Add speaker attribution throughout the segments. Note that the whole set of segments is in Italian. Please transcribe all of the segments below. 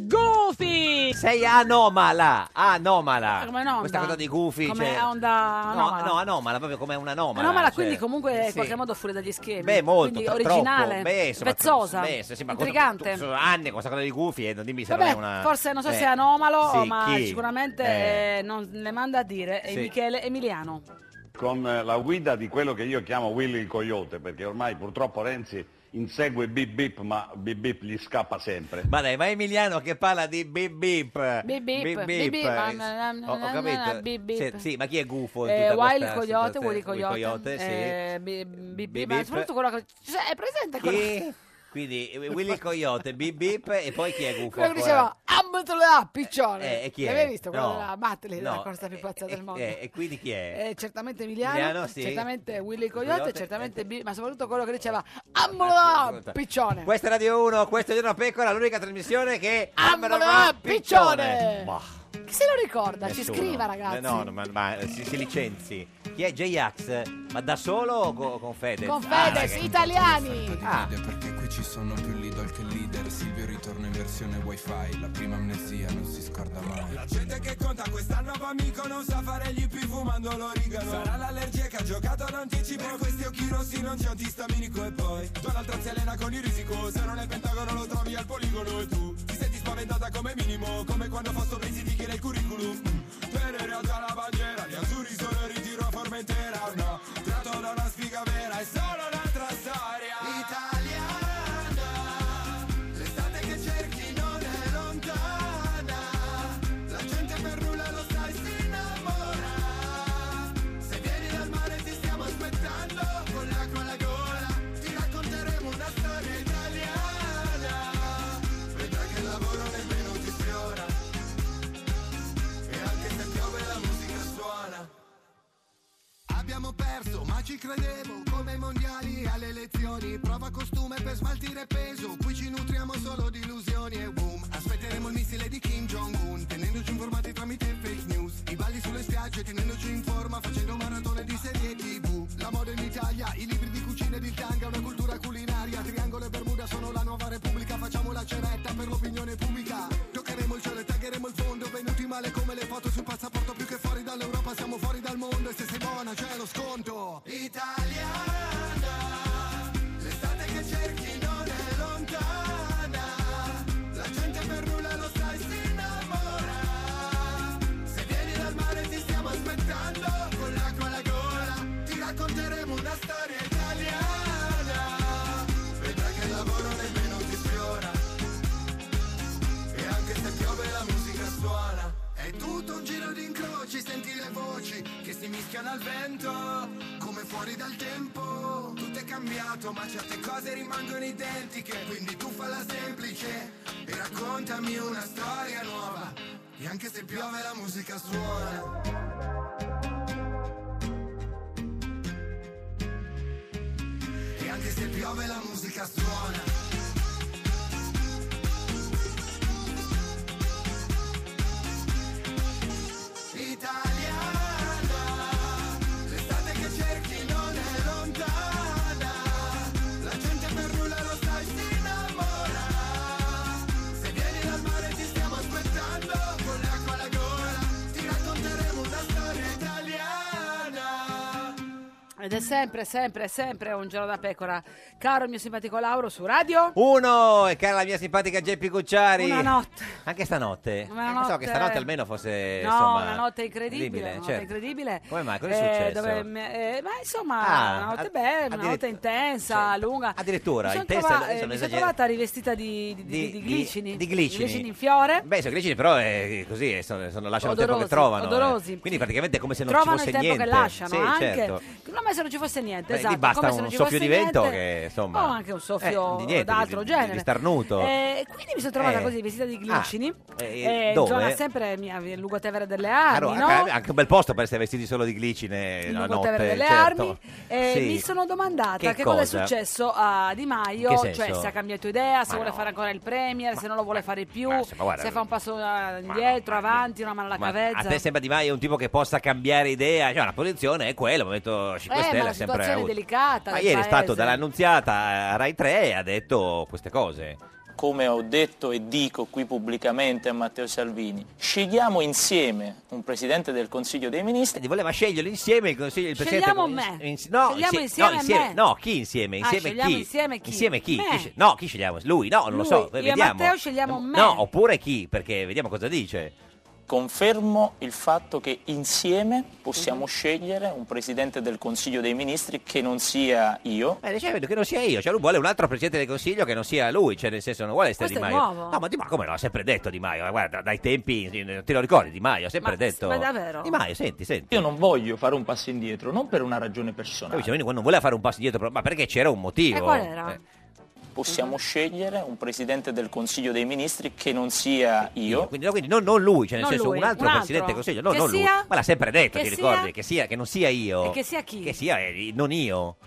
Speaker 1: Goofy!
Speaker 2: Sei anomala, anomala.
Speaker 1: Come anomala.
Speaker 2: Ah, Questa cosa di gufi.
Speaker 1: Come
Speaker 2: cioè...
Speaker 1: onda anomala.
Speaker 2: No, no, anomala, proprio come un'anomala.
Speaker 1: Anomala,
Speaker 2: cioè-
Speaker 1: quindi comunque in
Speaker 2: Sì.
Speaker 1: qualche modo fuori dagli schemi.
Speaker 2: Beh, molto,
Speaker 1: Quindi
Speaker 2: tro-
Speaker 1: originale,
Speaker 2: troppo. Beh, insomma,
Speaker 1: pezzosa,
Speaker 2: beh, sì, ma cosa-
Speaker 1: intrigante.
Speaker 2: tu- sono anni questa cosa di gufi e non dimmi se
Speaker 1: Vabbè,
Speaker 2: non è una...
Speaker 1: forse non so
Speaker 2: eh,
Speaker 1: se è anomalo,
Speaker 2: sì,
Speaker 1: ma
Speaker 2: chi?
Speaker 1: sicuramente
Speaker 2: Eh,
Speaker 1: eh, non le manda a dire è
Speaker 3: Sì.
Speaker 1: Michele Emiliano.
Speaker 3: con eh, la guida di quello che io chiamo Willy il Coyote, perché ormai purtroppo Renzi insegue Bip Bip, ma Bip Bip gli scappa sempre.
Speaker 2: Ma dai, ma Emiliano che parla di bip bip.
Speaker 1: Bip bip,
Speaker 2: Bip
Speaker 1: bip bip,
Speaker 2: eh,
Speaker 1: na, na,
Speaker 2: Ho, ho
Speaker 1: na,
Speaker 2: capito.
Speaker 1: na, bip bip.
Speaker 2: Cioè, sì, ma chi è gufo? in
Speaker 1: Eh,
Speaker 2: tutta
Speaker 1: Wiley
Speaker 2: questa
Speaker 1: Coyote, Willy
Speaker 2: situazione?
Speaker 1: Coyote,
Speaker 2: sì.
Speaker 1: eh, bi- bi- bi-
Speaker 2: Bip,
Speaker 1: ma
Speaker 2: bip.
Speaker 1: soprattutto quella che... cioè, è presente quella,
Speaker 2: Chi? Quindi eh, Willy il Coyote, bip bip e poi chi è gufo?
Speaker 1: quella che
Speaker 2: ancora?
Speaker 1: diceva ammettere là, piccione!
Speaker 2: Eh, e chi è?
Speaker 1: L'hai mai visto? Quella
Speaker 2: No.
Speaker 1: della Batley, la
Speaker 2: No,
Speaker 1: corsa più pazza del mondo.
Speaker 2: Eh, e quindi chi è?
Speaker 1: Eh, certamente Emiliano,
Speaker 2: Emiliano, sì.
Speaker 1: certamente Willy Coyote,
Speaker 2: Coyote, Eh,
Speaker 1: certamente Bi- ma soprattutto quello che diceva Ammola piccione.
Speaker 2: Questa è Radio 1, questo è Giorno Pecora, l'unica trasmissione che...
Speaker 1: Ammola piccione.
Speaker 2: Bah,
Speaker 1: Chi se lo ricorda?
Speaker 2: eh, nessuno.
Speaker 1: Ci scriva ragazzi.
Speaker 2: Eh, No, no, ma, ma si, si licenzi. Chi è J-Ax? Ma da solo o co- con Fedez?
Speaker 1: Con
Speaker 2: Ah,
Speaker 1: Fedez,
Speaker 2: ragazzi.
Speaker 1: italiani.
Speaker 4: Ah. Perché qui ci sono più Lidl che leader Silvio ritorno in versione wifi La prima amnesia non si scorda mai
Speaker 5: La gente che conta questa nuova amico non sa fare gli IP fumando l'origano Sarà l'allergia che ha giocato all'anticipo Per questi occhi rossi non c'è antistaminico e poi Donald Trump si allena con il risico Se non è il pentagono lo trovi al poligono e tu Ti senti spaventata come minimo Come quando Fausto pensi di chiedere il curriculum Mm. Tenere realtà la bandiera Gli azzurri sono il ritiro a Formentera No, tratto da una spiga vera È solo un'altra storia Italiana L'estate che cerchi non è lontana la gente per nulla lo sai si innamora Se vieni dal mare ti stiamo aspettando Con l'acqua alla gola Ti racconteremo una storia italiana Vedrai che il lavoro nemmeno ti sfiora E anche se piove la musica suona Abbiamo perso ma ci credevo Come ai mondiali e alle elezioni Prova costume per smaltire peso Qui ci nutriamo solo di illusioni e boom Aspetteremo il missile di Kim Jong-un Tenendoci informati tramite fake news I balli sulle spiagge tenendoci in forma Facendo maratone di serie tv La moda in Italia, i libri di cucina e di tanga Una cultura culinaria Triangolo e Bermuda sono la nuova repubblica Facciamo la ceretta per l'opinione pubblica Toccheremo il cielo e taggheremo il fondo Venuti male come le foto sul passaporto Più che fuori dall'Europa siamo fuori dal mondo E se sei buona c'è lo sconto Italiana L'estate che cerchi non è lontana La gente per nulla lo sai si innamora Se vieni dal mare ti stiamo aspettando Con l'acqua alla gola ti racconteremo una storia italiana Vedrai che il lavoro nemmeno ti sfiora e anche se piove la musica suona È tutto un giro di incroci, senti le voci che si mischiano al vento Come fuori dal tempo Tutto è cambiato ma certe cose rimangono identiche Quindi tu falla semplice e raccontami una storia nuova E anche se piove la musica suona E anche se piove la musica suona italiana. L'estate che cerchi non è lontana. La gente per nulla lo sai si innamora. Se vieni dal mare ti stiamo aspettando. Con l'acqua alla gola ti racconteremo una storia italiana.
Speaker 1: Ed è sempre, sempre, sempre un giorno da pecora. Caro il mio simpatico Lauro su radio.
Speaker 2: Uno, e cara la mia simpatica Geppi Cucciari.
Speaker 1: Una notte.
Speaker 2: Anche stanotte.
Speaker 1: Una
Speaker 2: Eh, pensavo
Speaker 1: notte-
Speaker 2: che stanotte almeno fosse...
Speaker 1: No,
Speaker 2: Eh, insomma,
Speaker 1: una notte incredibile, una
Speaker 2: terribile,
Speaker 1: notte
Speaker 2: certo.
Speaker 1: incredibile.
Speaker 2: Come mai? Cosa è
Speaker 1: Eh,
Speaker 2: successo?
Speaker 1: dove mi- eh, ma insomma,
Speaker 2: Ah,
Speaker 1: una
Speaker 2: a-
Speaker 1: notte bella, una
Speaker 2: addirittura-
Speaker 1: notte intensa, lunga.
Speaker 2: Addirittura,
Speaker 1: mi sono
Speaker 2: in testa
Speaker 1: trova- eh, mi sono trovata rivestita di, di, di- di glicini.
Speaker 2: Di glicini.
Speaker 1: in fiore.
Speaker 2: Beh, sono glicini però eh, così eh, sono, sono- lasciano il tempo che
Speaker 1: Odorosi,
Speaker 2: trovano. eh.
Speaker 1: odorosi.
Speaker 2: Quindi praticamente è come se non
Speaker 1: Trovano
Speaker 2: ci
Speaker 1: il
Speaker 2: fosse
Speaker 1: tempo
Speaker 2: niente.
Speaker 1: che lasciano
Speaker 2: Sì,
Speaker 1: anche.
Speaker 2: certo.
Speaker 1: Non ho mai se non ci fosse niente,
Speaker 2: Beh, lì
Speaker 1: esatto.
Speaker 2: basta
Speaker 1: come se
Speaker 2: un
Speaker 1: non ci
Speaker 2: soffio
Speaker 1: fosse
Speaker 2: di vento
Speaker 1: niente.
Speaker 2: che, insomma,
Speaker 1: O Oh, anche un soffio
Speaker 2: eh, di niente,
Speaker 1: d'altro
Speaker 2: di- di-
Speaker 1: genere.
Speaker 2: di starnuto.
Speaker 1: Eh, quindi mi sono trovata
Speaker 2: Eh.
Speaker 1: così, vestita di glicini.
Speaker 2: Ah, eh,
Speaker 1: eh, in
Speaker 2: dove?
Speaker 1: zona sempre mia, via Lugo Tevere delle Armi,
Speaker 2: Caro,
Speaker 1: no?
Speaker 2: anche- anche un bel posto per essere vestiti solo di glicine la
Speaker 1: Lugo
Speaker 2: notte.
Speaker 1: Tevere delle
Speaker 2: certo.
Speaker 1: Armi. Eh,
Speaker 2: Sì.
Speaker 1: Mi sono domandata
Speaker 2: Che
Speaker 1: che, cosa è
Speaker 2: cosa?
Speaker 1: successo a Di Maio,
Speaker 2: In che
Speaker 1: cioè
Speaker 2: senso?
Speaker 1: se ha cambiato idea, se
Speaker 2: Ma
Speaker 1: vuole
Speaker 2: no.
Speaker 1: fare ancora il Premier, se non lo vuole fare più,
Speaker 2: ma insomma, guarda,
Speaker 1: se fa un passo eh, indietro, avanti, una mano alla
Speaker 2: Ma
Speaker 1: cavezza.
Speaker 2: a te sembra Di Maio un tipo che possa cambiare idea? Cioè, la posizione è quella, il Movimento 5
Speaker 1: eh, ma
Speaker 2: Stelle
Speaker 1: la
Speaker 2: è sempre
Speaker 1: situazione è
Speaker 2: avuto.
Speaker 1: delicata.
Speaker 2: Ma
Speaker 1: del
Speaker 2: ieri è stato
Speaker 1: paese.
Speaker 2: dall'annunziata a Rai 3 e ha detto queste cose.
Speaker 6: come ho detto e dico qui pubblicamente a Matteo Salvini, scegliamo insieme un Presidente del Consiglio dei Ministri.
Speaker 2: Voleva scegliere insieme il Consiglio del Presidente.
Speaker 1: Scegliamo
Speaker 2: con-
Speaker 1: Diciamo me.
Speaker 2: ins- no,
Speaker 1: Scegliamo
Speaker 2: insie-
Speaker 1: insieme
Speaker 2: no,
Speaker 1: me.
Speaker 2: insieme- no, chi insieme?
Speaker 1: Ah,
Speaker 2: Insieme
Speaker 1: scegliamo
Speaker 2: chi?
Speaker 1: insieme chi?
Speaker 2: Insieme chi?
Speaker 1: Me.
Speaker 2: Chi sce- no, chi scegliamo? Lui? No, non lo
Speaker 1: Lui,
Speaker 2: so. eh,
Speaker 1: io e
Speaker 2: vediamo.
Speaker 1: Matteo scegliamo me.
Speaker 2: No, oh, oppure chi? Perché vediamo cosa dice.
Speaker 6: Confermo il fatto che insieme possiamo scegliere un Presidente del Consiglio dei Ministri che non sia io.
Speaker 2: Eh, dice, vedo che non sia io, cioè lui vuole un altro presidente del consiglio che non sia lui, cioè nel senso non vuole essere
Speaker 1: Questo
Speaker 2: Di
Speaker 1: è
Speaker 2: Maio.
Speaker 1: nuovo.
Speaker 2: No, ma Di Maio come l'ha sempre detto Di Maio, eh, guarda, dai tempi eh, te lo ricordi Di Maio, ha sempre
Speaker 6: Ma-
Speaker 2: detto.
Speaker 6: ma davvero?
Speaker 2: Di Maio, senti, senti.
Speaker 6: Io non voglio fare un passo indietro, non per una ragione personale.
Speaker 2: Capisci? Quindi quando voleva fare un passo indietro, però- ma perché c'era un motivo? Eh,
Speaker 6: Possiamo scegliere un Presidente del Consiglio dei Ministri che non sia io.
Speaker 2: Quindi, no, quindi non, non lui, cioè nel
Speaker 6: Non
Speaker 2: senso
Speaker 6: lui,
Speaker 2: un altro
Speaker 6: un altro.
Speaker 2: presidente del consiglio, no,
Speaker 6: Che
Speaker 2: non
Speaker 6: sia-
Speaker 2: lui. Ma l'ha sempre detto,
Speaker 6: che
Speaker 2: ti
Speaker 6: sia-
Speaker 2: ricordi? Che, sia, che non sia io.
Speaker 6: E che sia chi?
Speaker 2: Che sia eh, non io.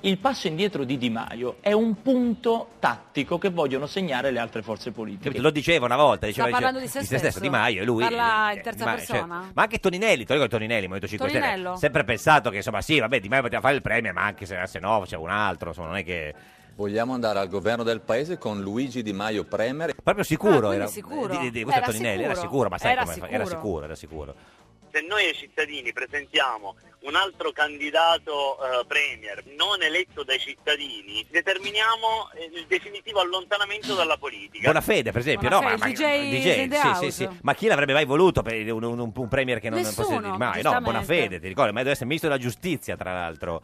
Speaker 6: Il passo indietro di Di Maio è un punto tattico che vogliono segnare le altre forze politiche.
Speaker 2: Capito? Lo diceva una volta, diceva,
Speaker 1: Sta parlando
Speaker 2: diceva-
Speaker 1: di se stesso?
Speaker 2: Di Maio e lui.
Speaker 1: Parla
Speaker 2: eh,
Speaker 1: in
Speaker 2: Di
Speaker 1: terza
Speaker 2: Maio, certo.
Speaker 1: persona?
Speaker 2: Ma anche Toninelli, te lo ricordi Toninelli, il Movimento 5 Stelle.
Speaker 1: Toninello?
Speaker 2: ha Sempre pensato che insomma sì, vabbè, Di Maio poteva fare il premio, ma anche se, se no c'è un altro, insomma, non è che
Speaker 7: Vogliamo andare al governo del paese con Luigi Di Maio Premier.
Speaker 2: proprio sicuro
Speaker 7: quindi
Speaker 2: era
Speaker 7: sicuro.
Speaker 2: Di, di- di- questo
Speaker 7: Era
Speaker 2: è Toninelli, era
Speaker 7: sicuro.
Speaker 2: sicuro, ma sai
Speaker 7: Era
Speaker 2: come fa- era
Speaker 7: sicuro.
Speaker 2: sicuro, era sicuro.
Speaker 8: se noi ai cittadini presentiamo un altro candidato eh, premier non eletto dai cittadini, determiniamo eh, il definitivo allontanamento dalla politica.
Speaker 2: Buona fede, per esempio, no, ma, ma-
Speaker 8: Buonafede, il DJ in the
Speaker 2: sì, sì,
Speaker 8: house.
Speaker 2: sì. ma chi l'avrebbe mai voluto per un, un, un premier che non
Speaker 8: Nessuno,
Speaker 2: fosse Di Maio? No,
Speaker 8: giustamente.
Speaker 2: buona fede, ti ricordi, ma deve essere ministro della giustizia, tra l'altro.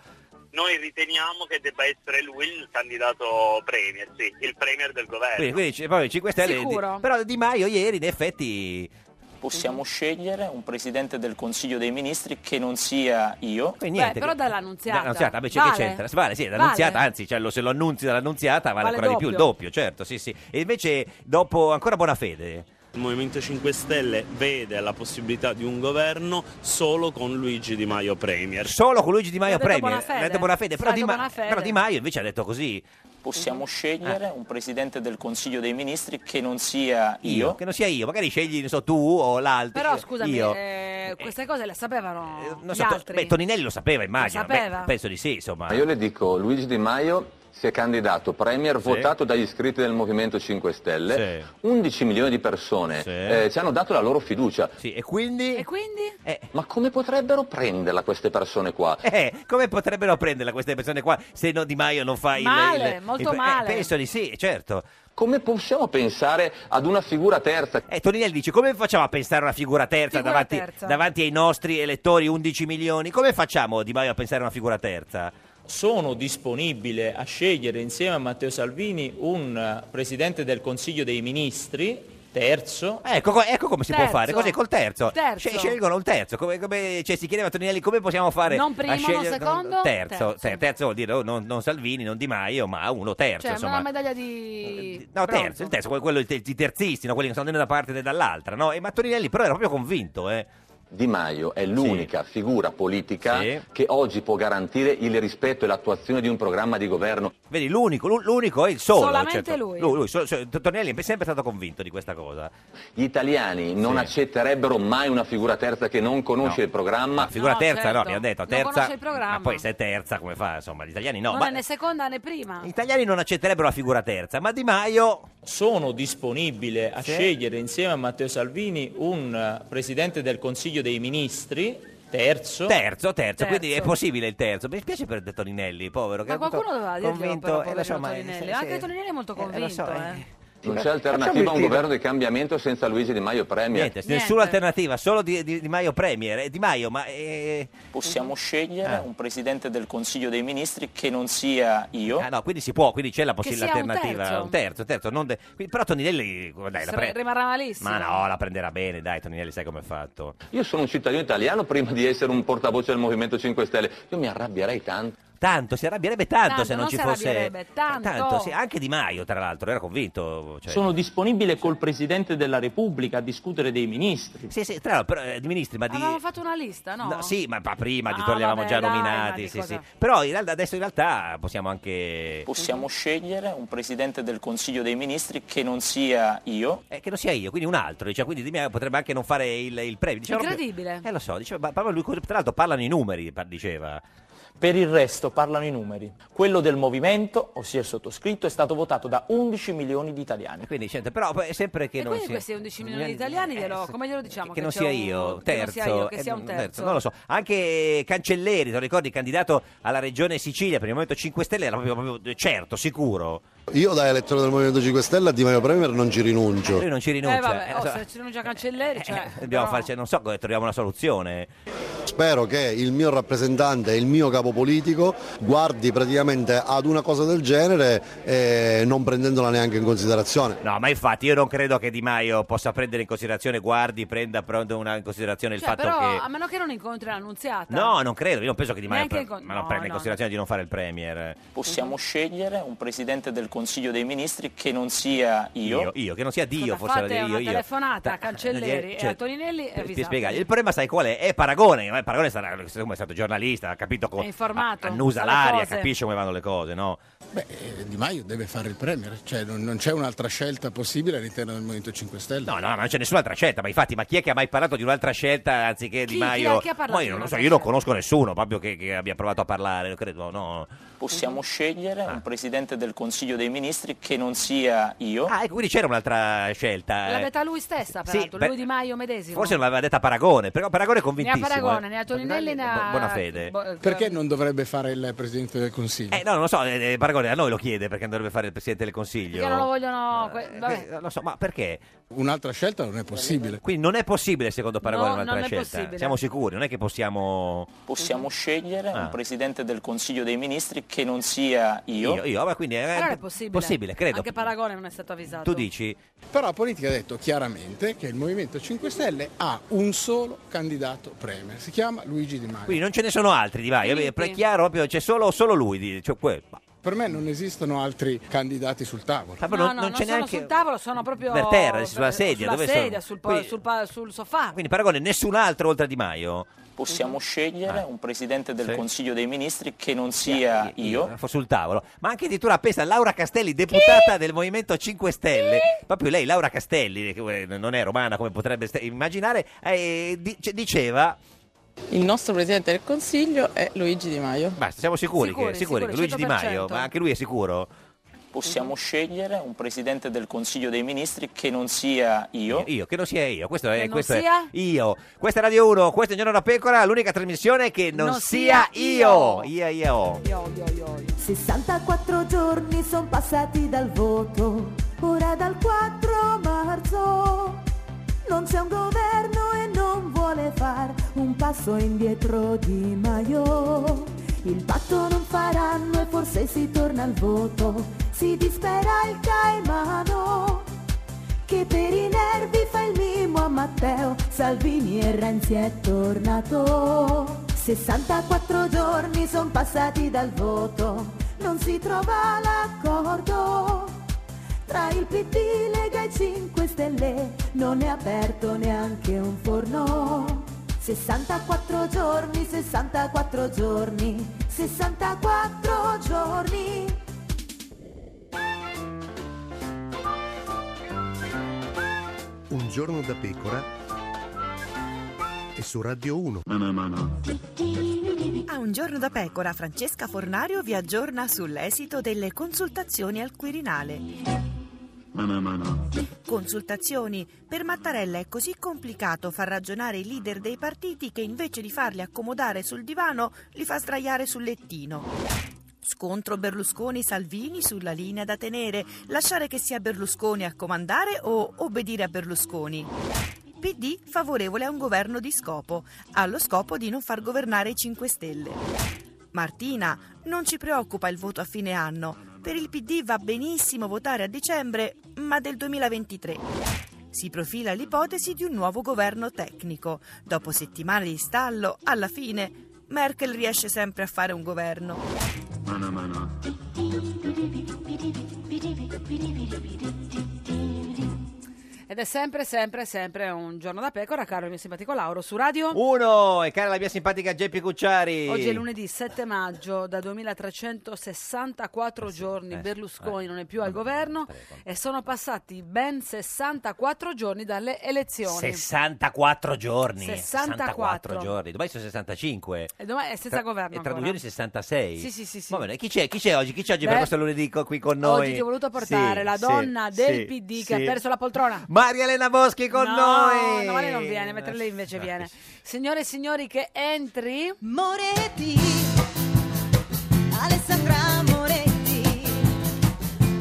Speaker 8: Noi riteniamo che debba essere lui il candidato premier, sì, il premier del
Speaker 7: Eh,
Speaker 8: governo.
Speaker 2: Quindi, quindi ci- proprio i 5 Stelle.
Speaker 8: Sicuro.
Speaker 2: di- però Di Maio ieri in effetti
Speaker 6: Possiamo scegliere un Presidente del Consiglio dei Ministri che non sia io.
Speaker 2: Quindi
Speaker 1: Beh, però dall'annunziata.
Speaker 2: Dall'annunziata, vabbè, c'è
Speaker 1: Vale.
Speaker 2: che c'entra? Vale, sì, dall'annunziata,
Speaker 1: Vale.
Speaker 2: anzi, cioè, lo- se lo annunzi dall'annunziata vale,
Speaker 1: Vale
Speaker 2: ancora di più, il
Speaker 1: doppio.
Speaker 2: doppio, certo, sì, sì. E invece dopo ancora buona fede.
Speaker 9: Il Movimento 5 Stelle vede la possibilità di un governo solo con Luigi Di Maio Premier.
Speaker 2: Solo con Luigi Di Maio
Speaker 9: detto
Speaker 2: Premier,
Speaker 9: Bonafede.
Speaker 2: ha detto buona fede,
Speaker 9: Ha
Speaker 2: però,
Speaker 9: detto
Speaker 2: Di Ma-
Speaker 9: Bonafede.
Speaker 2: però Di Maio invece ha detto così.
Speaker 6: Possiamo scegliere un Presidente del Consiglio dei Ministri che non sia io.
Speaker 2: Che non sia io, magari scegli, non so, tu o l'altro.
Speaker 1: Però scusami,
Speaker 2: io. eh,
Speaker 1: eh, queste cose le sapevano
Speaker 2: Non
Speaker 1: gli
Speaker 2: so, to-
Speaker 1: altri.
Speaker 2: beh, Toninelli lo sapeva, immagino.
Speaker 1: Lo sapeva?
Speaker 2: Beh, penso di sì, insomma.
Speaker 7: Ma io le dico, Luigi Di Maio si è candidato Premier
Speaker 2: Sì.
Speaker 7: votato dagli iscritti del Movimento 5 Stelle. 11 milioni di persone eh, ci hanno dato la loro fiducia.
Speaker 2: e quindi?
Speaker 1: E quindi?
Speaker 7: Ma come potrebbero prenderla queste persone qua?
Speaker 2: Eh, come potrebbero prenderla queste persone qua se no Di Maio non fa il...
Speaker 7: Male,
Speaker 2: il-
Speaker 7: molto
Speaker 2: il- eh,
Speaker 7: male.
Speaker 2: penso di sì, certo.
Speaker 7: Come possiamo pensare ad una figura terza?
Speaker 2: Eh, Toninelli dice, come facciamo a pensare a una figura terza,
Speaker 7: Figura
Speaker 2: davanti,
Speaker 7: terza.
Speaker 2: davanti ai nostri elettori 11 milioni? Come facciamo Di Maio a pensare a una figura terza?
Speaker 6: Sono disponibile a scegliere insieme a Matteo Salvini un eh, Presidente del Consiglio dei Ministri, terzo.
Speaker 2: Ecco, co- ecco come si può
Speaker 6: Terzo.
Speaker 2: fare, così col terzo.
Speaker 6: Terzo.
Speaker 2: Sce- scelgono un terzo, come, come- cioè, si chiedeva a Toninelli come possiamo fare
Speaker 1: Non primo,
Speaker 2: a
Speaker 1: non
Speaker 2: scegliere
Speaker 1: secondo,
Speaker 2: terzo,
Speaker 1: terzo.
Speaker 2: Ter- terzo. vuol dire oh, non, non Salvini, non Di Maio, ma uno terzo,
Speaker 1: cioè,
Speaker 2: insomma. Eh,
Speaker 1: una medaglia di...
Speaker 2: No,
Speaker 1: Pronto.
Speaker 2: terzo, il terzo, quello, quello i i terzisti, no? quelli che sono da una parte e dall'altra, no? E ma Toninelli però era proprio convinto, eh.
Speaker 7: Di Maio è l'unica figura politica che oggi può garantire il rispetto e l'attuazione di un programma di governo.
Speaker 2: Vedi, l'unico, l'u- l'unico è il solo.
Speaker 7: Solamente
Speaker 2: certo.
Speaker 7: lui.
Speaker 2: Lui, so- so- Toninelli è sempre stato convinto di questa cosa.
Speaker 7: Gli italiani non
Speaker 2: Sì.
Speaker 7: accetterebbero mai una figura terza che non conosce
Speaker 2: No.
Speaker 7: il programma.
Speaker 2: Figura terza, no, abbiamo detto,
Speaker 1: certo. Non
Speaker 2: terza.
Speaker 1: conosce il programma.
Speaker 2: Ma poi se è terza, come fa? Insomma, gli italiani no.
Speaker 1: non
Speaker 2: ma
Speaker 1: è né seconda né prima.
Speaker 2: gli italiani non accetterebbero la figura terza, ma Di Maio.
Speaker 6: Sono disponibile a
Speaker 2: Sì.
Speaker 6: scegliere insieme a Matteo Salvini un eh, Presidente del Consiglio dei Ministri, terzo.
Speaker 2: Terzo, terzo, quindi è possibile il terzo. Mi spiace per Toninelli, povero. che
Speaker 1: Ma
Speaker 2: ha avuto
Speaker 1: qualcuno doveva dirglielo
Speaker 2: convinto,
Speaker 1: però,
Speaker 2: eh, lo so,
Speaker 1: povero
Speaker 2: ma-
Speaker 1: Toninelli.
Speaker 2: sì,
Speaker 1: Anche
Speaker 2: sì.
Speaker 1: Toninelli è molto
Speaker 2: Eh, lo
Speaker 1: convinto,
Speaker 2: so,
Speaker 1: eh.
Speaker 2: eh.
Speaker 7: Non c'è alternativa a un governo di cambiamento senza Luigi Di Maio Premier.
Speaker 2: Niente, nessuna alternativa, solo di, di- Di Maio Premier. Eh, Di Maio, ma... eh,
Speaker 6: Possiamo scegliere
Speaker 2: Ah.
Speaker 6: un presidente del Consiglio dei Ministri che non sia io.
Speaker 2: Ah, no, quindi si può, quindi c'è la
Speaker 6: Che
Speaker 2: possibile
Speaker 6: sia un
Speaker 2: alternativa.
Speaker 6: terzo.
Speaker 2: Un terzo, un terzo, non de- quindi- però Toninelli, dai, la
Speaker 1: Sare-
Speaker 2: pre-
Speaker 1: rimarrà malissimo.
Speaker 2: Ma no, la prenderà bene, dai, Toninelli, sai come è fatto.
Speaker 7: Io sono un cittadino italiano prima di essere un portavoce del Movimento 5 Stelle. Io mi arrabbierei tanto.
Speaker 2: Tanto, si arrabbierebbe tanto,
Speaker 1: Tanto,
Speaker 2: se non,
Speaker 1: non
Speaker 2: ci
Speaker 1: si
Speaker 2: fosse...
Speaker 1: arrabbierebbe, tanto.
Speaker 2: sì, anche Di Maio, tra l'altro, era convinto. cioè-
Speaker 6: Sono disponibile col Presidente della Repubblica a discutere dei ministri.
Speaker 2: Sì, sì, tra l'altro, però, eh, di ministri, ma di...
Speaker 1: Avevamo fatto una lista, no?
Speaker 2: no, sì, ma, ma prima li
Speaker 1: Ah,
Speaker 2: toglievamo
Speaker 1: vabbè,
Speaker 2: già
Speaker 1: dai, ma
Speaker 2: nominati,
Speaker 1: che
Speaker 2: sì,
Speaker 1: cosa-
Speaker 2: sì. Però in realtà- adesso in realtà possiamo anche...
Speaker 6: Possiamo scegliere un presidente del Consiglio dei Ministri che non sia io.
Speaker 2: Eh, che non sia io, quindi un altro, diciamo, quindi Di Maio potrebbe anche non fare il, il premio. Diceva proprio-
Speaker 1: Incredibile.
Speaker 2: Eh, lo so, diceva, ma proprio lui, tra l'altro parlano i numeri, par- diceva.
Speaker 6: Per il resto parlano i numeri. Quello del movimento, ossia il sottoscritto, è stato votato da 11 milioni di italiani.
Speaker 2: Quindi, senti, però poi è sempre che
Speaker 1: E
Speaker 2: non
Speaker 1: quindi
Speaker 2: sia... eh,
Speaker 1: questi 11 milioni di italiani, glielo, come glielo diciamo?
Speaker 2: che non
Speaker 1: c'è
Speaker 2: sia
Speaker 1: un-
Speaker 2: io,
Speaker 1: che non
Speaker 2: terzo,
Speaker 1: sia io, che
Speaker 2: eh,
Speaker 1: sia un terzo.
Speaker 2: non lo so. Anche Cancelleri, te lo ricordi, candidato alla regione Sicilia per il Movimento 5 Stelle, era proprio, proprio certo, sicuro.
Speaker 10: Io da elettore del Movimento 5 Stelle a Di Maio Premier non ci rinuncio.
Speaker 2: Lui non ci rinuncia.
Speaker 1: Eh vabbè,
Speaker 2: eh,
Speaker 1: oh,
Speaker 2: so-
Speaker 1: se ci sono già cancelleri, cioè...
Speaker 2: dobbiamo farci, non so come troviamo una soluzione.
Speaker 10: Spero che il mio rappresentante, il mio capo politico guardi praticamente ad una cosa del genere eh, non prendendola neanche in considerazione.
Speaker 2: No, ma infatti io non credo che Di Maio possa prendere in considerazione, guardi, prenda prenda una in considerazione il
Speaker 1: Cioè,
Speaker 2: fatto
Speaker 1: però,
Speaker 2: che...
Speaker 1: a meno che non incontri l'annunziata.
Speaker 2: No, non credo, io non penso che Di Maio
Speaker 1: Neanche
Speaker 2: pre-
Speaker 1: in con-
Speaker 2: ma non
Speaker 1: no,
Speaker 2: prenda in
Speaker 1: no.
Speaker 2: considerazione di non fare il Premier. Mhm.
Speaker 6: Possiamo scegliere un presidente del Consiglio dei Ministri che non sia io.
Speaker 2: Io, io, che non sia
Speaker 1: Cosa
Speaker 2: Dio, forse
Speaker 1: fate?
Speaker 2: era
Speaker 1: una
Speaker 2: io, io.
Speaker 1: telefonata a Cancelleri
Speaker 2: cioè,
Speaker 1: e a Toninelli e
Speaker 2: Ti
Speaker 1: avvisate.
Speaker 2: spiegagli. Il problema, sai qual è? È Paragone. ma Paragone sarà, siccome è stato giornalista, ha capito
Speaker 1: È
Speaker 2: come.
Speaker 1: informato.
Speaker 2: Annusa
Speaker 1: sa le
Speaker 2: l'aria,
Speaker 1: cose.
Speaker 2: capisce come vanno le cose, no?
Speaker 11: Eh, Di Maio deve fare il Premier, cioè non, non c'è un'altra scelta possibile all'interno del Movimento 5 Stelle.
Speaker 2: No, no, ma non c'è nessun'altra scelta. Ma infatti, ma chi è che ha mai parlato di un'altra scelta anziché
Speaker 11: Chi-
Speaker 2: Di
Speaker 11: chi ha-
Speaker 2: Maio?
Speaker 11: chi ha parlato
Speaker 2: ma io
Speaker 11: di
Speaker 2: non lo so,
Speaker 11: un'altra
Speaker 2: io non conosco nessuno proprio che, che abbia provato a parlare, non credo, no.
Speaker 6: Possiamo
Speaker 1: Mhm.
Speaker 6: scegliere
Speaker 2: Ah.
Speaker 6: un presidente del Consiglio dei Ministri che non sia io.
Speaker 2: Ah, ecco, quindi c'era un'altra scelta.
Speaker 1: L'ha
Speaker 2: eh.
Speaker 1: detta lui stessa, peraltro,
Speaker 2: per-
Speaker 1: lui Di Maio medesimo.
Speaker 2: Forse non l'aveva detta Paragone, però Paragone è
Speaker 1: né a
Speaker 2: convintissimo.
Speaker 1: Paragone,
Speaker 2: eh.
Speaker 1: né a Toninelli, né a...
Speaker 2: Bu- buona fede.
Speaker 1: Bo- eh,
Speaker 11: Perché non dovrebbe fare il Presidente del Consiglio?
Speaker 2: Eh, no, non lo so, eh, eh, Paragone a noi lo chiede perché non dovrebbe fare il Presidente del Consiglio.
Speaker 1: Perché non lo
Speaker 2: Eh,
Speaker 1: vogliono... que- vabbè.
Speaker 2: Lo so, ma perché?
Speaker 11: Un'altra scelta non è possibile.
Speaker 2: Quindi non è possibile, secondo Paragone,
Speaker 6: No,
Speaker 2: un'altra
Speaker 6: non è
Speaker 2: scelta.
Speaker 6: possibile.
Speaker 2: Siamo sicuri, non è che possiamo.
Speaker 1: Mhm.
Speaker 6: Possiamo scegliere
Speaker 2: Ah.
Speaker 6: un presidente del Consiglio dei Ministri che non sia io.
Speaker 2: Io, io, ma quindi eh, è
Speaker 1: Allora è possibile.
Speaker 2: possibile, credo.
Speaker 1: Anche Paragone non è stato avvisato.
Speaker 2: Tu dici?
Speaker 11: Però la politica ha detto chiaramente che il Movimento 5 Stelle ha un solo candidato Premier, si chiama Luigi Di Maio.
Speaker 2: Quindi non ce ne sono altri di Maio, Eh, è
Speaker 11: Finiti.
Speaker 2: chiaro, proprio, c'è solo, solo lui. di- Cioè, que- ma-
Speaker 11: Per me non esistono altri candidati sul tavolo.
Speaker 2: Ah,
Speaker 1: No, no, non, sono sul tavolo, sono proprio...
Speaker 2: Per terra, sulla
Speaker 1: per-
Speaker 2: sedia,
Speaker 1: sulla
Speaker 2: dove
Speaker 1: sedia,
Speaker 2: sono?
Speaker 1: Sul, po-
Speaker 2: Quindi-
Speaker 1: sul pa- sul sofà.
Speaker 2: quindi Paragone, nessun altro oltre a Di Maio?
Speaker 1: Mhm.
Speaker 6: Possiamo scegliere
Speaker 2: Ah.
Speaker 6: un presidente del
Speaker 2: Sì.
Speaker 6: Consiglio dei Ministri che non sia io.
Speaker 2: Fu sul tavolo, ma anche addirittura appesa Laura Castelli, deputata del Movimento 5 Stelle. Proprio lei, Laura Castelli, che eh, non è romana come potrebbe st- immaginare, eh, di- c- diceva.
Speaker 12: Il nostro presidente del Consiglio è Luigi Di Maio.
Speaker 2: Basta, siamo sicuri, che,
Speaker 12: Sicuri,
Speaker 2: sicuri che
Speaker 12: sicuri,
Speaker 2: Luigi Di
Speaker 12: 100%.
Speaker 2: Maio, ma anche lui è sicuro?
Speaker 6: Possiamo scegliere un presidente del Consiglio dei Ministri che non sia io.
Speaker 2: Io, che non sia io, questo è,
Speaker 6: Che non
Speaker 2: questo è
Speaker 6: sia?
Speaker 2: io. Questa è Radio 1, questo è Giorno da Pecora, l'unica trasmissione che non,
Speaker 13: Non
Speaker 2: sia,
Speaker 13: sia
Speaker 2: io. Io, io.
Speaker 13: 64 giorni sono passati dal voto, ora dal 4 marzo. Non c'è un governo e non vuole far un passo indietro di Maio. Il patto non faranno e forse si torna al voto, si dispera il Caimano. Che per i nervi fa il mimo a Matteo, Salvini e Renzi è tornato. 64 giorni sono passati dal voto, non si trova l'accordo. Tra il PD, Lega e 5 Stelle non è aperto neanche un forno. 64 giorni, 64 giorni, 64 giorni.
Speaker 14: Un giorno da pecora e su Radio 1.
Speaker 15: A un giorno da pecora, Francesca Fornario vi aggiorna sull'esito delle consultazioni al Quirinale. Consultazioni. Per Mattarella è così complicato far ragionare i leader dei partiti che invece di farli accomodare sul divano li fa sdraiare sul lettino. Scontro Berlusconi-Salvini sulla linea da tenere, lasciare che sia Berlusconi a comandare o obbedire a Berlusconi. PD favorevole a un governo di scopo, allo scopo di non far governare i 5 Stelle. Martina, non ci preoccupa il voto a fine anno, per il PD va benissimo votare a dicembre, ma del 2023. Si profila l'ipotesi di un nuovo governo tecnico. Dopo settimane di stallo, alla fine, Merkel riesce sempre a fare un governo.
Speaker 5: Mana mana.
Speaker 1: Ed è sempre, sempre, sempre un giorno da pecora, caro il mio simpatico Lauro, su Radio.
Speaker 2: Uno, e cara la mia simpatica Geppi Cucciari.
Speaker 1: Oggi è lunedì 7 maggio, da 2364
Speaker 2: Eh
Speaker 1: giorni Berlusconi non è più al governo e sono passati ben 64 giorni dalle elezioni.
Speaker 2: 64 giorni.
Speaker 1: 64
Speaker 2: giorni. Domani sono 65.
Speaker 1: E domani è Eh, senza
Speaker 2: Tra-
Speaker 1: governo
Speaker 2: E tra due
Speaker 1: ancora.
Speaker 2: giorni 66.
Speaker 1: Sì, sì, sì, sì.
Speaker 2: Ma bene, chi c'è, chi c'è oggi? Chi c'è oggi
Speaker 1: Beh,
Speaker 2: per questo lunedì co- qui con noi?
Speaker 1: Oggi ti ho voluto portare
Speaker 2: Sì,
Speaker 1: la
Speaker 2: sì,
Speaker 1: donna del
Speaker 2: sì,
Speaker 1: PD che
Speaker 2: sì.
Speaker 1: ha perso la poltrona.
Speaker 2: Maria Elena Boschi con
Speaker 1: No,
Speaker 2: noi.
Speaker 1: No, lei non viene, mentre lei invece viene. Signore e signori, che entri.
Speaker 16: Moretti, Alessandra Moretti,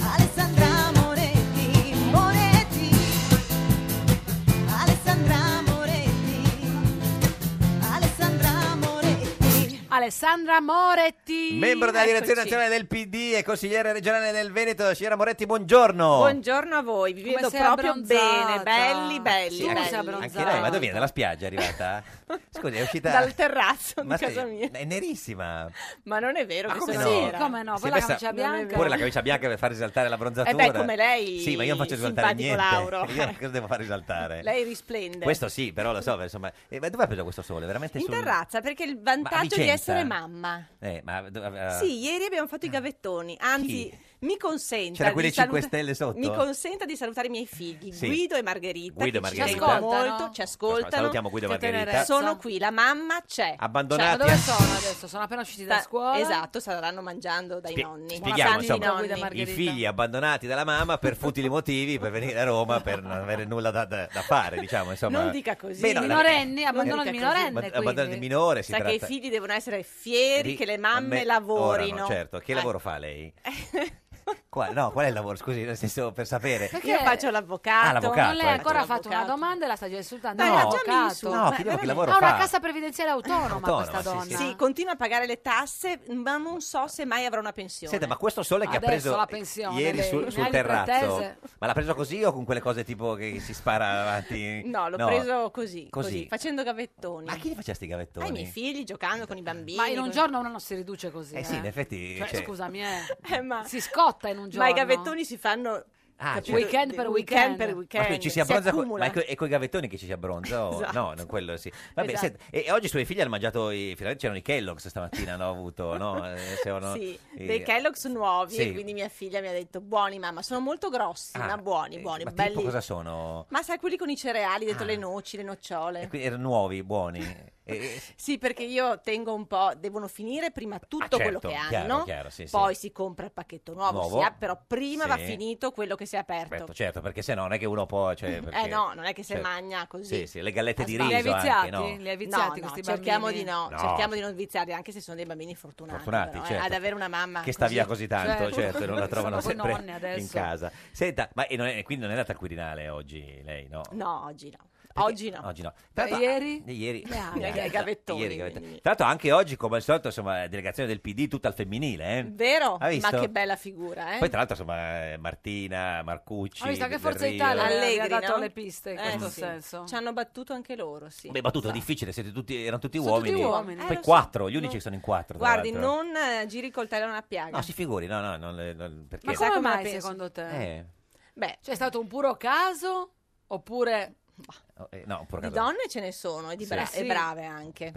Speaker 16: Alessandra Moretti, Moretti, Alessandra Moretti, Alessandra Moretti.
Speaker 1: Alessandra Moretti.
Speaker 2: Membro della direzione
Speaker 1: Eccoci.
Speaker 2: nazionale del PD e consigliere regionale del Veneto, signora Moretti, buongiorno.
Speaker 17: Buongiorno a voi, vi
Speaker 1: Come
Speaker 17: vedo
Speaker 1: sei
Speaker 17: proprio bene,
Speaker 1: abbronzata.
Speaker 17: belli, belli,
Speaker 2: Sì,
Speaker 17: belli.
Speaker 2: anche, anche lei, ma dove viene? Dalla spiaggia è arrivata? Scusi, è uscita...
Speaker 17: Dal terrazzo di
Speaker 2: Ma
Speaker 17: casa
Speaker 2: stai-
Speaker 17: mia.
Speaker 2: È nerissima.
Speaker 17: Ma non è vero
Speaker 2: Ma
Speaker 17: che
Speaker 2: come
Speaker 17: sono
Speaker 2: no?
Speaker 17: nera.
Speaker 1: Sì, come no,
Speaker 2: Si
Speaker 1: poi
Speaker 2: è
Speaker 1: la
Speaker 2: messa-
Speaker 1: camicia bianca.
Speaker 2: Pure la camicia bianca per far risaltare la
Speaker 17: Eh beh,
Speaker 2: bronzatura.
Speaker 17: come lei,
Speaker 2: Sì, ma io non faccio risaltare niente.
Speaker 17: simpatico Lauro.
Speaker 2: Io cosa devo far risaltare?
Speaker 17: Lei risplende.
Speaker 2: Questo sì, però lo so, insomma... Eh, ma dove ha preso questo sole? Veramente
Speaker 17: In
Speaker 2: sul-
Speaker 17: terrazza, perché il
Speaker 2: Ma a
Speaker 17: vantaggio di
Speaker 2: Vicenza?
Speaker 17: essere mamma.
Speaker 2: Eh, ma... do- eh,
Speaker 17: Sì, ieri abbiamo fatto i gavettoni, anzi mi consenta
Speaker 2: C'era quelli
Speaker 17: di saluta-
Speaker 2: 5 stelle sotto?
Speaker 17: Mi consenta di salutare i miei figli,
Speaker 2: Sì.
Speaker 17: Guido e Margherita,
Speaker 2: Guido e
Speaker 17: che ci
Speaker 2: Margherita.
Speaker 17: tengono
Speaker 2: Ascoltano.
Speaker 17: molto, ci ascoltano.
Speaker 2: Salutiamo Guido e Che Margherita. tenerezza.
Speaker 17: Sono qui, la mamma c'è.
Speaker 2: Abbandonati.
Speaker 17: Cioè,
Speaker 2: Ma dove
Speaker 1: sono adesso? Sono appena usciti da
Speaker 17: Sta-
Speaker 1: scuola?
Speaker 17: Esatto, staranno mangiando dai
Speaker 2: Spie-
Speaker 17: nonni.
Speaker 2: Spieghiamo, insomma,
Speaker 17: Guido e
Speaker 2: i
Speaker 17: Margherita.
Speaker 2: figli abbandonati dalla mamma per futili motivi, per venire a Roma, per non avere nulla da, da- da fare, diciamo, insomma.
Speaker 17: Non dica così.
Speaker 2: Beh, no, la-
Speaker 1: minorenni, abbandono il
Speaker 17: dica
Speaker 1: minorenne.
Speaker 2: Ma-
Speaker 1: quindi.
Speaker 2: abbandono il minore si
Speaker 17: Sa che i
Speaker 2: tratta.
Speaker 17: figli devono essere fieri
Speaker 2: Di-
Speaker 17: che le
Speaker 2: a
Speaker 17: mamme
Speaker 2: me-
Speaker 17: lavorino.
Speaker 2: orano, certo, che
Speaker 17: Eh,
Speaker 2: lavoro fa lei? Qua- no, qual è il lavoro? Scusi, nel senso per sapere.
Speaker 1: Perché
Speaker 17: Io faccio l'avvocato.
Speaker 2: Ah, l'avvocato,
Speaker 1: Non lei ha
Speaker 2: ecco.
Speaker 1: ancora fatto una domanda e la sta già insultando.
Speaker 17: Dai,
Speaker 1: No,
Speaker 17: la già mi
Speaker 1: avvocato.
Speaker 17: insulta.
Speaker 2: No, chiedevo che lavoro
Speaker 1: Ha una
Speaker 2: fa.
Speaker 1: cassa previdenziale autonoma,
Speaker 2: Autonoma,
Speaker 1: questa donna.
Speaker 2: sì,
Speaker 17: Sì, continua a pagare le tasse, ma non so se mai avrà una pensione.
Speaker 2: Senta, ma questo sole che
Speaker 1: Adesso
Speaker 2: ha
Speaker 1: la
Speaker 2: preso
Speaker 1: pensione,
Speaker 2: ieri
Speaker 1: le-
Speaker 2: sul,
Speaker 1: le
Speaker 2: sul
Speaker 1: ali
Speaker 2: terrazzo,
Speaker 1: pretese.
Speaker 2: ma l'ha preso così o con quelle cose tipo che si spara avanti?
Speaker 17: No, l'ho preso così, così,
Speaker 2: Così.
Speaker 17: facendo gavettoni.
Speaker 2: Ma chi li faceva sti gavettoni?
Speaker 17: Ai miei figli, giocando con i bambini.
Speaker 1: Ma in un
Speaker 17: con-
Speaker 1: giorno uno non si riduce così.
Speaker 2: Eh sì, in effetti,
Speaker 1: Cioè,
Speaker 2: cioè-
Speaker 1: Scusami, eh.
Speaker 17: Eh, ma-
Speaker 1: si scotta in un giorno.
Speaker 17: Ma i gavettoni si fanno...
Speaker 2: Ah,
Speaker 17: capito,
Speaker 2: certo.
Speaker 1: Weekend per
Speaker 17: di-
Speaker 1: weekend.
Speaker 17: per
Speaker 2: Ma
Speaker 17: weekend.
Speaker 2: poi ci si
Speaker 17: eh, si
Speaker 2: abbronza co-
Speaker 17: accumula.
Speaker 2: ma è co- è coi gavettoni che ci si abbronza? o-
Speaker 17: Esatto.
Speaker 2: No, non quello sì. Vabbè,
Speaker 17: Esatto.
Speaker 2: senta, e e oggi i suoi figli hanno mangiato i, finalmente c'erano i Kellogg's stamattina, no? Ho avuto, no? Eh, se uno-
Speaker 17: Sì,
Speaker 2: i-
Speaker 17: dei Kellogg's nuovi
Speaker 2: Sì.
Speaker 17: e quindi mia figlia mi ha detto buoni mamma, sono molto grossi,
Speaker 2: Ah,
Speaker 17: ma buoni, buoni,
Speaker 2: Ma tipo
Speaker 17: belli.
Speaker 2: cosa sono?
Speaker 17: Ma sai quelli con i cereali dentro
Speaker 2: Ah.
Speaker 17: le noci, le nocciole?
Speaker 2: E quindi erano nuovi, buoni. E- e-
Speaker 17: Sì, perché io tengo un po', devono finire prima tutto
Speaker 2: certo,
Speaker 17: quello che
Speaker 2: chiaro,
Speaker 17: hanno,
Speaker 2: chiaro, sì, sì.
Speaker 17: poi si compra il pacchetto nuovo,
Speaker 2: Nuovo.
Speaker 17: si ha- però prima va
Speaker 2: Sì.
Speaker 17: finito quello che si è aperto.
Speaker 2: certo, certo, perché se no non è che uno può... Cioè, perché-
Speaker 17: Eh no, non è che se
Speaker 2: certo.
Speaker 17: magna così. Ah,
Speaker 2: Sì, sì, le gallette di
Speaker 17: Li hai
Speaker 2: riso anche,
Speaker 17: viziati?
Speaker 2: no?
Speaker 1: Li hai viziati
Speaker 17: no,
Speaker 1: questi
Speaker 17: no, cerchiamo
Speaker 1: bambini?
Speaker 17: di no,
Speaker 2: No.
Speaker 17: cerchiamo di non viziarli, anche se sono dei bambini fortunati,
Speaker 2: Fortunati,
Speaker 17: però, eh,
Speaker 2: certo.
Speaker 17: ad avere una mamma Cioè,
Speaker 2: Che sta via così tanto, certo, e non la trovano
Speaker 1: Sono
Speaker 2: sempre
Speaker 1: nonne adesso.
Speaker 2: in casa. Senta, ma e non è- quindi non è andata al Quirinale oggi lei, no?
Speaker 17: No, oggi no. Oggi no.
Speaker 2: Oggi no.
Speaker 1: ieri?
Speaker 2: Eh, Ieri,
Speaker 17: Neanche.
Speaker 2: neanche.
Speaker 17: Ai gavettoni,
Speaker 2: Ieri, gavettoni.
Speaker 17: quindi.
Speaker 2: Tra l'altro anche oggi, come al solito, insomma, delegazione del PD tutta al femminile. eh.
Speaker 17: Vero?
Speaker 2: Hai
Speaker 17: Ma
Speaker 2: visto?
Speaker 17: che bella figura, eh?
Speaker 2: Poi tra l'altro, insomma, eh, Martina, Marcucci,
Speaker 1: Ho visto che
Speaker 2: Del
Speaker 1: Forza
Speaker 2: Rio.
Speaker 1: Italia
Speaker 17: Allegri,
Speaker 1: Eh, ha dato
Speaker 17: no?
Speaker 1: le piste in
Speaker 17: Eh,
Speaker 1: questo
Speaker 17: sì.
Speaker 1: senso.
Speaker 17: Ci hanno battuto anche loro, sì. Esatto.
Speaker 2: Beh, battuto difficile, siete tutti, erano tutti
Speaker 17: Sono tutti
Speaker 2: uomini.
Speaker 17: uomini. Eh,
Speaker 2: Poi
Speaker 17: lo so.
Speaker 2: quattro, gli unici
Speaker 17: No.
Speaker 2: che sono in quattro. tra
Speaker 17: Guardi,
Speaker 2: l'altro.
Speaker 17: non eh, giri col telo una piaga.
Speaker 2: No, si figuri, no, no, non, le- non- perché...
Speaker 1: Ma
Speaker 17: Sai
Speaker 1: come
Speaker 17: come la
Speaker 1: mai
Speaker 17: penso?
Speaker 1: secondo te?
Speaker 2: Eh,
Speaker 17: Beh,
Speaker 1: Cioè è stato un puro caso oppure
Speaker 2: oh, eh, no, pur
Speaker 17: di
Speaker 2: caso.
Speaker 17: donne ce ne sono e di
Speaker 2: Sì.
Speaker 17: bra-
Speaker 2: Sì.
Speaker 17: e brave anche in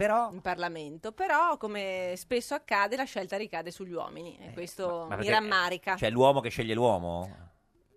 Speaker 17: Parlamento, però come spesso accade la scelta ricade sugli uomini e questo
Speaker 2: Eh, Ma
Speaker 17: mi
Speaker 2: perché-
Speaker 17: rammarica.
Speaker 2: Cioè, l'uomo che sceglie l'uomo?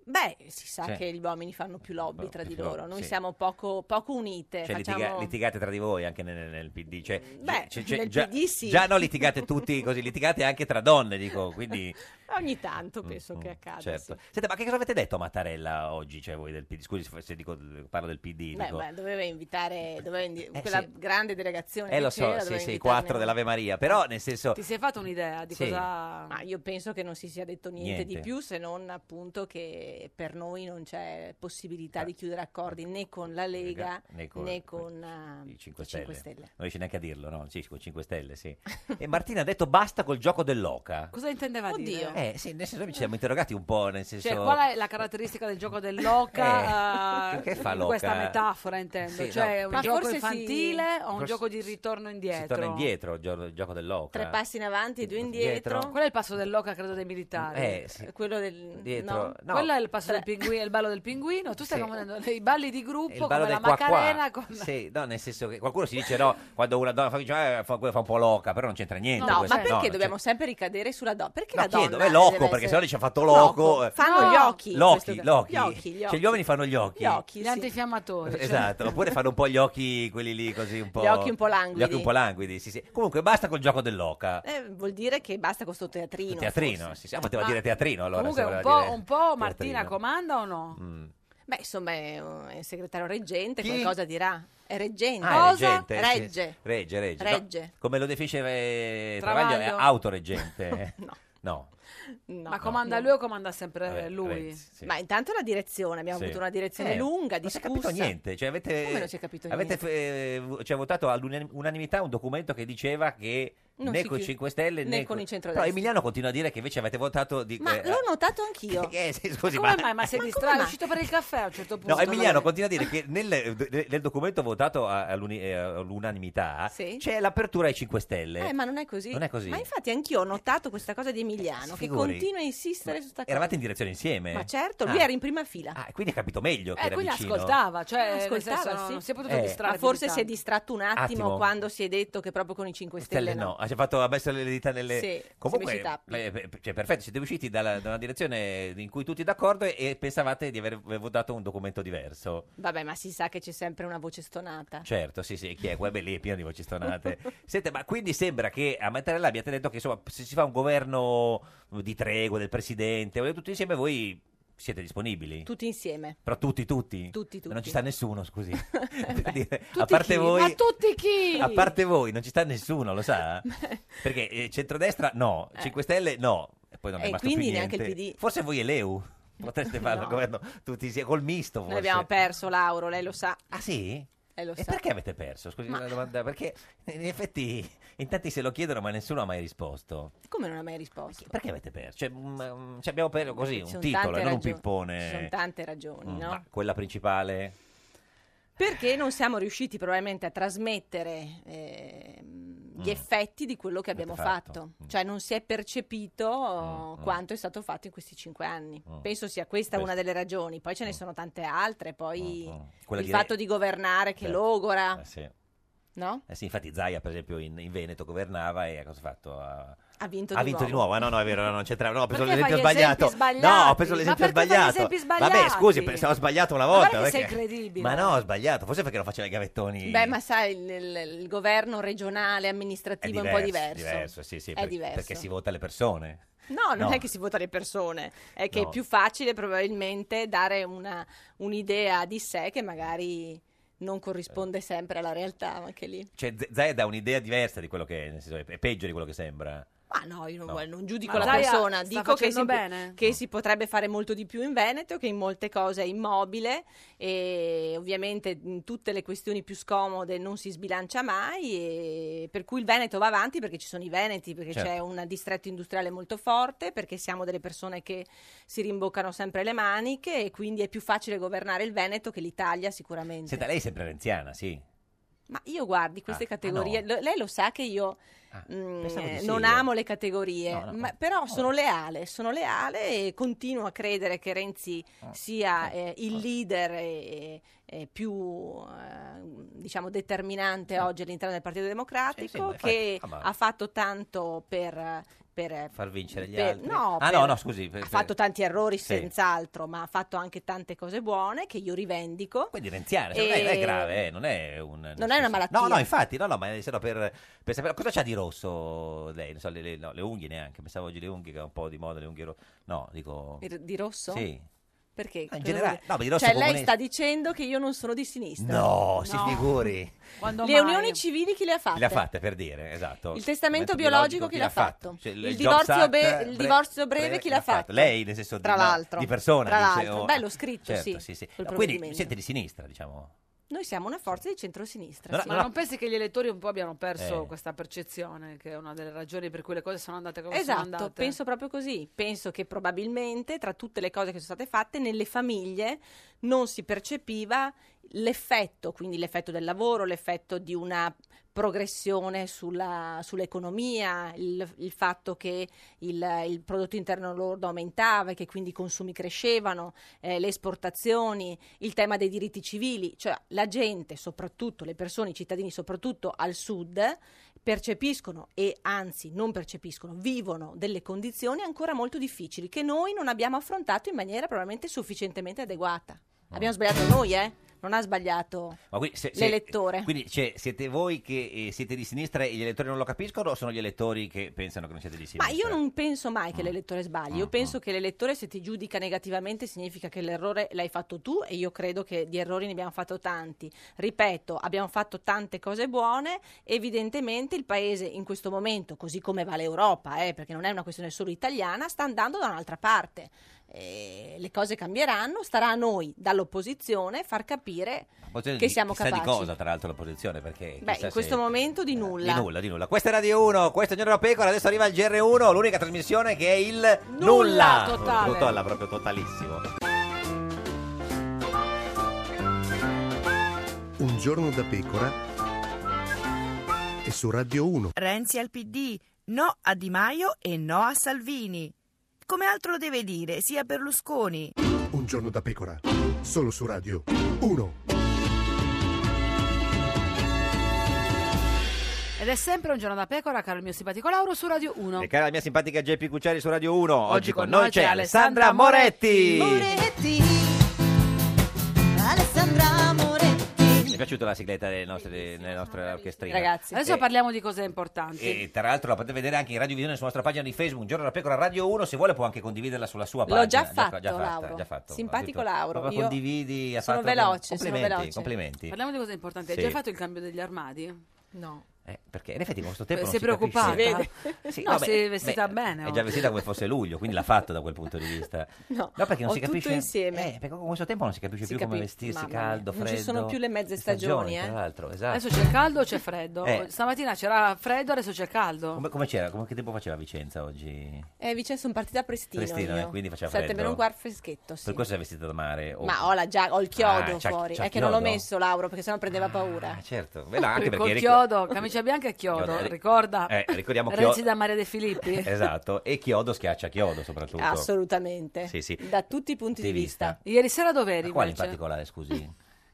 Speaker 17: Beh, si sa
Speaker 2: Cioè-
Speaker 17: che gli uomini fanno più lobby tra di
Speaker 2: più
Speaker 17: loro,
Speaker 2: lobby,
Speaker 17: noi
Speaker 2: sì.
Speaker 17: siamo poco, poco unite.
Speaker 2: Cioè, litiga-
Speaker 17: Eh, facciamo...
Speaker 2: litigate tra di voi anche nel, nel PD. Cioè,
Speaker 17: Beh,
Speaker 2: c'è- c'è-
Speaker 17: nel
Speaker 2: già,
Speaker 17: PD sì.
Speaker 2: già no, litigate tutti così, litigate anche tra donne, dico. Quindi,
Speaker 17: Ogni tanto penso che accada.
Speaker 2: Mm, certo. Senta, ma che cosa avete detto a Mattarella oggi? Cioè, voi del PD? Scusi se- se dico- parlo del PD.
Speaker 17: Beh,
Speaker 2: dico-
Speaker 17: beh, doveva invitare doveva indi- quella
Speaker 2: Eh, sì.
Speaker 17: grande delegazione.
Speaker 2: eh,
Speaker 17: che
Speaker 2: lo so,
Speaker 17: c'era,
Speaker 2: sì,
Speaker 17: doveva
Speaker 2: sì, i
Speaker 17: invitarne-
Speaker 2: quattro dell'Ave Maria, però nel senso.
Speaker 17: Ti sei fatto un'idea di
Speaker 2: Sì.
Speaker 17: cosa. Ma io penso che non si sia detto niente,
Speaker 2: Niente.
Speaker 17: di più se non appunto che per noi non c'è possibilità di chiudere accordi né con la Lega né
Speaker 2: Eh. né
Speaker 17: con,
Speaker 2: con-
Speaker 17: ah,
Speaker 2: i
Speaker 17: i
Speaker 2: 5 Stelle. Non riesce neanche a dirlo, no? Sì, con 5 Stelle, sì. E Martina ha detto basta col gioco dell'oca.
Speaker 1: Cosa intendeva dire?
Speaker 2: Eh, sì, nel senso noi ci siamo interrogati un po', nel senso...
Speaker 1: Cioè, qual è la caratteristica del gioco dell'oca?
Speaker 2: Eh,
Speaker 1: eh,
Speaker 2: che fa
Speaker 1: in Questa
Speaker 2: l'oca?
Speaker 1: metafora intendo,
Speaker 2: Sì,
Speaker 1: cioè
Speaker 2: no,
Speaker 1: un
Speaker 2: Ma
Speaker 1: gioco
Speaker 17: forse si-
Speaker 1: infantile o un
Speaker 2: Forse-
Speaker 1: gioco di ritorno indietro?
Speaker 2: Si torna indietro il gio- il gioco dell'oca.
Speaker 17: Tre passi in avanti e due indietro.
Speaker 2: Indietro.
Speaker 1: Qual è il passo dell'oca, credo, dei militari?
Speaker 2: Eh, sì.
Speaker 17: Quello del...
Speaker 2: Dietro-
Speaker 17: no?
Speaker 2: no.
Speaker 1: Quello è il passo del pinguino, il ballo del pinguino. Tu stai
Speaker 2: Sì.
Speaker 1: confondendo i balli di
Speaker 2: È
Speaker 1: gruppo
Speaker 2: il
Speaker 1: come
Speaker 2: ballo del
Speaker 1: la
Speaker 2: qua
Speaker 1: Macarena
Speaker 2: qua.
Speaker 1: con
Speaker 2: Sì, no, nel senso che qualcuno si dice no, quando una donna fa, dice, "Eh, fa, quella fa un po' loca, però non c'entra niente.
Speaker 17: No,
Speaker 2: questo.
Speaker 17: ma perché
Speaker 2: non c'entra-
Speaker 17: dobbiamo sempre ricadere sulla donna? Perché
Speaker 2: No,
Speaker 17: la donna...
Speaker 2: chiedo, è
Speaker 17: deve
Speaker 2: loco,
Speaker 17: essere-
Speaker 2: perché sennò lì ci ha fatto loco. eh.
Speaker 17: Fanno gli occhi. in questo
Speaker 2: Lochi,
Speaker 17: caso.
Speaker 2: lochi.
Speaker 17: Gli occhi, gli
Speaker 2: Cioè,
Speaker 17: occhi.
Speaker 2: gli uomini fanno gli occhi.
Speaker 17: Gli occhi,
Speaker 1: gli
Speaker 17: sì.
Speaker 1: antinfiammatori. cioè.
Speaker 2: Esatto, oppure fanno un po' gli occhi quelli lì così un po'.
Speaker 17: Gli occhi un po' languidi.
Speaker 2: Gli occhi un po' languidi, sì, sì. Comunque basta col gioco dell'oca.
Speaker 17: Eh, vuol dire che basta con sto teatrino.
Speaker 2: Teatrino,
Speaker 17: forse.
Speaker 2: sì, sì. Ah, poteva
Speaker 17: Ma-
Speaker 2: dire teatrino allora.
Speaker 1: Comunque,
Speaker 2: se
Speaker 1: un
Speaker 2: voleva
Speaker 1: po',
Speaker 2: dire
Speaker 1: un po' Martina
Speaker 2: teatrino.
Speaker 1: comanda o no?
Speaker 2: Mm.
Speaker 17: Beh, insomma, è un è un segretario reggente,
Speaker 1: Chi?
Speaker 17: qualcosa dirà. È reggente.
Speaker 2: Ah, è reggente, sì.
Speaker 17: Regge.
Speaker 2: Regge, regge.
Speaker 17: Regge.
Speaker 2: No, come lo definisce eh,
Speaker 1: Travaglio?
Speaker 2: Travaglio, è autoreggente.
Speaker 17: No.
Speaker 2: No.
Speaker 1: Ma comanda lui o comanda sempre
Speaker 2: Eh,
Speaker 1: lui?
Speaker 2: Renzi, sì.
Speaker 17: Ma intanto la direzione, abbiamo
Speaker 2: Sì.
Speaker 17: avuto una direzione
Speaker 2: Eh,
Speaker 17: lunga,
Speaker 2: Non si
Speaker 17: discussa.
Speaker 2: è capito niente. Cioè, avete,
Speaker 17: Come non si è capito
Speaker 2: avete,
Speaker 17: niente?
Speaker 2: eh, v- cioè, votato all'unanimità un documento che diceva che
Speaker 17: Non
Speaker 2: né
Speaker 17: si
Speaker 2: con i
Speaker 17: chiude-
Speaker 2: 5 Stelle
Speaker 17: né
Speaker 2: né,
Speaker 17: con il centrodestra.
Speaker 2: Però Emiliano continua a dire che invece avete votato. Di,
Speaker 17: Ma
Speaker 2: eh,
Speaker 17: l'ho notato anch'io.
Speaker 2: eh, sì, scusi,
Speaker 1: Come
Speaker 2: ma-
Speaker 1: mai? Ma sei distratto? È uscito per il caffè a un certo punto.
Speaker 2: No, Emiliano continua a dire che nel, d- nel documento votato a- all'uni- eh, all'unanimità
Speaker 17: Sì.
Speaker 2: c'è l'apertura ai 5 Stelle.
Speaker 17: Eh, ma non è così.
Speaker 2: Non è così.
Speaker 17: Ma infatti anch'io ho notato questa cosa di Emiliano,
Speaker 2: si
Speaker 17: che
Speaker 2: figuri.
Speaker 17: continua a insistere su sta cosa.
Speaker 2: Eravate in direzione insieme.
Speaker 17: Ma certo, lui
Speaker 2: Ah,
Speaker 17: era in prima fila.
Speaker 2: ah, quindi ha capito meglio che
Speaker 17: Eh,
Speaker 2: era
Speaker 17: quindi
Speaker 2: vicino.
Speaker 1: ascoltava, cioè, nel
Speaker 17: Ah, Ascoltava,
Speaker 1: senso, non-
Speaker 17: sì.
Speaker 1: non si è potuto
Speaker 2: Eh.
Speaker 1: distrarre
Speaker 17: Ma forse
Speaker 1: più di
Speaker 17: si è
Speaker 1: tanto.
Speaker 17: distratto un attimo,
Speaker 2: Attimo.
Speaker 17: quando si è detto che proprio con i 5 Stelle,
Speaker 2: Stelle no, Ah, ci ha fatto ha messo le dita nelle...
Speaker 17: Sì, siamo
Speaker 2: Comunque,
Speaker 17: usciti tappi.
Speaker 2: eh, eh, cioè, perfetto, siete usciti dalla- da una direzione in cui tutti d'accordo e, e pensavate di aver votato un documento diverso.
Speaker 17: Vabbè, ma si sa che c'è sempre una voce stonata.
Speaker 2: Certo, sì, sì, chi è? Qua beh, lì è pieno di voci stonate. Sente, ma quindi sembra che a Mattarella abbiate detto che insomma, se si fa un governo di tregua del presidente, voglio tutti insieme, voi siete disponibili.
Speaker 17: Tutti insieme.
Speaker 2: Però tutti, tutti?
Speaker 17: Tutti, tutti.
Speaker 2: Non ci sta nessuno, scusi. Per dire,
Speaker 17: Tutti
Speaker 2: a parte
Speaker 17: chi?
Speaker 2: voi...
Speaker 17: Ma tutti chi?
Speaker 2: A parte voi, non ci sta nessuno, lo sa? Perché eh, centrodestra no,
Speaker 17: Eh.
Speaker 2: 5 Stelle no. E poi non è
Speaker 17: E
Speaker 2: rimasto
Speaker 17: quindi
Speaker 2: più
Speaker 17: neanche
Speaker 2: niente.
Speaker 17: il PD.
Speaker 2: Forse voi e l'EU potreste fare
Speaker 17: No.
Speaker 2: il governo tutti insieme, col misto forse.
Speaker 17: Noi abbiamo perso Lauro, lei lo sa.
Speaker 2: Ah sì?
Speaker 17: Lei lo
Speaker 2: E
Speaker 17: sa.
Speaker 2: perché avete perso? Scusi
Speaker 17: Ma-
Speaker 2: la domanda, perché in effetti in tanti se lo chiedono ma nessuno ha mai risposto.
Speaker 17: Come non ha mai risposto?
Speaker 2: Perché avete perso? Cioè, mm, mm, ci abbiamo perso così,
Speaker 17: Ci
Speaker 2: un
Speaker 17: sono
Speaker 2: titolo,
Speaker 17: tante
Speaker 2: e non un
Speaker 17: ragioni-
Speaker 2: pippone.
Speaker 17: Ci sono tante ragioni,
Speaker 2: Mm,
Speaker 17: no?
Speaker 2: ma quella principale?
Speaker 17: Perché non siamo riusciti probabilmente a trasmettere ehm, gli
Speaker 2: Mm.
Speaker 17: effetti di quello che abbiamo fatto.
Speaker 2: fatto.
Speaker 17: Cioè non si è percepito quanto è stato fatto in questi cinque anni.
Speaker 2: Mm.
Speaker 17: Penso sia questa
Speaker 2: Questo.
Speaker 17: una delle ragioni. Poi ce ne sono tante altre. Poi
Speaker 2: Mm, Quella
Speaker 17: il
Speaker 2: di re-
Speaker 17: fatto di governare che
Speaker 2: Certo.
Speaker 17: logora,
Speaker 2: Eh sì.
Speaker 17: no?
Speaker 2: Eh sì, infatti Zaia, per esempio, in, in Veneto governava e cosa ha fatto? Ha,
Speaker 17: Ha vinto
Speaker 2: ha
Speaker 17: di
Speaker 2: vinto di
Speaker 17: nuovo.
Speaker 2: nuovo. Ah, no, no, è vero, no, non c'entrava. No, ho preso
Speaker 17: Perché
Speaker 2: l'esempio
Speaker 17: fai gli esempi
Speaker 2: sbagliato.
Speaker 17: sbagliati?
Speaker 2: No, ho preso
Speaker 17: Ma
Speaker 2: l'esempio
Speaker 17: perché fai gli
Speaker 2: sbagliato.
Speaker 17: esempi
Speaker 2: Vabbè,
Speaker 17: sbagliati?
Speaker 2: scusi, perché ho sbagliato una
Speaker 17: Ma
Speaker 2: volta.
Speaker 17: guarda che sei
Speaker 2: perché-
Speaker 17: incredibile.
Speaker 2: Ma no, ho sbagliato. Forse perché non faceva i gavettoni.
Speaker 17: Beh, ma sai, il, il- il governo regionale
Speaker 2: è
Speaker 17: amministrativo è,
Speaker 2: diverso,
Speaker 17: un po' diverso.
Speaker 2: diverso, sì, sì,
Speaker 17: È
Speaker 2: per-
Speaker 17: diverso.
Speaker 2: Perché si vota le persone.
Speaker 17: No, non
Speaker 2: No.
Speaker 17: è che si vota le persone, è che
Speaker 2: No.
Speaker 17: è più facile probabilmente dare una- un'idea di sé che magari non
Speaker 2: Eh.
Speaker 17: corrisponde sempre alla realtà, anche lì.
Speaker 2: Cioè, Z- Zaia dà un'idea diversa di quello che è, nel senso, è- è peggio di quello che sembra.
Speaker 17: Ma no, io non,
Speaker 2: No.
Speaker 17: non giudico
Speaker 1: Ma
Speaker 17: la
Speaker 1: Zaia
Speaker 17: persona,
Speaker 1: sta
Speaker 17: dico che,
Speaker 1: facendo
Speaker 17: si,
Speaker 1: bene?
Speaker 17: che si potrebbe fare molto di più in Veneto, che in molte cose è immobile e ovviamente in tutte le questioni più scomode non si sbilancia mai, e per cui il Veneto va avanti perché ci sono i Veneti, perché
Speaker 2: Certo.
Speaker 17: c'è un distretto industriale molto forte, perché siamo delle persone che si rimboccano sempre le maniche e quindi è più facile governare il Veneto che l'Italia sicuramente.
Speaker 2: Senta, lei è sempre renziana, sì.
Speaker 17: Ma io guardi queste
Speaker 2: Ah, ah,
Speaker 17: categorie, lo- lei lo sa che io mm,
Speaker 2: pensavo di
Speaker 17: eh,
Speaker 2: sì,
Speaker 17: non
Speaker 2: io.
Speaker 17: amo le categorie,
Speaker 2: No, no,
Speaker 17: ma-
Speaker 2: no.
Speaker 17: però sono leale, sono leale e continuo a credere che Renzi
Speaker 2: Oh,
Speaker 17: sia eh, il leader e- e più eh, diciamo
Speaker 2: Ah.
Speaker 17: determinante oggi all'interno del Partito Democratico
Speaker 2: ma infatti-
Speaker 17: che
Speaker 2: ah, ma-
Speaker 17: ha fatto tanto per per eh,
Speaker 2: Far vincere gli
Speaker 17: per-
Speaker 2: altri.
Speaker 17: no,
Speaker 2: ah,
Speaker 17: per-
Speaker 2: no, no, scusi. per-
Speaker 17: ha
Speaker 2: per-
Speaker 17: fatto tanti errori
Speaker 2: Sì.
Speaker 17: senz'altro, ma ha fatto anche tante cose buone che io rivendico.
Speaker 2: Quindi Renziana, se non è, non è
Speaker 17: E-
Speaker 2: grave, eh, non è un... nel
Speaker 17: Non è una
Speaker 2: senso- No,
Speaker 17: malattia.
Speaker 2: no, infatti, no, no, ma se no per, per sapere cosa c'ha di rosso lei, non so, le, le- no, le unghie neanche, pensavo oggi le unghie che è un po' di moda, le unghie rosse, no, dico...
Speaker 17: Di- di rosso?
Speaker 2: Sì.
Speaker 17: Perché?
Speaker 2: in
Speaker 17: Cosa
Speaker 2: generale-
Speaker 17: vuol dire?
Speaker 2: no, ma di rosso
Speaker 17: cioè,
Speaker 2: comunista-
Speaker 17: lei sta dicendo che io non sono di sinistra.
Speaker 2: No, si figuri.
Speaker 17: Le unioni civili chi le ha fatte?
Speaker 2: Le ha fatte per dire, esatto.
Speaker 17: Il testamento biologico chi l'ha fatto?
Speaker 2: Cioè,
Speaker 17: Il
Speaker 2: Jobs
Speaker 17: divorzio
Speaker 2: Act, eh,
Speaker 17: be-
Speaker 2: bre-
Speaker 17: il divorzio breve chi l'ha fatto?
Speaker 2: Lei, nel senso di-
Speaker 17: Tra
Speaker 2: no,
Speaker 17: l'altro.
Speaker 2: di persona.
Speaker 17: Tra
Speaker 2: dice,
Speaker 17: l'altro.
Speaker 2: oh,
Speaker 17: Bello scritto,
Speaker 2: certo,
Speaker 17: sì,
Speaker 2: sì, sì.
Speaker 17: quel
Speaker 2: No, quindi
Speaker 17: provvedimento.
Speaker 2: siete di sinistra, diciamo.
Speaker 17: Noi siamo una forza di centrosinistra.
Speaker 2: No,
Speaker 17: sì.
Speaker 2: no,
Speaker 1: Ma non pensi che gli elettori un po' abbiano perso
Speaker 2: Eh.
Speaker 1: questa percezione, che è una delle ragioni per cui le cose sono andate come sono
Speaker 17: Esatto,
Speaker 1: andate?
Speaker 17: penso proprio così. Penso che probabilmente tra tutte le cose che sono state fatte nelle famiglie non si percepiva l'effetto, quindi l'effetto del lavoro, l'effetto di una progressione sulla- sull'economia, il, il fatto che il, il prodotto interno lordo aumentava e che quindi i consumi crescevano, eh, le esportazioni, il tema dei diritti civili, cioè la gente, soprattutto le persone, i cittadini, soprattutto al sud, percepiscono e anzi non percepiscono, vivono delle condizioni ancora molto difficili che noi non abbiamo affrontato in maniera probabilmente sufficientemente adeguata. Abbiamo sbagliato noi, eh? Non ha sbagliato.
Speaker 2: Ma qui se- se-
Speaker 17: L'elettore.
Speaker 2: Quindi cioè, siete voi che eh, siete di sinistra e gli elettori non lo capiscono o sono gli elettori che pensano che non siete di
Speaker 17: Ma
Speaker 2: sinistra?
Speaker 17: io non penso mai che l'elettore sbagli,
Speaker 2: Mm,
Speaker 17: io penso che l'elettore se ti giudica negativamente significa che l'errore l'hai fatto tu e io credo che di errori ne abbiamo fatto tanti. Ripeto, abbiamo fatto tante cose buone, evidentemente il paese in questo momento, così come va l'Europa, eh, perché non è una questione solo italiana, sta andando da un'altra parte. Eh, le cose cambieranno, starà a noi dall'opposizione far capire
Speaker 2: Potete
Speaker 17: che
Speaker 2: di-
Speaker 17: siamo
Speaker 2: chissà
Speaker 17: capaci.
Speaker 2: di cosa, tra l'altro, l'opposizione,
Speaker 17: Beh,
Speaker 2: perché... chissà
Speaker 17: in
Speaker 2: se- eh,
Speaker 17: questo momento di
Speaker 2: Di nulla, di nulla. Questa è Radio 1, questo è Giorno della Pecora, adesso arriva il GR1, l'unica trasmissione che è il nulla.
Speaker 5: Nulla totale.
Speaker 2: Totolla, proprio totalissimo.
Speaker 14: Un giorno da pecora e su Radio 1.
Speaker 15: Renzi al PD, no a Di Maio e no a Salvini. Come altro lo deve dire sia Berlusconi.
Speaker 14: Un giorno da pecora, solo su Radio 1.
Speaker 1: Ed è sempre un giorno da pecora, caro il mio simpatico Lauro, su Radio 1.
Speaker 2: E cara la mia simpatica JP Cucciari su Radio 1, oggi, con noi c'è Alessandra Moretti.
Speaker 16: Moretti, Alessandra Moretti.
Speaker 2: Mi è piaciuta la sigletta delle nostre, delle nostre orchestrine.
Speaker 1: Ragazzi, adesso
Speaker 17: eh.
Speaker 2: E-
Speaker 1: parliamo di cose importanti.
Speaker 2: E tra l'altro la potete vedere anche in radiovisione sulla nostra pagina di Facebook, Un giorno da pecora Radio 1, se vuole può anche condividerla sulla sua
Speaker 17: L'ho
Speaker 2: pagina.
Speaker 17: già
Speaker 2: fatta,
Speaker 17: fatto,
Speaker 2: fatta,
Speaker 17: Lauro.
Speaker 2: già fatto.
Speaker 17: Simpatico
Speaker 2: Addirittura.
Speaker 17: Lauro,
Speaker 2: Proprio
Speaker 17: io
Speaker 2: condividi, ha
Speaker 17: sono
Speaker 2: fatto-
Speaker 17: veloce, sono
Speaker 2: complimenti,
Speaker 17: veloce.
Speaker 2: complimenti.
Speaker 1: Parliamo di cose importanti.
Speaker 2: Sì.
Speaker 1: Hai già fatto il cambio degli armadi? No.
Speaker 2: Eh, perché in effetti con questo tempo
Speaker 1: Beh,
Speaker 2: non
Speaker 1: si è
Speaker 2: si capisce.
Speaker 1: preoccupata.
Speaker 2: Sì,
Speaker 1: no,
Speaker 2: vabbè,
Speaker 1: si è vestita
Speaker 2: beh,
Speaker 1: bene.
Speaker 2: È
Speaker 1: oh.
Speaker 2: già vestita come fosse luglio, quindi l'ha fatto da quel punto di vista.
Speaker 17: No,
Speaker 2: No, perché non
Speaker 17: ho
Speaker 2: si capisce.
Speaker 17: tutto insieme.
Speaker 2: Eh, perché con questo tempo non si capisce
Speaker 17: Si
Speaker 2: più come
Speaker 17: capi-
Speaker 2: vestirsi,
Speaker 17: mamma mia,
Speaker 2: caldo,
Speaker 17: non
Speaker 2: freddo.
Speaker 17: ci sono più le mezze stagioni, eh.
Speaker 2: Tra l'altro, esatto.
Speaker 1: Adesso c'è caldo o c'è freddo?
Speaker 2: Eh.
Speaker 1: Stamattina c'era freddo, adesso c'è caldo.
Speaker 2: Come, come c'era? Come che tempo faceva Vicenza oggi?
Speaker 17: Eh, Vicenza, sono partita prestino.
Speaker 2: Prestino,
Speaker 17: io.
Speaker 2: eh, quindi faceva
Speaker 17: Sette
Speaker 2: freddo.
Speaker 17: meno un quarto freschetto, sì.
Speaker 2: Per questo sei vestita da mare. o-
Speaker 17: Ma ho, la giacca- ho il chiodo
Speaker 2: Ah, c'ha-
Speaker 17: fuori.
Speaker 2: c'ha
Speaker 17: è che non l'ho
Speaker 2: chiodo?
Speaker 17: messo, Lauro, perché sennò prendeva paura.
Speaker 2: Ah, certo, Beh, no, anche
Speaker 1: Col
Speaker 2: perché ric-
Speaker 1: chiodo, camicia bianca e chiodo,
Speaker 2: Chiodo, eh,
Speaker 1: ricorda
Speaker 2: eh, ricordiamo chiodo-
Speaker 1: Renzi da Maria De Filippi.
Speaker 2: Esatto, e chiodo schiaccia chiodo soprattutto.
Speaker 17: Assolutamente.
Speaker 2: Sì, sì.
Speaker 17: Da tutti i punti
Speaker 2: Di
Speaker 17: di,
Speaker 2: vista.
Speaker 17: vista.
Speaker 1: Ieri sera dove eri
Speaker 2: Ma quale in
Speaker 1: invece?
Speaker 2: particolare, scusi?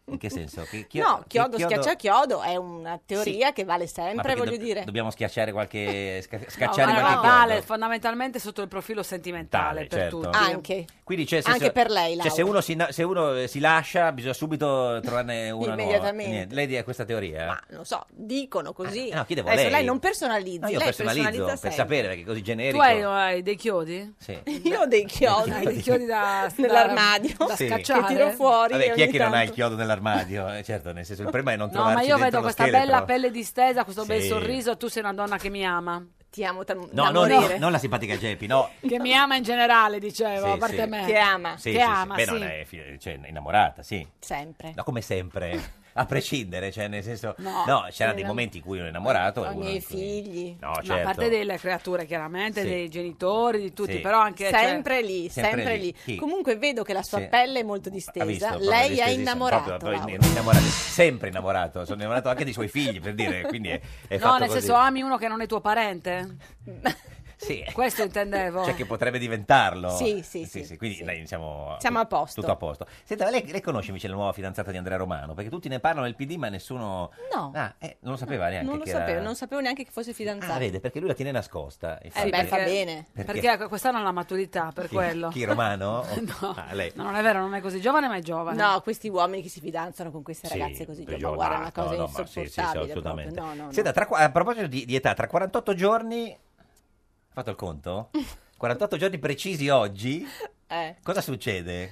Speaker 2: In che senso? Che chi-
Speaker 17: No,
Speaker 2: che
Speaker 17: chiodo, schiaccia chiodo è una teoria che vale
Speaker 2: Ma
Speaker 17: sempre,
Speaker 2: perché
Speaker 17: voglio
Speaker 2: dob-
Speaker 17: dire.
Speaker 2: Dobbiamo schiacciare qualche. sca-
Speaker 1: No,
Speaker 2: scacciare
Speaker 1: guarda,
Speaker 2: qualche
Speaker 1: vale
Speaker 2: chiodo.
Speaker 1: fondamentalmente sotto il profilo sentimentale
Speaker 2: Tale,
Speaker 1: per
Speaker 2: certo.
Speaker 1: tutti.
Speaker 17: Anche.
Speaker 2: Quindi c'è, se,
Speaker 17: Anche
Speaker 2: se-
Speaker 17: per lei,
Speaker 2: cioè, se
Speaker 17: Laura.
Speaker 2: uno, si, na- se uno, eh, si lascia, bisogna subito trovarne una nuova.
Speaker 17: Immediatamente.
Speaker 2: Niente, Lei ha questa teoria?
Speaker 17: Non so, dicono così.
Speaker 2: Eh, no, chi devo
Speaker 17: Adesso
Speaker 2: lei?
Speaker 17: lei? non personalizza,
Speaker 2: No, io
Speaker 17: lei
Speaker 2: personalizzo
Speaker 17: personalizza
Speaker 2: per
Speaker 17: sempre.
Speaker 2: sapere perché è così generico.
Speaker 1: Tu hai, hai dei chiodi?
Speaker 2: Sì.
Speaker 17: Io ho dei chiodi,
Speaker 1: Hai dei chiodi da,
Speaker 17: nell'armadio
Speaker 1: da
Speaker 2: Sì.
Speaker 1: scacciare.
Speaker 17: che tiro fuori.
Speaker 2: Vabbè, chi è
Speaker 17: ogni
Speaker 2: che non ha il
Speaker 17: tanto.
Speaker 2: chiodo nell'armadio? Eh, certo, nel senso il problema è non
Speaker 1: No,
Speaker 2: trovarci
Speaker 1: ma io
Speaker 2: dentro
Speaker 1: vedo
Speaker 2: lo
Speaker 1: questa
Speaker 2: scheletro.
Speaker 1: bella pelle distesa, questo bel
Speaker 2: Sì.
Speaker 1: sorriso, tu sei una donna che mi ama.
Speaker 17: Ti amo tanto.
Speaker 2: No, no, no, non la simpatica Geppi, no.
Speaker 1: Che mi ama in generale, dicevo, Eh,
Speaker 2: Sì,
Speaker 1: a parte
Speaker 2: sì.
Speaker 1: me.
Speaker 17: Che ama.
Speaker 2: Sì,
Speaker 1: che
Speaker 2: sì, sì.
Speaker 1: ama,
Speaker 2: Beh,
Speaker 1: sì.
Speaker 2: no, lei è fi- cioè, innamorata, sì.
Speaker 17: Sempre.
Speaker 2: No, come sempre, a prescindere, cioè nel senso... No,
Speaker 1: No,
Speaker 2: c'erano
Speaker 1: sì,
Speaker 2: dei
Speaker 1: no.
Speaker 2: momenti in cui ero innamorato. e
Speaker 1: Ho i
Speaker 2: uno
Speaker 1: miei
Speaker 2: in cui-
Speaker 17: figli.
Speaker 2: No,
Speaker 1: Ma a
Speaker 2: certo.
Speaker 1: parte delle creature, chiaramente,
Speaker 2: Sì.
Speaker 1: dei genitori, di tutti,
Speaker 2: Sì.
Speaker 1: però anche... cioè-
Speaker 17: Sempre lì, sempre,
Speaker 2: Sempre lì.
Speaker 17: lì.
Speaker 2: Chi?
Speaker 17: Comunque vedo che la sua
Speaker 2: Sì.
Speaker 17: pelle è molto
Speaker 2: Ha visto,
Speaker 17: distesa.
Speaker 2: proprio
Speaker 17: Lei è
Speaker 2: distesissimo,
Speaker 17: innamorata.
Speaker 2: proprio, proprio
Speaker 17: Laura.
Speaker 2: innamorato, sempre innamorato, sono innamorato anche dei suoi figli per dire, quindi è, è
Speaker 1: no,
Speaker 2: fatto
Speaker 1: nel
Speaker 2: così.
Speaker 1: senso ami uno che non è tuo parente?
Speaker 2: Sì,
Speaker 1: Questo intendevo.
Speaker 17: Eh.
Speaker 2: cioè che potrebbe diventarlo.
Speaker 1: Sì, sì, sì.
Speaker 2: quindi dai, siamo,
Speaker 1: Siamo a posto.
Speaker 2: Tutto a posto. Senta, ma lei, lei conosce invece la nuova fidanzata di Andrea Romano? Perché tutti ne parlano del PD, ma nessuno...
Speaker 17: No.
Speaker 2: Ah, eh, non lo sapeva neanche
Speaker 17: non lo
Speaker 2: che era-
Speaker 17: sapevo, non sapevo neanche che fosse fidanzato. Eh,
Speaker 2: Ah, vede, perché lui la tiene nascosta. infatti.
Speaker 17: beh, fa bene.
Speaker 2: Perché,
Speaker 1: Perché ecco, quest'anno ha la maturità per
Speaker 2: chi,
Speaker 1: quello.
Speaker 2: chi, Romano?
Speaker 1: No.
Speaker 2: Ah, lei.
Speaker 1: No, non è vero, non è così giovane, ma è giovane.
Speaker 17: No, questi uomini che si fidanzano con queste
Speaker 2: Sì,
Speaker 17: ragazze così giovani,
Speaker 2: io-
Speaker 17: guarda, è
Speaker 2: no,
Speaker 17: una cosa
Speaker 2: no, no, ma sì, sì, sì,
Speaker 17: insopportabile. proprio.
Speaker 2: assolutamente.
Speaker 17: No, no, no.
Speaker 2: Senta, tra qua- a proposito di, di età, tra 48 giorni... Ha fatto il conto? 48 giorni precisi oggi,
Speaker 17: Eh,
Speaker 2: cosa succede?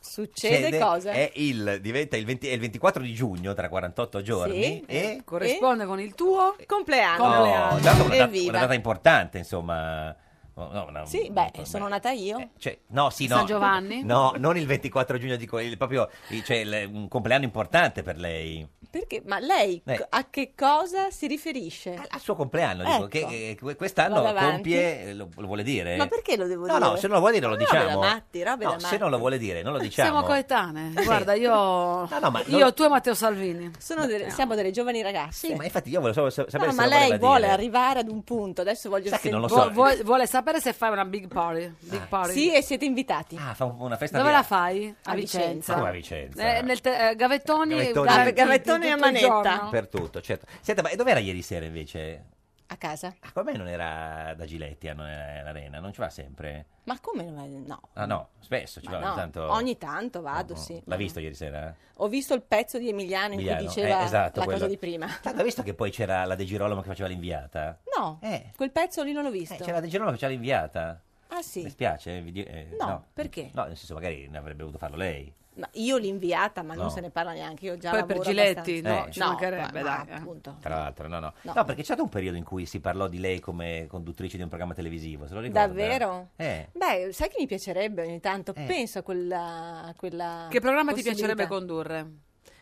Speaker 17: succede
Speaker 2: Succede-
Speaker 17: cosa?
Speaker 2: È il, diventa il, 20 è il 24 di giugno, tra 48 giorni.
Speaker 17: Sì. Ah,
Speaker 2: E...
Speaker 1: eh, Corrisponde con il tuo
Speaker 17: compleanno.
Speaker 2: Oh, dato una, data,
Speaker 17: Evviva.
Speaker 2: una data importante, insomma. No, no, una-
Speaker 17: Sì, beh, sono nata io.
Speaker 2: cioè, no, sì, no.
Speaker 17: San Giovanni?
Speaker 2: No, non il 24 giugno, dico il- proprio il- cioè, il- un compleanno importante per lei.
Speaker 17: Perché? Ma lei
Speaker 2: Eh.
Speaker 17: co- a che cosa si riferisce?
Speaker 2: Il suo compleanno, dico,
Speaker 17: Ecco.
Speaker 2: che, che quest'anno
Speaker 17: Vado avanti.
Speaker 2: compie, lo, lo vuole
Speaker 1: Eh.
Speaker 2: dire?
Speaker 17: Ma perché lo devo
Speaker 2: No,
Speaker 17: dire?
Speaker 2: no, se non lo vuole dire lo
Speaker 17: Robe da
Speaker 2: diciamo.
Speaker 17: matti, robe
Speaker 2: no,
Speaker 17: da
Speaker 2: se non lo vuole dire, non lo diciamo.
Speaker 1: Siamo coetanee. Guarda, io,
Speaker 2: no, ma
Speaker 1: io
Speaker 2: non-
Speaker 1: tu e Matteo Salvini.
Speaker 17: Sono delle- siamo delle giovani ragazze.
Speaker 2: Ma infatti io volevo solo sa- sapere
Speaker 17: No,
Speaker 2: se
Speaker 17: ma
Speaker 2: lo
Speaker 17: lei
Speaker 2: voleva
Speaker 17: vuole
Speaker 2: dire.
Speaker 17: arrivare ad un punto. Adesso voglio
Speaker 2: Sai che non lo
Speaker 17: sentire-
Speaker 2: so.
Speaker 17: Vuoi-
Speaker 1: Vuole, vuole sapere se fai una big party. Big party.
Speaker 17: Sì, e siete invitati.
Speaker 2: Ah, fa un- una festa
Speaker 1: Dove
Speaker 2: di-
Speaker 1: la fai?
Speaker 17: A
Speaker 1: A
Speaker 17: Vicenza.
Speaker 1: Vicenza.
Speaker 2: Come a Vicenza?
Speaker 1: Eh, nel te- eh, Gavettoni,
Speaker 2: Gavettoni.
Speaker 1: davanti
Speaker 2: Ah,
Speaker 17: Gavettoni
Speaker 1: tutto
Speaker 17: a
Speaker 1: il
Speaker 17: manetta.
Speaker 1: giorno.
Speaker 2: Per tutto, certo. Senta, ma e dov'era ieri sera invece?
Speaker 17: A casa?
Speaker 2: Ah, come mai non era da Giletti, ah, non era all'arena? Non ci va sempre?
Speaker 17: Ma come? non- No.
Speaker 2: Ah no, spesso ci
Speaker 17: Ma
Speaker 2: va,
Speaker 17: no,
Speaker 2: ogni tanto...
Speaker 17: ogni tanto vado, sì.
Speaker 2: L'ha visto ieri sera?
Speaker 17: Ho visto il pezzo di Emiliano in
Speaker 2: Emiliano,
Speaker 17: cui diceva
Speaker 2: eh, esatto,
Speaker 17: la
Speaker 2: quello.
Speaker 17: cosa di prima.
Speaker 2: Tanto ha visto che poi c'era la De Girolamo che faceva l'inviata?
Speaker 17: No, quel pezzo lì non l'ho visto.
Speaker 2: Eh, c'era la De Girolamo che faceva l'inviata.
Speaker 17: Ah Certo. sì,
Speaker 2: Mi spiace? eh, vi di- eh,
Speaker 17: No, perché?
Speaker 2: No, nel senso magari ne avrebbe dovuto farlo lei.
Speaker 17: ma io l'inviata, ma non
Speaker 2: No.
Speaker 17: se ne parla neanche, io già
Speaker 1: Poi per
Speaker 17: lavoro
Speaker 1: Giletti,
Speaker 17: abbastanza.
Speaker 1: no, ci mancherebbe,
Speaker 17: ma-
Speaker 1: dai, eh.
Speaker 17: appunto.
Speaker 2: Tra l'altro, no, no.
Speaker 17: No.
Speaker 2: No, perché c'è stato un periodo in cui si parlò di lei come conduttrice di un programma televisivo, se lo ricorda?
Speaker 17: Davvero?
Speaker 2: Eh.
Speaker 17: Beh, sai che mi piacerebbe ogni tanto?
Speaker 2: Eh.
Speaker 17: Penso a quella, a quella
Speaker 1: Che programma ti
Speaker 17: possibilità.
Speaker 1: piacerebbe condurre?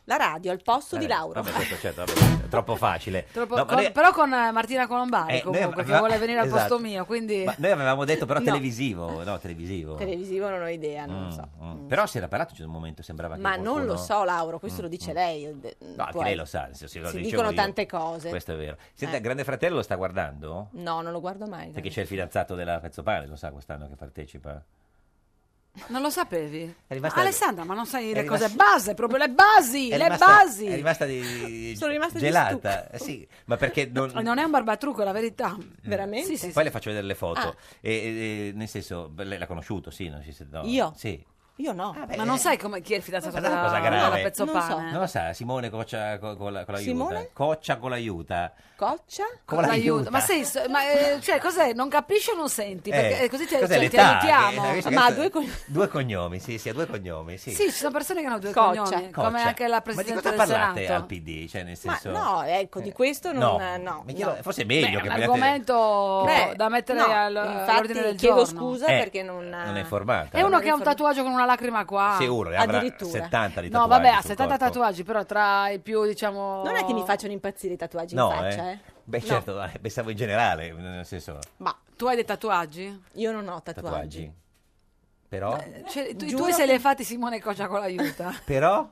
Speaker 17: La radio al posto di
Speaker 2: Vabbè,
Speaker 17: Lauro.
Speaker 2: Vabbè, questo, certo, vabbè, è troppo facile.
Speaker 1: Troppo-
Speaker 2: No, ma
Speaker 1: con-
Speaker 2: noi-
Speaker 1: Però con eh, Martina Colombari,
Speaker 2: Eh, noi
Speaker 1: comunque, che
Speaker 2: aveva-
Speaker 1: vuole venire al
Speaker 2: esatto.
Speaker 1: posto mio, quindi...
Speaker 2: Ma noi avevamo detto però
Speaker 1: No.
Speaker 2: televisivo, no, televisivo.
Speaker 17: Eh. Ah. Televisivo non ho idea, non
Speaker 2: Mm,
Speaker 17: lo so.
Speaker 2: mm. Però si era parlato c'è un momento, sembrava che
Speaker 17: Ma non lo
Speaker 2: qualcuno-
Speaker 17: so, Lauro, questo
Speaker 2: Mm,
Speaker 17: lo dice
Speaker 2: mm.
Speaker 17: lei. de-
Speaker 2: No, anche
Speaker 17: può-
Speaker 2: lei lo sa, se- se lo
Speaker 17: si
Speaker 2: dicevo
Speaker 17: dicono
Speaker 2: io.
Speaker 17: tante cose.
Speaker 2: Questo è vero. Senta,
Speaker 17: Eh.
Speaker 2: Grande Fratello lo sta guardando?
Speaker 17: No, non lo guardo mai.
Speaker 2: Perché c'è il fidanzato della Pezzopane, lo sa quest'anno che partecipa.
Speaker 1: Non lo sapevi?
Speaker 2: È rimasta-
Speaker 1: Alessandra, ma non sai
Speaker 2: è
Speaker 1: le
Speaker 2: rimasta-
Speaker 1: cose base, proprio le basi,
Speaker 2: è
Speaker 1: le
Speaker 2: rimasta,
Speaker 1: basi.
Speaker 2: È rimasta di...
Speaker 1: Sono rimasta di
Speaker 2: gelata. Eh, sì, ma perché non...
Speaker 1: Non è un barbatrucco, è la verità.
Speaker 17: Mm. Veramente?
Speaker 1: Sì, sì,
Speaker 2: Mm. Poi
Speaker 1: sì.
Speaker 2: le faccio vedere le foto.
Speaker 1: Ah.
Speaker 2: E, e- e- nel senso, beh, lei l'ha conosciuto, sì? non ci si- no.
Speaker 1: Io?
Speaker 2: Sì.
Speaker 17: Io no.
Speaker 1: Ma non sai come, chi è il fidanzato
Speaker 2: Ah, Ma non è
Speaker 1: della,
Speaker 2: una cosa
Speaker 1: della
Speaker 2: grave.
Speaker 1: Pezzopane?
Speaker 2: Non lo sa, Simone Coccia co- con la, con l'aiuta.
Speaker 1: Simone?
Speaker 2: Coccia con l'aiuta.
Speaker 17: Coccia?
Speaker 2: Con l'aiuto.
Speaker 1: Ma sei, so- ma, eh, cioè, cos'è? Non capisci o non senti?
Speaker 2: Eh,
Speaker 1: Perché eh, così ti,
Speaker 2: cos'è
Speaker 1: cioè, ti
Speaker 2: l'età? Che-
Speaker 1: aiutiamo.
Speaker 2: visto che
Speaker 1: ma
Speaker 2: questo-
Speaker 1: due con...
Speaker 2: Due cognomi, sì, sì, ha due cognomi, sì.
Speaker 1: Sì, ci sono persone che hanno due
Speaker 17: Coccia.
Speaker 1: cognomi, come
Speaker 2: Coccia.
Speaker 1: anche la
Speaker 2: Ma di
Speaker 1: Presidente
Speaker 2: cosa
Speaker 1: del
Speaker 2: parlate
Speaker 1: Senato.
Speaker 2: al PD? Cioè, nel
Speaker 17: Ma
Speaker 2: senso...
Speaker 17: no, ecco, di questo
Speaker 2: No.
Speaker 17: non... eh, no,
Speaker 2: Mi chiedo-
Speaker 17: no.
Speaker 2: forse è meglio
Speaker 1: Beh,
Speaker 2: che
Speaker 1: è un
Speaker 2: parliate-
Speaker 1: argomento
Speaker 17: Beh,
Speaker 1: da mettere
Speaker 17: no,
Speaker 1: al,
Speaker 17: infatti
Speaker 1: all'ordine del
Speaker 17: chiedo
Speaker 1: giorno.
Speaker 17: scusa
Speaker 2: Eh,
Speaker 17: perché non...
Speaker 2: Non è informata.
Speaker 1: È uno che ha un tatuaggio con una lacrima qua.
Speaker 2: Sì, uno, ne avrà
Speaker 17: Addirittura.
Speaker 2: 70 di tatuaggi
Speaker 1: No, vabbè, ha
Speaker 2: sul
Speaker 1: 70
Speaker 2: corpo.
Speaker 1: tatuaggi, però tra i più, diciamo...
Speaker 17: Non è che mi facciano impazzire i tatuaggi
Speaker 2: No,
Speaker 17: in faccia, eh.
Speaker 2: eh. Beh,
Speaker 17: No.
Speaker 2: certo, eh, pensavo in generale, nel senso,
Speaker 17: Ma
Speaker 1: tu hai dei tatuaggi?
Speaker 17: Io non ho tatuaggi.
Speaker 2: tatuaggi. Però,
Speaker 1: Cioè, tu,
Speaker 17: Giuro
Speaker 1: tu se
Speaker 17: che-
Speaker 1: li hai fatti Simone Coccia con l'aiuta.
Speaker 2: però,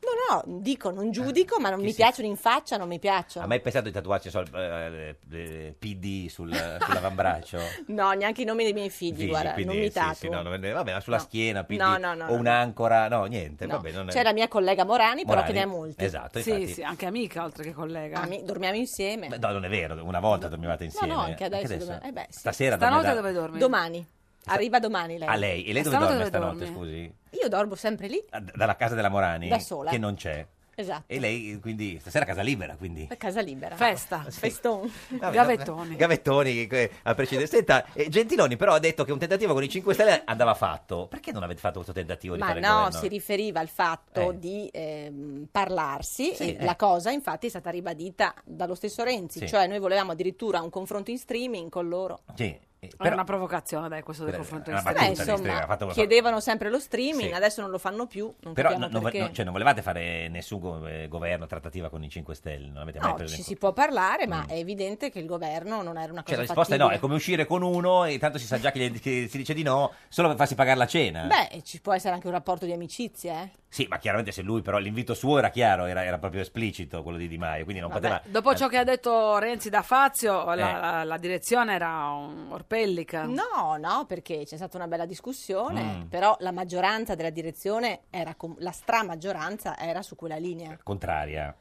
Speaker 17: No, no, dico, non giudico, ma non mi piacciono in faccia, non mi
Speaker 2: Eh, a
Speaker 17: piacciono.
Speaker 2: me è pensato di tatuarci sul eh, eh, PD sul, sull'avambraccio.
Speaker 17: No, neanche i nomi dei miei figli,
Speaker 2: Visi,
Speaker 17: guarda,
Speaker 2: quindi,
Speaker 17: non mi
Speaker 2: sì,
Speaker 17: tatuo.
Speaker 2: sì, no, non- vabbè, ma sulla schiena, PD,
Speaker 17: No, no, no,
Speaker 2: o
Speaker 17: no.
Speaker 2: un'ancora, no, niente,
Speaker 17: No.
Speaker 2: eh, vabbè. Non è-
Speaker 17: C'è la mia collega Morani, però
Speaker 2: Morani,
Speaker 17: che ne ha molti.
Speaker 2: esatto, Sì, infatti. Ah, sì,
Speaker 1: anche amica oltre che collega.
Speaker 17: dormiamo insieme.
Speaker 2: Beh, No, non è vero, una volta dormivate
Speaker 17: no,
Speaker 2: insieme.
Speaker 17: no, anche adesso. dormiamo- Eh beh, sì.
Speaker 2: Stasera dorme da-
Speaker 17: dormi? Domani. Arriva domani lei.
Speaker 2: A lei, e lei dove dorme stanotte, scusi?
Speaker 17: Io dormo sempre lì,
Speaker 2: Ah, d- Eh. Dalla casa della Morani?
Speaker 17: Da sola.
Speaker 2: Che non c'è.
Speaker 17: esatto.
Speaker 2: E lei, quindi, stasera a casa libera, quindi.
Speaker 17: A casa libera.
Speaker 1: Festa.
Speaker 17: Feston.
Speaker 2: Vabbè, no, eh, Gavettoni eh, al precedente. Senta, eh, Gentiloni però ha detto che un tentativo con i 5 Stelle andava fatto. Perché non avete fatto questo tentativo di
Speaker 17: Ma
Speaker 2: fare il
Speaker 17: no,
Speaker 2: governo?
Speaker 17: si riferiva al fatto
Speaker 2: Eh.
Speaker 17: di ehm, parlarsi,
Speaker 2: Sì,
Speaker 17: e
Speaker 2: eh.
Speaker 17: la cosa infatti è stata ribadita dallo stesso Renzi,
Speaker 2: Sì.
Speaker 17: cioè noi volevamo addirittura un confronto in streaming con loro.
Speaker 2: Sì.
Speaker 1: Era
Speaker 2: Eh, però-
Speaker 1: una provocazione, dai, Cioè, questo del
Speaker 2: Era-
Speaker 1: confronto
Speaker 2: era
Speaker 1: di
Speaker 2: Eh, una
Speaker 1: stelle.
Speaker 2: battuta di Strega, ha fatto-
Speaker 17: Chiedevano sempre lo streaming,
Speaker 2: Sì.
Speaker 17: adesso non lo fanno più, non
Speaker 2: Però
Speaker 17: capiamo
Speaker 2: no- non, vo-
Speaker 17: perché.
Speaker 2: no, cioè, non volevate fare nessun go- eh, governo, trattativa con i 5 Stelle, non avete mai
Speaker 17: No,
Speaker 2: preso
Speaker 17: ci
Speaker 2: in
Speaker 17: si può parlare, ma è evidente che il governo non era una
Speaker 2: Mm.
Speaker 17: cosa
Speaker 2: Cioè, la risposta è no, è
Speaker 17: fattibile.
Speaker 2: come uscire con uno e tanto si sa già che, gli- che si dice di no solo per farsi pagare la cena.
Speaker 17: Beh, e ci può essere anche un rapporto di amicizia, eh.
Speaker 2: Sì, ma chiaramente se lui però l'invito suo era chiaro, era, era proprio esplicito quello di Di Maio, quindi non poteva...
Speaker 1: Dopo ciò che ha detto Renzi da Fazio, la,
Speaker 2: Eh.
Speaker 1: la- la direzione era um, orpellica.
Speaker 17: No, no, perché c'è stata una bella discussione,
Speaker 2: Mm.
Speaker 17: però la maggioranza della direzione era com- la stramaggioranza era su quella linea,
Speaker 2: Contraria,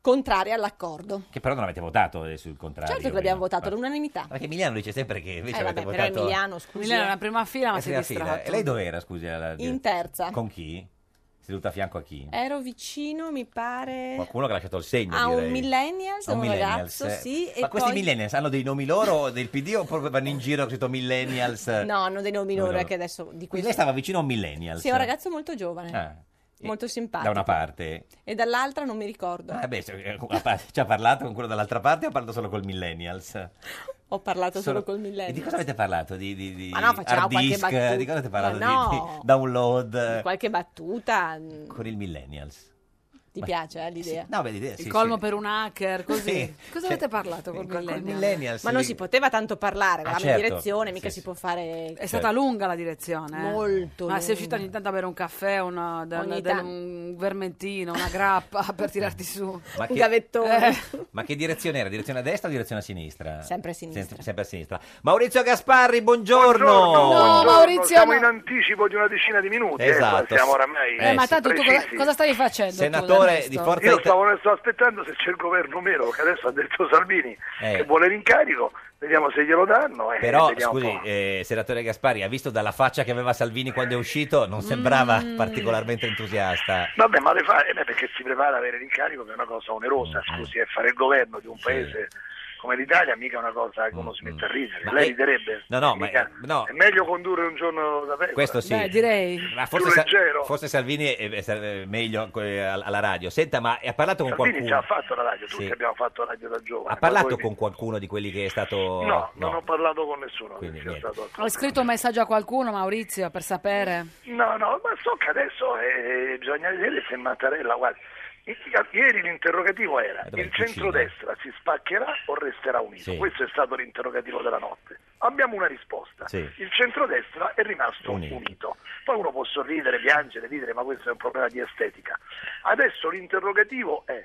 Speaker 17: contraria all'accordo.
Speaker 2: che però non avete votato eh, sul contrario.
Speaker 17: Certo che l'abbiamo
Speaker 2: prima.
Speaker 17: votato all'unanimità.
Speaker 2: Ma- Perché Emiliano dice sempre che invece
Speaker 17: Eh,
Speaker 2: avete
Speaker 17: vabbè, però
Speaker 2: votato...
Speaker 17: Emiliano, scusi.
Speaker 1: Emiliano era in prima fila, ma
Speaker 2: Eh,
Speaker 1: si è
Speaker 2: prima fila.
Speaker 1: distratto.
Speaker 2: E lei dov'era, scusi? alla dire-
Speaker 17: In terza.
Speaker 2: Con chi? Seduta a fianco a chi?
Speaker 17: Ero vicino, mi pare,
Speaker 2: Qualcuno che ha lasciato il segno,
Speaker 17: a
Speaker 2: direi.
Speaker 17: un millennials,
Speaker 2: A
Speaker 17: un,
Speaker 2: millennials,
Speaker 17: ragazzo,
Speaker 2: eh.
Speaker 17: sì.
Speaker 2: Ma
Speaker 17: e
Speaker 2: questi
Speaker 17: poi...
Speaker 2: millennials hanno dei nomi loro o del PD o proprio vanno in giro scritto millennials?
Speaker 17: No, hanno dei nomi
Speaker 2: Nomi
Speaker 17: loro
Speaker 2: loro.
Speaker 17: che adesso di
Speaker 2: Quindi
Speaker 17: questo.
Speaker 2: lei stava vicino a un millennials.
Speaker 17: Sì, è un ragazzo molto giovane,
Speaker 2: Ah,
Speaker 17: molto simpatico.
Speaker 2: da una parte.
Speaker 17: E dall'altra non mi ricordo.
Speaker 2: Ah, beh, se- eh, a pa- ci ha parlato con quello dall'altra parte o ha parlato solo col millennials?
Speaker 17: Ho parlato solo,
Speaker 2: Solo-
Speaker 17: col
Speaker 2: E
Speaker 17: millennial.
Speaker 2: di cosa avete parlato? Di, di, di
Speaker 17: Ma no, facciamo
Speaker 2: hard
Speaker 17: qualche
Speaker 2: disk?
Speaker 17: battuta.
Speaker 2: Di cosa avete parlato?
Speaker 17: Ma
Speaker 2: Di-
Speaker 17: no.
Speaker 2: Di, download? eh,
Speaker 17: Qualche battuta mh,
Speaker 2: Con il millennials.
Speaker 17: ti
Speaker 2: Ma-
Speaker 17: piace eh, l'idea?
Speaker 2: No, beh, l'idea
Speaker 1: Il
Speaker 2: sì,
Speaker 1: colmo
Speaker 2: sì.
Speaker 1: per un hacker, così.
Speaker 2: Sì.
Speaker 1: Cosa avete parlato col millennial?
Speaker 2: millennials,
Speaker 17: Ma non
Speaker 2: lì-
Speaker 17: si poteva tanto parlare, eravamo
Speaker 2: certo.
Speaker 17: in direzione, mica
Speaker 2: Sì, Certo.
Speaker 17: si può fare...
Speaker 1: È stata lunga la direzione. eh.
Speaker 17: Molto
Speaker 1: Ma sei
Speaker 17: lunga.
Speaker 1: uscita ogni tanto a bere un caffè, una- da-
Speaker 17: Ogni
Speaker 1: da-
Speaker 17: tan-
Speaker 1: un vermentino, una grappa per tirarti su. Eh.
Speaker 2: Ma che-
Speaker 17: gavettone.
Speaker 2: Ma che direzione era? Direzione a destra o direzione a sinistra?
Speaker 17: Sempre a sinistra.
Speaker 2: Sempre, sempre a sinistra. Maurizio Gasparri, buongiorno.
Speaker 18: Maurizio, siamo in anticipo di una decina di minuti. eh,
Speaker 2: Esatto.
Speaker 18: qua siamo oramai.
Speaker 2: Eh, Eh, ma sì.
Speaker 1: Tanto tu cosa,
Speaker 18: precisi.
Speaker 1: cosa stavi facendo? tu, del
Speaker 2: Senatore
Speaker 1: resto?
Speaker 2: di Forza
Speaker 18: Io
Speaker 2: Italia.
Speaker 18: stavo, sto aspettando se c'è il governo meno, perché adesso ha detto Salvini
Speaker 2: Eh.
Speaker 18: che vuole l'incarico, vediamo se glielo danno. E
Speaker 2: Però,
Speaker 18: vediamo un po'.
Speaker 2: scusi, eh, senatore Gasparri, ha visto dalla faccia che aveva Salvini quando è uscito, non sembrava particolarmente entusiasta.
Speaker 18: Vabbè, ma le fa eh, beh, perché si prepara ad avere l'incarico che è una cosa onerosa,
Speaker 2: Mm,
Speaker 18: scusi, è fare il governo di un paese come l'Italia, mica è una cosa che uno si mette a ridere.
Speaker 2: Mm, Ma
Speaker 18: Lei
Speaker 2: è-
Speaker 18: riderebbe?
Speaker 2: No, no, ma
Speaker 18: Mica-
Speaker 2: no.
Speaker 18: È meglio condurre un giorno da pecora.
Speaker 2: Questo sì. Beh,
Speaker 1: direi.
Speaker 2: Ma
Speaker 18: Più
Speaker 2: forse,
Speaker 18: leggero.
Speaker 2: forse Salvini è, è- sarebbe meglio eh, alla alla radio. Senta, ma ha parlato con
Speaker 18: Salvini ci
Speaker 2: qualcuno?
Speaker 18: ha fatto la radio, tutti
Speaker 2: Sì.
Speaker 18: abbiamo fatto radio da giovani.
Speaker 2: Ha
Speaker 18: ma
Speaker 2: parlato
Speaker 18: voi-
Speaker 2: con qualcuno di quelli che è stato...
Speaker 18: No, non ho parlato con nessuno. che
Speaker 2: Quindi
Speaker 18: sia
Speaker 2: niente.
Speaker 18: stato-
Speaker 1: Hai scritto un messaggio a qualcuno, Maurizio, per sapere?
Speaker 18: No, no, ma so che adesso eh, bisogna vedere se Mattarella, guarda, i- ieri l'interrogativo era
Speaker 2: dov'è, in
Speaker 18: il
Speaker 2: cucina?
Speaker 18: centrodestra si spaccherà o resterà unito?
Speaker 2: Sì.
Speaker 18: Questo è stato l'interrogativo della notte. Abbiamo una risposta,
Speaker 2: Sì.
Speaker 18: il centrodestra è rimasto
Speaker 2: Unito.
Speaker 18: unito. Poi uno può sorridere, piangere, ridere, ma questo è un problema di estetica. Adesso l'interrogativo è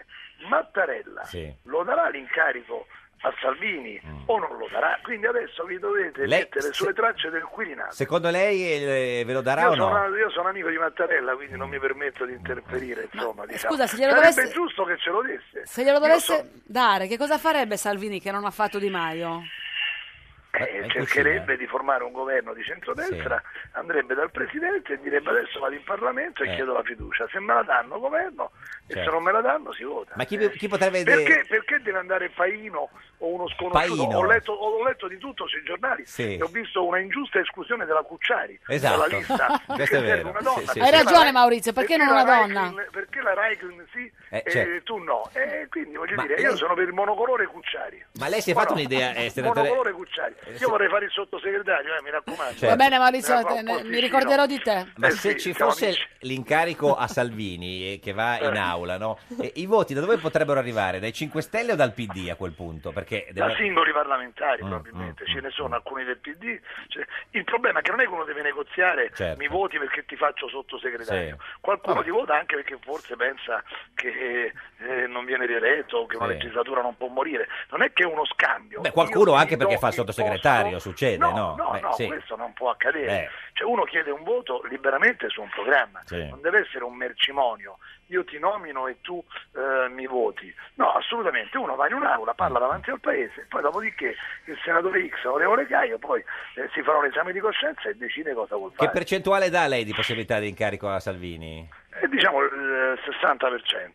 Speaker 18: Mattarella
Speaker 2: Sì. Mm.
Speaker 18: lo darà l'incarico a Salvini o non lo darà? Quindi adesso vi dovete
Speaker 2: Lei-
Speaker 18: mettere
Speaker 2: se-
Speaker 18: sulle tracce del Quirinale.
Speaker 2: Secondo lei eh, ve lo darà
Speaker 18: Io
Speaker 2: o no? Mm.
Speaker 18: sono, io sono amico di Mattarella, quindi non mi permetto di interferire. Insomma, diciamo.
Speaker 1: scusa, se glielo
Speaker 18: Sarebbe
Speaker 1: dovesse-
Speaker 18: giusto che ce lo desse.
Speaker 1: Se glielo
Speaker 18: Io
Speaker 1: dovesse
Speaker 18: so-
Speaker 1: dare, che cosa farebbe Salvini che non ha fatto Di Maio?
Speaker 18: eh, cercherebbe di formare un governo di centrodestra, andrebbe dal presidente e direbbe adesso vado in Parlamento e
Speaker 2: Eh.
Speaker 18: chiedo la fiducia. Se me la danno governo e se
Speaker 2: Certo.
Speaker 18: non me la danno si vota.
Speaker 2: Ma chi, chi potrebbe...
Speaker 18: Perché, perché deve andare Paino o uno sconosciuto?
Speaker 2: Paino.
Speaker 18: Ho, letto, ho letto di tutto sui giornali
Speaker 2: Sì.
Speaker 18: e ho visto una ingiusta esclusione della Cucciari
Speaker 2: Esatto.
Speaker 18: dalla lista.
Speaker 2: Questo è
Speaker 18: Perché
Speaker 2: vero.
Speaker 18: una donna.
Speaker 2: Sì, sì,
Speaker 1: Hai
Speaker 2: sì.
Speaker 1: ragione, Maurizio, perché non
Speaker 18: la
Speaker 1: una
Speaker 18: Raikkonen-
Speaker 1: donna?
Speaker 18: Perché la Raikkonen sì
Speaker 2: Eh,
Speaker 18: e
Speaker 2: certo.
Speaker 18: tu no? E quindi voglio
Speaker 2: Ma
Speaker 18: dire,
Speaker 2: lei-
Speaker 18: io sono per il monocolore Cucciari.
Speaker 2: Ma lei si è
Speaker 18: Ma
Speaker 2: fatto
Speaker 18: no,
Speaker 2: un'idea, eh, senatore?
Speaker 18: Monocolore Cucciari. Io vorrei fare il sottosegretario, eh, mi raccomando.
Speaker 2: Certo.
Speaker 1: Va bene, Maurizio,
Speaker 18: Eh,
Speaker 1: te-
Speaker 18: no,
Speaker 1: ne-
Speaker 18: sì,
Speaker 1: mi
Speaker 18: sì,
Speaker 1: ricorderò
Speaker 18: no.
Speaker 1: di te.
Speaker 2: Ma
Speaker 18: Eh
Speaker 2: se
Speaker 18: sì,
Speaker 2: ci
Speaker 18: siamo
Speaker 2: fosse
Speaker 18: amici.
Speaker 2: l'incarico a Salvini eh, che va in
Speaker 18: Eh.
Speaker 2: aula, no? E i voti da dove potrebbero arrivare? Dai 5 Stelle o dal PD a quel punto? Perché
Speaker 18: da
Speaker 2: Eh, deve- Mm,
Speaker 18: singoli parlamentari probabilmente, ce ne sono alcuni del PD. Cioè, il problema è che non è che uno deve negoziare,
Speaker 2: Certo.
Speaker 18: mi voti perché ti faccio sottosegretario,
Speaker 2: Sì.
Speaker 18: qualcuno
Speaker 2: Vabbè.
Speaker 18: ti vota anche perché forse pensa che eh, non viene rieletto o che una
Speaker 2: Sì.
Speaker 18: legislatura non può morire, non è che è uno scambio.
Speaker 2: Beh, qualcuno
Speaker 18: Io ti
Speaker 2: anche perché
Speaker 18: do
Speaker 2: fa il
Speaker 18: posto-
Speaker 2: sottosegretario, succede,
Speaker 18: No,
Speaker 2: no?
Speaker 18: no,
Speaker 2: Beh,
Speaker 18: no,
Speaker 2: sì.
Speaker 18: questo non può accadere.
Speaker 2: Beh.
Speaker 18: Cioè uno chiede un voto liberamente su un programma,
Speaker 2: Sì.
Speaker 18: non deve essere un mercimonio. Io ti nomino e tu eh, mi voti. No, assolutamente. Uno va in un'aula, parla davanti al paese, poi dopodiché il senatore X, onorevole Caio, poi eh, si farà un esame di coscienza e decide cosa vuol
Speaker 2: Che
Speaker 18: fare.
Speaker 2: percentuale dà lei di possibilità di incarico a Salvini?
Speaker 18: e diciamo il 60%.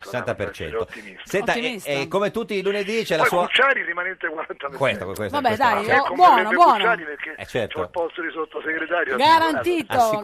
Speaker 2: 60%.
Speaker 18: Ottimista.
Speaker 2: Senta, e,
Speaker 18: Ottimista.
Speaker 2: e come tutti i lunedì c'è la
Speaker 18: Diciamo Poi
Speaker 2: sua...
Speaker 18: Cucciari rimanente 40%.
Speaker 2: Questo, questo,
Speaker 1: Vabbè,
Speaker 2: questo
Speaker 1: dai,
Speaker 2: va.
Speaker 1: oh, buono, buono.
Speaker 18: Cucciari perché
Speaker 2: Eh, certo.
Speaker 18: c'ho il posto di sottosegretario.
Speaker 1: Garantito,
Speaker 18: assicurato.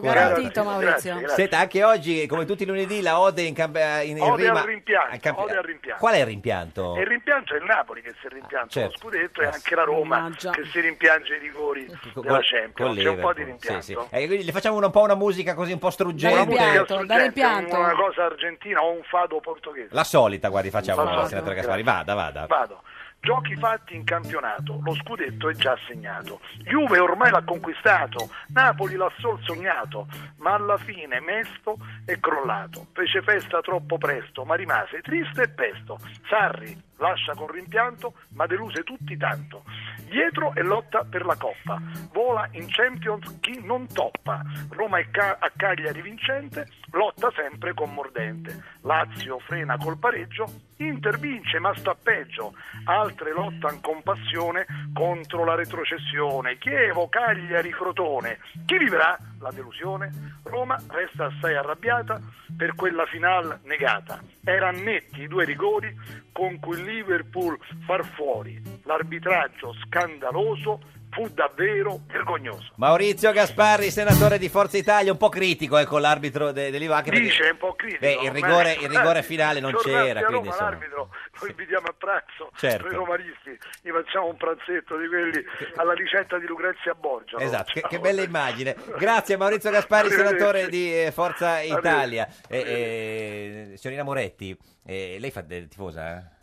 Speaker 18: Grazie,
Speaker 1: garantito Maurizio.
Speaker 18: grazie.
Speaker 2: Senta, anche oggi, come tutti i lunedì, la Ode in, camp- eh, in, in
Speaker 18: Ode al
Speaker 2: rima-
Speaker 18: rimpianto,
Speaker 2: al camp-
Speaker 18: ode al rimpianto.
Speaker 2: Qual è il rimpianto?
Speaker 18: E il rimpianto è il Napoli che si è rimpianto
Speaker 2: certo.
Speaker 18: lo scudetto e anche la Roma che si rimpiange i rigori
Speaker 2: Co-
Speaker 18: della
Speaker 2: col-
Speaker 18: Champions.
Speaker 2: col
Speaker 18: C'è un po' di
Speaker 2: Liverpool,
Speaker 18: rimpianto.
Speaker 2: sì, sì. Eh, quindi le facciamo una- un po' una musica così un po'
Speaker 18: Una
Speaker 2: struggente.
Speaker 18: musica struggente, Una cosa argentina o un fado portoghese.
Speaker 2: La solita, guardi, facciamo,
Speaker 18: Vado.
Speaker 2: senatore Gasparri. Vada, vada.
Speaker 18: Vado. Giochi fatti in campionato, lo scudetto è già segnato. Juve ormai l'ha conquistato, Napoli l'ha sol sognato, ma alla fine mesto è crollato. Fece festa troppo presto, ma rimase triste e pesto. Sarri lascia con rimpianto, ma deluse tutti tanto. Dietro e lotta per la coppa, vola in Champions chi non toppa. Roma è ca- a Cagliari vincente, lotta sempre con mordente. Lazio frena col pareggio, Inter vince ma sta peggio. Altre lottano con passione contro la retrocessione. Chievo, Cagliari, Crotone. Chi vivrà la delusione? Roma resta assai arrabbiata per quella finale negata. Erano netti i due rigori con cui il Liverpool far fuori. L'arbitraggio scandaloso fu davvero vergognoso.
Speaker 2: Maurizio Gasparri, senatore di Forza Italia, un po' critico eh, con l'arbitro de- dell'Ivan. anche perché-
Speaker 18: Dice è un po' critico.
Speaker 2: Beh, il
Speaker 18: ma-
Speaker 2: rigore, il rigore finale non
Speaker 18: Tornassi
Speaker 2: c'era,
Speaker 18: a Roma,
Speaker 2: quindi insomma.
Speaker 18: l'arbitro lo invitiamo a pranzo
Speaker 2: Certo.
Speaker 18: noi romanisti gli facciamo un pranzetto di quelli alla ricetta di Lucrezia Borgia lo
Speaker 2: Esatto, che,
Speaker 18: facciamo.
Speaker 2: che bella immagine. Grazie Maurizio Gasparri,
Speaker 18: Arrivederci.
Speaker 2: senatore di eh, Forza
Speaker 18: Arrivederci.
Speaker 2: Italia. Eh, eh, signorina Moretti, eh, lei fa del tifosa? eh?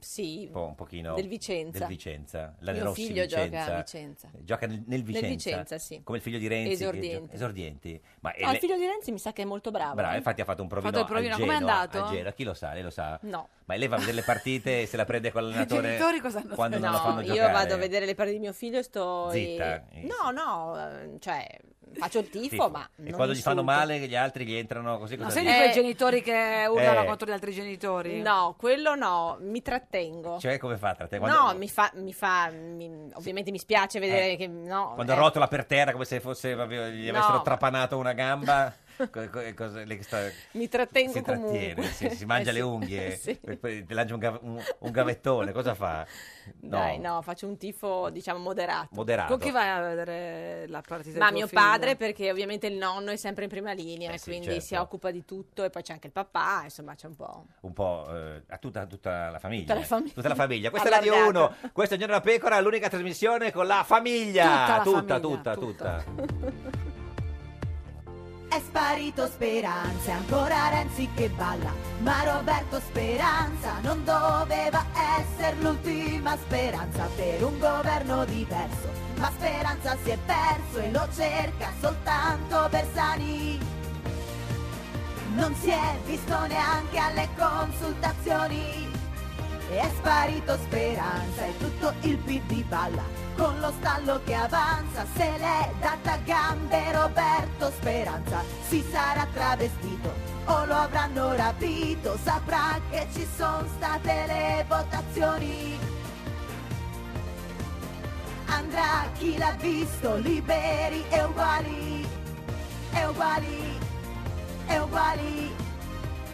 Speaker 17: Sì,
Speaker 2: Un, po', un pochino.
Speaker 17: del Vicenza.
Speaker 2: Del Vicenza. La De
Speaker 17: Mio
Speaker 2: Rossi
Speaker 17: figlio gioca a
Speaker 2: Vicenza.
Speaker 17: Vicenza.
Speaker 2: Eh, Gioca nel, nel Vicenza.
Speaker 17: Vicenza, sì.
Speaker 2: Come il figlio di Renzi. che gioca-
Speaker 17: Esordienti.
Speaker 2: esordienti. Ma è
Speaker 17: No, Ah, il
Speaker 2: lei-
Speaker 17: figlio di Renzi mi sa che è molto bravo.
Speaker 2: Brava,
Speaker 17: eh.
Speaker 2: infatti ha fatto un provino,
Speaker 17: Fatto il provino.
Speaker 2: al
Speaker 17: Com'è
Speaker 2: Genoa,
Speaker 17: andato?
Speaker 2: al Genoa. Chi lo sa? Lei lo sa?
Speaker 17: No.
Speaker 2: Ma lei va a vedere le partite e se la prende con l'allenatore
Speaker 1: I genitori cosa hanno
Speaker 2: quando non la
Speaker 17: No,
Speaker 2: fanno
Speaker 17: io
Speaker 2: giocare?
Speaker 17: vado a vedere le parti di mio figlio e sto...
Speaker 2: Zitta. eh,
Speaker 17: e- No, no, eh, cioè, faccio il tifo,
Speaker 2: Tifo.
Speaker 17: ma...
Speaker 2: E
Speaker 17: non
Speaker 2: quando gli fanno
Speaker 17: insulto.
Speaker 2: male gli altri gli entrano così
Speaker 1: Non
Speaker 2: cosa
Speaker 1: sei di
Speaker 2: dici?
Speaker 1: quei genitori che urlano
Speaker 2: Eh.
Speaker 1: contro gli altri genitori?
Speaker 17: No, quello no, mi trattengo.
Speaker 2: Cioè come fa tra te? Quando,
Speaker 17: No, mi fa... Mi fa mi- Ovviamente mi spiace vedere
Speaker 2: Eh.
Speaker 17: che... No,
Speaker 2: quando
Speaker 17: eh.
Speaker 2: rotola per terra come se fosse proprio- gli
Speaker 17: No.
Speaker 2: avessero trapanato una gamba co- co- cosa- le- sta-
Speaker 17: Mi trattengo
Speaker 2: si trattiene,
Speaker 17: comunque.
Speaker 2: si, si mangia
Speaker 17: Eh,
Speaker 2: le
Speaker 17: sì.
Speaker 2: unghie,
Speaker 17: Sì.
Speaker 2: e poi ti lancia un, gav- un- un gavettone, cosa fa? No.
Speaker 17: Dai, no, faccio un tifo, diciamo, moderato.
Speaker 2: Moderato. Con chi
Speaker 1: vai a vedere la partita?
Speaker 17: Ma
Speaker 1: di tuo
Speaker 17: mio
Speaker 1: figlio?
Speaker 17: padre, perché ovviamente il nonno è sempre in prima linea,
Speaker 2: sì,
Speaker 17: quindi si
Speaker 2: certo.
Speaker 17: occupa di tutto, e poi c'è anche il papà, insomma, c'è un po'.
Speaker 2: Un po' eh, a tutta, tutta la famiglia. eh.
Speaker 17: Tutta la famiglia.
Speaker 2: Tutta la famiglia. Questa è Radio
Speaker 17: Allargata.
Speaker 2: 1, questo è Il Giorno della Pecora, l'unica trasmissione con la famiglia.
Speaker 13: Tutta la famiglia,
Speaker 2: tutta, tutta. tutta.
Speaker 13: È sparito Speranza, è ancora Renzi che balla, ma Roberto Speranza non doveva essere l'ultima speranza per un governo diverso, ma Speranza si è perso e lo cerca soltanto Bersani. Non si è visto neanche alle consultazioni. E è sparito speranza e tutto il PD balla con lo stallo che avanza se l'è data a gambe Roberto Speranza si sarà travestito o lo avranno rapito saprà che ci sono state le votazioni andrà chi l'ha visto liberi e uguali e uguali e uguali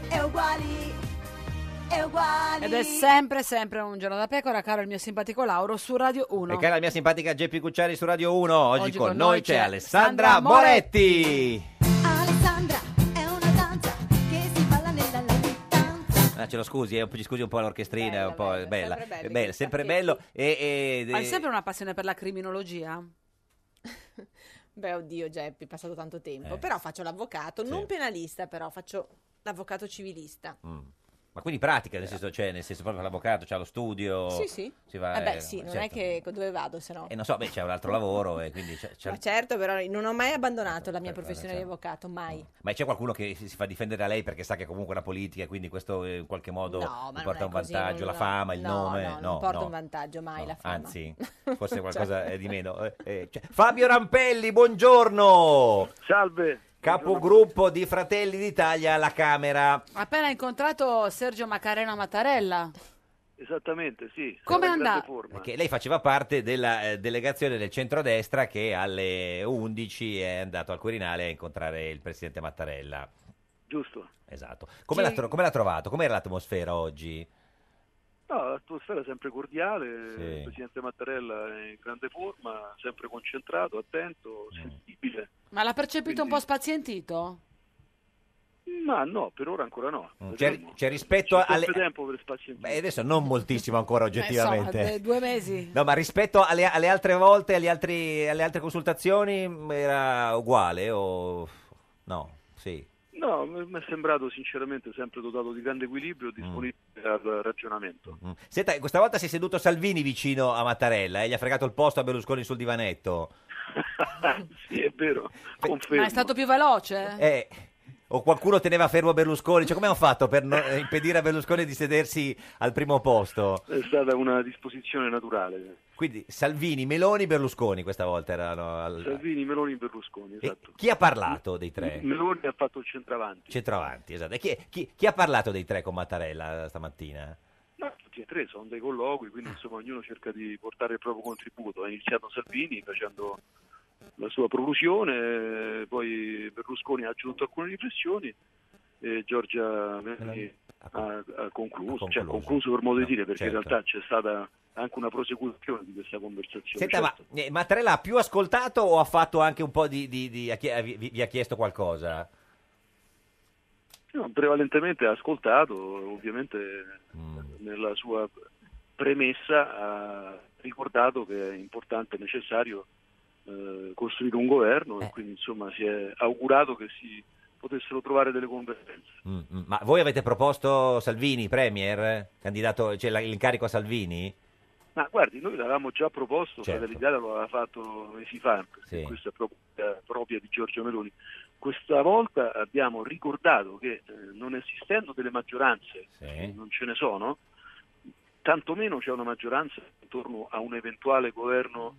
Speaker 13: e uguali e uguali
Speaker 1: Ed è sempre, sempre un giorno da pecora, caro il mio simpatico Lauro, su Radio 1.
Speaker 2: E cara la mia simpatica Geppi Cucciari su Radio 1, oggi, con, noi c'è Alessandra
Speaker 1: Sandra
Speaker 2: Moretti.
Speaker 13: Alessandra è una danza che si balla nella
Speaker 2: Ah, ce lo scusi, eh, un po' ci scusi un po' l'orchestrina, un po' è bella,
Speaker 1: sempre
Speaker 2: è
Speaker 1: bello,
Speaker 2: bella, sempre bello. E, e-
Speaker 1: Hai
Speaker 2: e-
Speaker 1: sempre una passione per la criminologia?
Speaker 17: Beh, oddio, Geppi, è passato tanto tempo.
Speaker 2: Eh.
Speaker 17: Però faccio l'avvocato,
Speaker 2: Sì.
Speaker 17: non penalista, però faccio l'avvocato civilista.
Speaker 2: Mm. Ma quindi pratica, nel senso, cioè, nel senso proprio l'avvocato, c'ha lo studio.
Speaker 17: Sì, sì.
Speaker 2: Si Oh, va,
Speaker 17: Eh beh,
Speaker 2: eh,
Speaker 17: sì, non è
Speaker 2: certo. Eh,
Speaker 17: che dove vado, se no.
Speaker 2: E non so, beh, c'è un altro lavoro e quindi c'è- c'è-
Speaker 17: Ma certo, però non ho mai abbandonato la mia professione di
Speaker 2: certo.
Speaker 17: avvocato, mai.
Speaker 2: ma c'è qualcuno che si si fa difendere da lei perché sa che comunque è una politica e quindi questo eh, in qualche modo
Speaker 17: No, ma
Speaker 2: gli
Speaker 17: non
Speaker 2: porta
Speaker 17: è
Speaker 2: un
Speaker 17: così,
Speaker 2: vantaggio,
Speaker 17: non-
Speaker 2: la fama, il
Speaker 17: no,
Speaker 2: nome.
Speaker 17: no,
Speaker 2: No,
Speaker 17: non porta
Speaker 2: no.
Speaker 17: un vantaggio mai la fama.
Speaker 2: Anzi, forse qualcosa eh, di meno. eh, eh, cioè- Fabio Rampelli, buongiorno.
Speaker 18: Salve.
Speaker 2: Capogruppo di Fratelli d'Italia alla Camera.
Speaker 1: Appena incontrato Sergio Macarena Mattarella.
Speaker 18: Esattamente, sì.
Speaker 1: Come è
Speaker 18: Sono in grande
Speaker 1: andata?
Speaker 18: forma.
Speaker 2: Perché lei faceva parte della eh, delegazione del centrodestra che alle 11 è andato al Quirinale a incontrare il presidente Mattarella.
Speaker 19: giusto?
Speaker 2: Esatto. Come, l'ha, tro- come l'ha trovato? Com'era l'atmosfera oggi?
Speaker 19: No, l'atmosfera è sempre cordiale,
Speaker 2: Sì.
Speaker 19: il presidente Mattarella è in grande forma, sempre concentrato, attento,
Speaker 2: Mm.
Speaker 19: sensibile.
Speaker 1: Ma l'ha percepito un po' spazientito?
Speaker 19: Ma no, per ora ancora no.
Speaker 2: C'è, c'è rispetto
Speaker 19: C'è
Speaker 2: alle...
Speaker 19: sempre tempo per spazientire.
Speaker 2: Beh, adesso non moltissimo
Speaker 1: Eh,
Speaker 2: ancora oggettivamente.
Speaker 1: Insomma, d- due mesi.
Speaker 2: No, ma rispetto alle, alle altre volte, agli altri- alle altre consultazioni, mh, era uguale o no? Sì.
Speaker 19: No, mi mi è sembrato sinceramente sempre dotato di grande equilibrio, disponibile al ragionamento.
Speaker 2: Mm. Senta, questa volta si è seduto Salvini vicino a Mattarella e gli ha fregato il posto a Berlusconi sul divanetto.
Speaker 19: sì, è vero,
Speaker 1: Ma è stato più veloce?
Speaker 2: Eh, o qualcuno teneva fermo Berlusconi, cioè come hanno fatto per non- eh, impedire a Berlusconi di sedersi al primo posto?
Speaker 19: È stata una disposizione naturale.
Speaker 2: Quindi Salvini, Meloni, Berlusconi questa volta erano al-
Speaker 19: Salvini, Meloni, Berlusconi,
Speaker 2: E
Speaker 19: esatto.
Speaker 2: chi ha parlato Esatto. dei tre?
Speaker 19: Meloni ha fatto il centravanti.
Speaker 2: Centravanti, esatto. E Chi, chi- chi ha parlato dei tre con Mattarella stamattina?
Speaker 19: No, tutti e tre sono dei colloqui, quindi insomma ognuno cerca di portare il proprio contributo. Ha iniziato Salvini facendo la sua prolusione, poi Berlusconi ha aggiunto alcune riflessioni e Giorgia Meloni ha, ha concluso, cioè ha concluso per modo di dire, perché in
Speaker 2: certo.
Speaker 19: realtà c'è stata anche una prosecuzione di questa conversazione.
Speaker 2: Senta,
Speaker 19: Certo.
Speaker 2: ma eh, Mattarella ha più ascoltato o ha fatto anche un po' di... di- di- ha chie- vi, vi ha chiesto qualcosa?
Speaker 19: No, prevalentemente ha ascoltato, ovviamente
Speaker 2: Mm.
Speaker 19: nella sua premessa ha ricordato che è importante e necessario eh, costruire un governo
Speaker 2: Eh.
Speaker 19: e quindi insomma si è augurato che si potessero trovare delle convergenze.
Speaker 2: Mm, mm. Ma voi avete proposto Salvini, Premier? Candidato, cioè la- l'incarico a Salvini?
Speaker 19: Ma guardi, noi l'avevamo già proposto,
Speaker 2: Certo.
Speaker 19: Fratelli d'Italia lo aveva fatto mesi fa, perché
Speaker 2: Sì.
Speaker 19: questa è propria, propria di Giorgio Meloni. Questa volta abbiamo ricordato che eh, non esistendo delle maggioranze, che non ce ne sono, tantomeno c'è una maggioranza intorno a un eventuale governo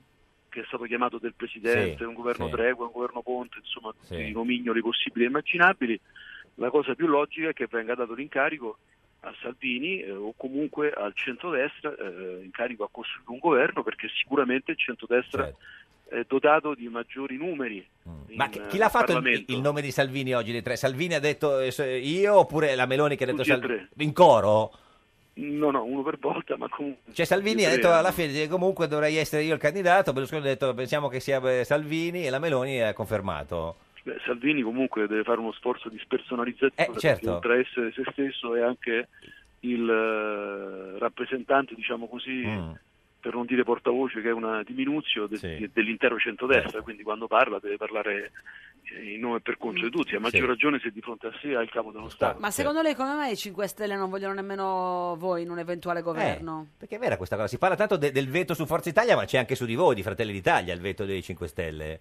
Speaker 19: che è stato chiamato del Presidente,
Speaker 20: Sì,
Speaker 19: un governo
Speaker 20: sì.
Speaker 19: Tregua, un governo Ponte, insomma
Speaker 20: Sì.
Speaker 19: tutti i nomignoli possibili e immaginabili. La cosa più logica è che venga dato l'incarico a Salvini eh, o comunque al centrodestra eh, in carico a costruire un governo perché sicuramente il centrodestra è dotato di maggiori numeri.
Speaker 2: Certo. Mm. Ma
Speaker 19: in,
Speaker 2: chi,
Speaker 19: eh,
Speaker 2: chi l'ha fatto il-
Speaker 19: Parlamento.
Speaker 2: il, nome di Salvini oggi dei tre? Salvini ha detto eh, so- io oppure la Meloni che ha detto
Speaker 19: Tutti e
Speaker 2: Salvini? In coro?
Speaker 19: No, no, uno per volta, ma comunque...
Speaker 2: Cioè Salvini
Speaker 19: Io
Speaker 2: ha detto
Speaker 19: credo.
Speaker 2: alla fine eh, comunque dovrei essere io il candidato, Berlusconi ha detto pensiamo che sia eh, Salvini e la Meloni ha confermato.
Speaker 19: Beh, Salvini comunque deve fare uno sforzo di spersonalizzazione
Speaker 2: Eh, certo.
Speaker 19: perché oltre a essere se stesso è anche il eh, rappresentante, diciamo così,
Speaker 2: Mm.
Speaker 19: per non dire portavoce, che è una diminuzio de- de- dell'intero centrodestra, quindi quando parla deve parlare eh, in nome e per conto di tutti, a maggior
Speaker 2: Mm. Sì.
Speaker 19: ragione se di fronte a sé ha il capo dello Stato.
Speaker 1: Ma secondo lei come mai i 5 Stelle non vogliono nemmeno voi in un eventuale governo?
Speaker 2: Eh, Perché è vera questa cosa? Si parla tanto de- del veto su Forza Italia, ma c'è anche su di voi, di Fratelli d'Italia, il veto dei 5 Stelle.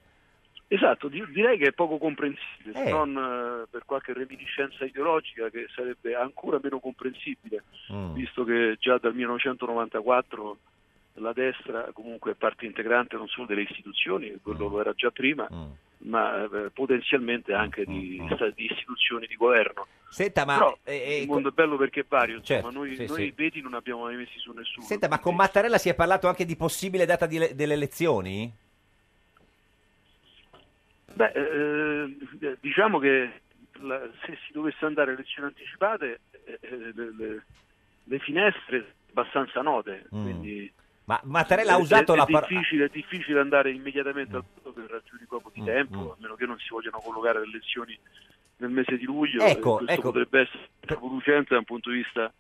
Speaker 19: Esatto, di- direi che è poco comprensibile, se
Speaker 2: Eh.
Speaker 19: non eh, per qualche reminiscenza ideologica che sarebbe ancora meno comprensibile.
Speaker 2: Mm.
Speaker 19: visto che già dal 1994 la destra comunque è parte integrante non solo delle istituzioni,
Speaker 2: Mm.
Speaker 19: quello lo era già prima, ma eh, potenzialmente anche di, sta- di istituzioni di governo.
Speaker 2: Mm, Senta, ma,
Speaker 19: Però
Speaker 2: eh, eh,
Speaker 19: il mondo è bello perché è vario, insomma,
Speaker 2: Certo,
Speaker 19: noi,
Speaker 2: sì,
Speaker 19: noi
Speaker 2: sì.
Speaker 19: veti non abbiamo mai messi su nessuno.
Speaker 2: Senta, ma con Mattarella si è parlato anche di possibile data di le- delle elezioni?
Speaker 19: Beh, eh, eh, diciamo che la- se si dovesse andare a elezioni anticipate, eh, eh, le, le- le finestre sono abbastanza note,
Speaker 2: Mm.
Speaker 19: quindi...
Speaker 2: Ma Mattarella ha
Speaker 19: È-
Speaker 2: usato
Speaker 19: è,
Speaker 2: la
Speaker 19: è
Speaker 2: parola...
Speaker 19: difficile, è difficile andare immediatamente al voto per raggiungere poco di
Speaker 2: Mm,
Speaker 19: tempo,
Speaker 2: mm.
Speaker 19: a meno che non si vogliano collocare le elezioni nel mese di luglio.
Speaker 2: Ecco,
Speaker 19: Eh, questo
Speaker 2: ecco.
Speaker 19: potrebbe essere producente dal punto di vista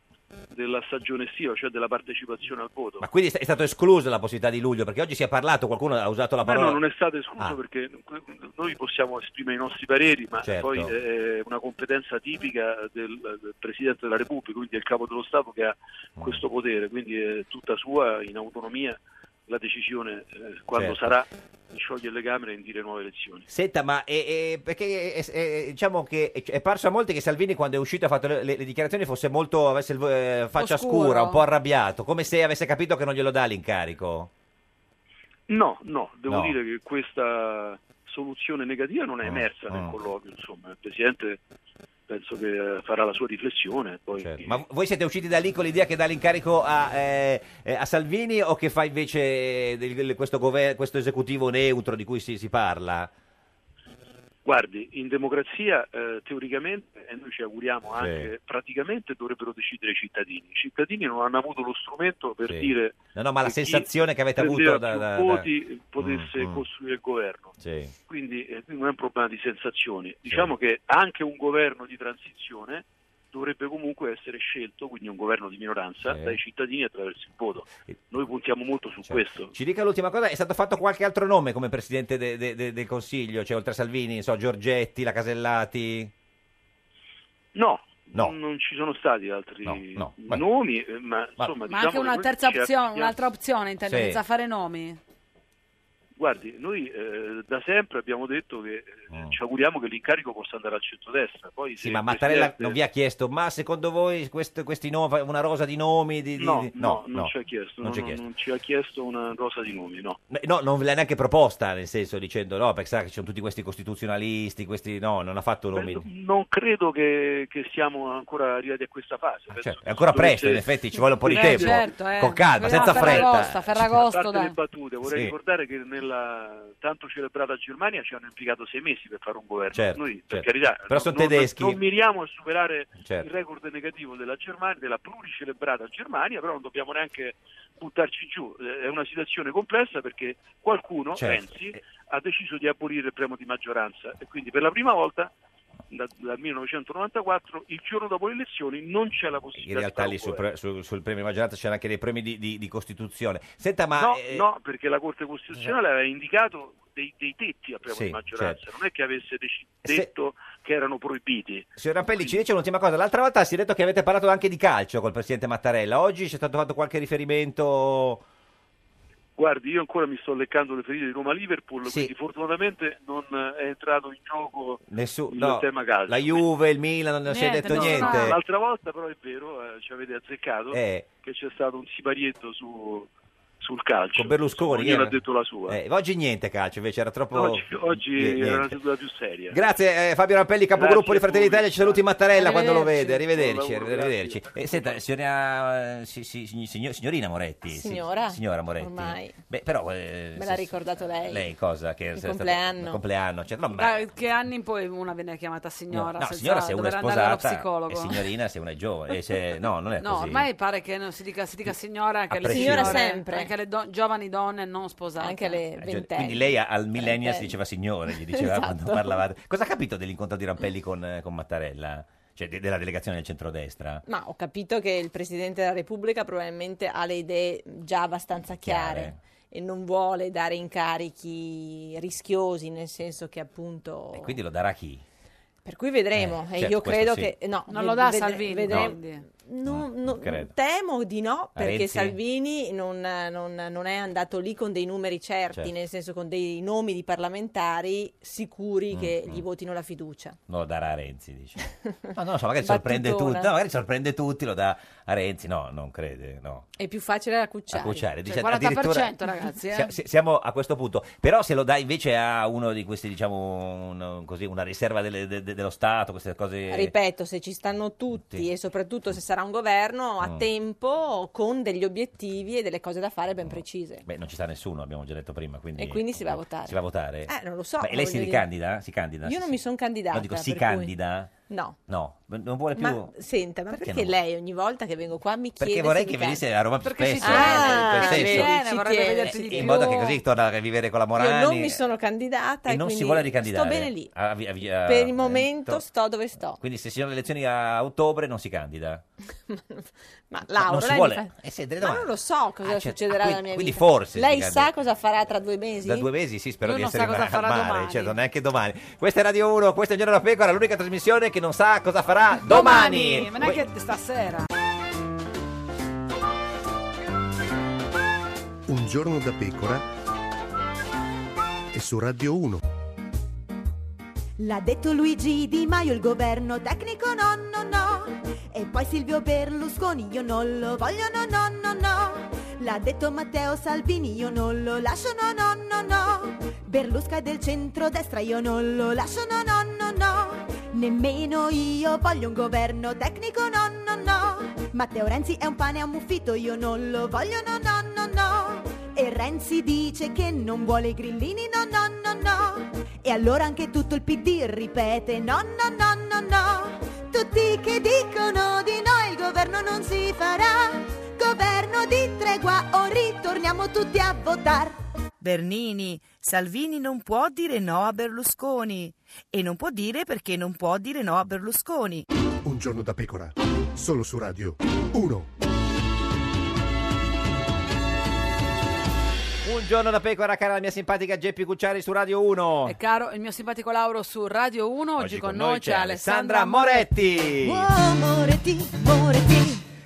Speaker 19: della stagione estiva, cioè della partecipazione al voto.
Speaker 2: Ma quindi è sta- è stato escluso la possibilità di luglio, perché oggi si è parlato, qualcuno ha usato la
Speaker 19: Beh,
Speaker 2: parola...
Speaker 19: Eh, no, non è stato escluso
Speaker 2: Ah.
Speaker 19: perché noi possiamo esprimere i nostri pareri, ma
Speaker 2: Certo.
Speaker 19: poi è una competenza tipica del, del Presidente della Repubblica, quindi è il Capo dello Stato che ha
Speaker 2: Mm.
Speaker 19: questo potere, quindi è tutta sua in autonomia la decisione eh, quando
Speaker 2: Certo.
Speaker 19: sarà di sciogliere le Camere e indire nuove elezioni.
Speaker 2: Senta, ma eh, eh, perché eh, eh, diciamo che è, è parso a molti che Salvini quando è uscito ha fatto le, le- le dichiarazioni fosse molto avesse il vo- eh, faccia
Speaker 19: Oscuro.
Speaker 2: scura, un po' arrabbiato, come se avesse capito che non glielo dà l'incarico.
Speaker 19: No, no, devo
Speaker 2: No.
Speaker 19: dire che questa soluzione negativa non è
Speaker 2: Mm,
Speaker 19: emersa
Speaker 2: mm.
Speaker 19: nel colloquio, insomma, il Presidente penso che eh, farà la sua riflessione. Poi
Speaker 2: Certo. Ma v- voi siete usciti da lì con l'idea che dà l'incarico a, eh, eh, a Salvini o che fa invece eh, del- del- questo, gover- questo esecutivo neutro di cui si, si parla?
Speaker 19: Guardi, in democrazia eh, teoricamente, e noi ci auguriamo
Speaker 12: Sì.
Speaker 19: anche praticamente, dovrebbero decidere i cittadini. I cittadini non hanno avuto lo strumento per
Speaker 2: Sì.
Speaker 19: dire...
Speaker 2: No, no, ma la
Speaker 19: che chi
Speaker 2: sensazione che avete
Speaker 19: prendeva
Speaker 2: avuto da-
Speaker 19: più
Speaker 2: da- da-
Speaker 19: voti potesse
Speaker 2: Mm, mm.
Speaker 19: costruire il governo.
Speaker 2: Sì.
Speaker 19: Quindi eh, qui non è un problema di sensazioni. Diciamo che anche un governo di transizione dovrebbe comunque essere scelto, quindi un governo di minoranza,
Speaker 2: Sì. certo.
Speaker 19: dai cittadini attraverso il voto. Noi puntiamo molto su questo.
Speaker 2: Ci dica l'ultima cosa, è stato fatto qualche altro nome come presidente de- de- de- del Consiglio? Cioè, oltre a Salvini, non so, Giorgetti, la Casellati?
Speaker 19: No,
Speaker 2: No.
Speaker 19: non ci sono stati altri
Speaker 2: no, vabbè.
Speaker 19: nomi, eh, ma insomma...
Speaker 1: Ma
Speaker 19: diciamo
Speaker 1: anche
Speaker 19: che
Speaker 1: una
Speaker 19: noi
Speaker 1: terza
Speaker 19: ci
Speaker 1: opzione,
Speaker 19: attendiamo-
Speaker 1: un'altra opzione, intendo
Speaker 19: Sì.
Speaker 1: senza fare nomi.
Speaker 19: Guardi, noi eh, da sempre abbiamo detto che eh, ci auguriamo che l'incarico possa andare al centrodestra. Poi
Speaker 2: Mm. Sì,
Speaker 19: se
Speaker 2: ma
Speaker 19: il
Speaker 2: Mattarella
Speaker 19: Presidente-
Speaker 2: non vi ha chiesto, ma secondo voi questo- questi nomi, una rosa di nomi? Di, di-
Speaker 19: No,
Speaker 2: di-
Speaker 19: no, non ci ha chiesto,
Speaker 2: non
Speaker 19: non,
Speaker 2: ci ha
Speaker 19: non-
Speaker 2: chiesto.
Speaker 19: non ci ha chiesto una rosa di nomi, no.
Speaker 2: No, No, non ve l'ha neanche proposta, nel senso dicendo no, perché sa che ci sono tutti questi costituzionalisti, questi no, non ha fatto nomi.
Speaker 19: Non credo che, che siamo ancora arrivati a questa fase. Penso
Speaker 2: Cioè,
Speaker 19: che
Speaker 2: è ancora
Speaker 19: dovete-
Speaker 2: presto, in effetti ci vuole un po' di
Speaker 19: Eh,
Speaker 2: tempo,
Speaker 19: certo, eh.
Speaker 2: con calma,
Speaker 19: Vogliamo
Speaker 2: senza
Speaker 1: Ferragosto,
Speaker 19: Eh,
Speaker 2: fretta.
Speaker 1: Ferragosto,
Speaker 19: A parte
Speaker 1: dai.
Speaker 19: le battute, vorrei
Speaker 2: Sì.
Speaker 19: ricordare che nella tanto celebrata Germania ci hanno impiegato sei mesi per fare un governo.
Speaker 2: Certo,
Speaker 19: Noi, per
Speaker 2: certo.
Speaker 19: carità,
Speaker 2: Però sono
Speaker 19: non,
Speaker 2: tedeschi.
Speaker 19: non miriamo a superare
Speaker 2: Certo.
Speaker 19: il record negativo della Germania, della pluricelebrata Germania, però non dobbiamo neanche buttarci giù. Eh, È una situazione complessa perché qualcuno,
Speaker 2: Certo.
Speaker 19: Renzi, ha deciso di abolire il premio di maggioranza e quindi per la prima volta da- dal 1994 il giorno dopo le elezioni non c'è la possibilità
Speaker 2: In realtà
Speaker 19: di
Speaker 2: lì
Speaker 19: fare un
Speaker 2: sul, pre- sul- sul premio di maggioranza c'erano anche dei premi di, di- di Costituzione. Senta, ma...
Speaker 19: no,
Speaker 2: eh,
Speaker 19: no, perché la Corte Costituzionale aveva indicato dei, dei tetti a premio
Speaker 2: Sì,
Speaker 19: di maggioranza,
Speaker 2: certo.
Speaker 19: non è che avesse deci- detto che erano proibiti.
Speaker 2: Signor Rampelli, ci dice un'ultima cosa. L'altra volta si è detto che avete parlato anche di calcio col presidente Mattarella. Oggi c'è stato fatto qualche riferimento...
Speaker 19: Guardi, io ancora mi sto leccando le ferite di Roma-Liverpool,
Speaker 2: Sì.
Speaker 19: quindi fortunatamente non è entrato in gioco
Speaker 2: Nessuno,
Speaker 19: il tema calcio.
Speaker 2: la Juve, il Milan, non si è detto
Speaker 19: No, no,
Speaker 2: niente.
Speaker 19: no, L'altra volta però è vero, eh, ci avete azzeccato,
Speaker 2: Eh.
Speaker 19: che c'è stato un siparietto su- sul calcio.
Speaker 2: Con Berlusconi,
Speaker 19: Ognuno
Speaker 2: eh.
Speaker 19: ha detto la sua.
Speaker 2: Eh, oggi niente calcio, invece era troppo...
Speaker 19: Oggi, oggi
Speaker 2: Niente.
Speaker 19: era una seduta più seria.
Speaker 2: Grazie eh, Fabio Rappelli, capogruppo
Speaker 19: Grazie
Speaker 2: di Fratelli
Speaker 19: a voi.
Speaker 2: Italia. Ci saluti Mattarella quando lo
Speaker 19: Arrivederci.
Speaker 2: vede. Arrivederci.
Speaker 19: Buon lavoro,
Speaker 2: arrivederci. Eh, senta, signora, eh, si- si- sign- signor- signorina Moretti. si-
Speaker 17: Signora,
Speaker 2: signora Moretti.
Speaker 17: ormai.
Speaker 2: Beh, però. eh,
Speaker 17: Me l'ha
Speaker 2: se-
Speaker 17: ricordato lei.
Speaker 2: Lei cosa? Che era stato-
Speaker 1: compleanno.
Speaker 2: il compleanno. cioè, no, ma-
Speaker 1: Da Ah, che anni in poi una viene chiamata
Speaker 2: no,
Speaker 1: signora?
Speaker 2: no,
Speaker 1: senza
Speaker 2: signora se una è
Speaker 1: dover andare allo
Speaker 2: sposata e
Speaker 1: psicologo.
Speaker 2: signorina se una è giovane. Eh, se- no, non è
Speaker 1: No,
Speaker 2: così. Mm.
Speaker 1: ormai pare che non si dica, si dica signora anche
Speaker 2: A
Speaker 1: alle
Speaker 2: prescindere.
Speaker 1: signore,
Speaker 2: Signora
Speaker 17: sempre.
Speaker 1: anche alle do- giovani donne non sposate. Anche
Speaker 17: alle
Speaker 2: Eh, cioè, Quindi lei a- al millennial si diceva signore, gli diceva
Speaker 1: Esatto.
Speaker 2: quando parlavate. Cosa ha capito dell'incontro di Rampelli con, eh, con Mattarella? Cioè de- della delegazione del centrodestra?
Speaker 17: Ma ho capito che il Presidente della Repubblica probabilmente ha le idee già abbastanza chiare,
Speaker 2: Chiare.
Speaker 17: e non vuole dare incarichi rischiosi, nel senso che appunto...
Speaker 2: E quindi lo darà chi?
Speaker 17: Per cui vedremo.
Speaker 2: Eh,
Speaker 17: e
Speaker 2: certo,
Speaker 17: io credo
Speaker 2: questo sì.
Speaker 17: che... No,
Speaker 1: Non lo dà
Speaker 17: vedre-
Speaker 1: Salvini,
Speaker 17: vedremo-
Speaker 1: quindi.
Speaker 17: No, no,
Speaker 2: credo.
Speaker 17: temo di no, perché
Speaker 2: Renzi?
Speaker 17: Salvini non, non- non è andato lì con dei numeri certi,
Speaker 2: Certo.
Speaker 17: nel senso con dei nomi di parlamentari sicuri
Speaker 2: Mm,
Speaker 17: che
Speaker 2: mm.
Speaker 17: gli votino la fiducia.
Speaker 2: Non lo darà a Renzi, dice. No, non lo so, magari sorprende
Speaker 17: Battutona.
Speaker 2: tutti. No, magari sorprende tutti, lo dà a Renzi. No, non crede, no.
Speaker 17: È più facile la
Speaker 2: A
Speaker 17: cucciare.
Speaker 2: Cucciari.
Speaker 1: Cioè,
Speaker 2: Dice,
Speaker 1: 40%
Speaker 2: addirittura-
Speaker 1: ragazzi, eh.
Speaker 2: Sia- si- Siamo a questo punto, però se lo dà invece a uno di questi, diciamo, un- così, una riserva delle- de- de- dello Stato, queste cose...
Speaker 17: Ripeto, se ci stanno tutti
Speaker 2: Sì.
Speaker 17: e soprattutto se sarà un governo a
Speaker 2: Mm.
Speaker 17: tempo con degli obiettivi e delle cose da fare ben precise.
Speaker 2: Beh, non ci sta nessuno, abbiamo già detto prima, Mm. quindi... mm,
Speaker 17: E quindi si va a votare.
Speaker 2: Si va a votare?
Speaker 17: Eh, non lo so,
Speaker 2: Ma e lei si
Speaker 17: voglio dire-
Speaker 2: ricandida? Si candida?
Speaker 17: Io non mi sono candidata.
Speaker 2: No, dico, si
Speaker 17: per cui-
Speaker 2: candida?
Speaker 17: No.
Speaker 2: No, non vuole più...
Speaker 17: Ma senta, ma perché,
Speaker 2: non-
Speaker 17: lei ogni volta che vengo qua mi chiede
Speaker 2: Perché vorrei
Speaker 17: se
Speaker 2: che
Speaker 17: mi candida?
Speaker 2: venisse a Roma più spesso, eh, in quel
Speaker 17: Ah,
Speaker 2: senso.
Speaker 17: ci tiene,
Speaker 1: Ci
Speaker 17: vorrebbe
Speaker 1: tiene,
Speaker 17: vederci di
Speaker 1: sì, sì.
Speaker 17: più.
Speaker 2: in modo che così torna a vivere con la Morani
Speaker 17: Io non mi sono candidata
Speaker 2: e non si
Speaker 17: quindi
Speaker 2: vuole ricandidare.
Speaker 17: Sto bene lì.
Speaker 2: Ah, via- via-
Speaker 17: per
Speaker 2: eh,
Speaker 17: il momento
Speaker 2: to-
Speaker 17: sto dove sto.
Speaker 2: Quindi se ci sono le elezioni a ottobre non si candida.
Speaker 17: Ma Laura,
Speaker 2: Cioè, non si
Speaker 17: lei
Speaker 2: vuole.
Speaker 17: mi fa-
Speaker 2: Eh, sì, delle
Speaker 17: ma
Speaker 2: domande.
Speaker 17: non lo so cosa
Speaker 2: Ah, certo.
Speaker 17: succederà
Speaker 2: Ah,
Speaker 17: nella
Speaker 2: quindi-
Speaker 17: mia
Speaker 2: quindi
Speaker 17: vita.
Speaker 2: forse si
Speaker 17: Lei
Speaker 2: candida.
Speaker 17: sa cosa farà tra due mesi?
Speaker 2: Da due mesi sì, spero
Speaker 17: Eh Io
Speaker 2: di
Speaker 17: non
Speaker 2: essere
Speaker 17: so cosa
Speaker 2: ma-
Speaker 17: farà
Speaker 2: male,
Speaker 17: domani.
Speaker 2: certo, neanche domani. Questa è Radio 1, questo è Il Giorno della Pecora, l'unica trasmissione che non sa cosa farà domani.
Speaker 1: Ma neanche stasera.
Speaker 14: Un giorno da pecora e su Radio 1.
Speaker 13: L'ha detto Luigi Di Maio, il governo tecnico no no no. E poi Silvio Berlusconi, io non lo voglio no no no no. L'ha detto Matteo Salvini, io non lo lascio no no no no. Berlusca è del centrodestra, io non lo lascio no no no no. Nemmeno io voglio un governo tecnico no no no. Matteo Renzi è un pane ammuffito, io non lo voglio no no no no. E Renzi dice che non vuole i grillini no no no no.
Speaker 16: E allora anche tutto il PD ripete no, no, no, no, no. Tutti che dicono di no il governo non si farà. Governo di tregua o ritorniamo tutti a votare.
Speaker 15: Bernini, Salvini non può dire no a Berlusconi. E non può dire perché non può dire no a Berlusconi.
Speaker 14: Un giorno da pecora, solo su Radio 1.
Speaker 2: Un giorno da pecora, cara la mia simpatica Geppi Cucciari su Radio 1.
Speaker 1: E caro il mio simpatico Lauro su Radio 1, Ecco, oggi, con, noi, c'è Alessandra
Speaker 2: Moretti.
Speaker 1: Moretti.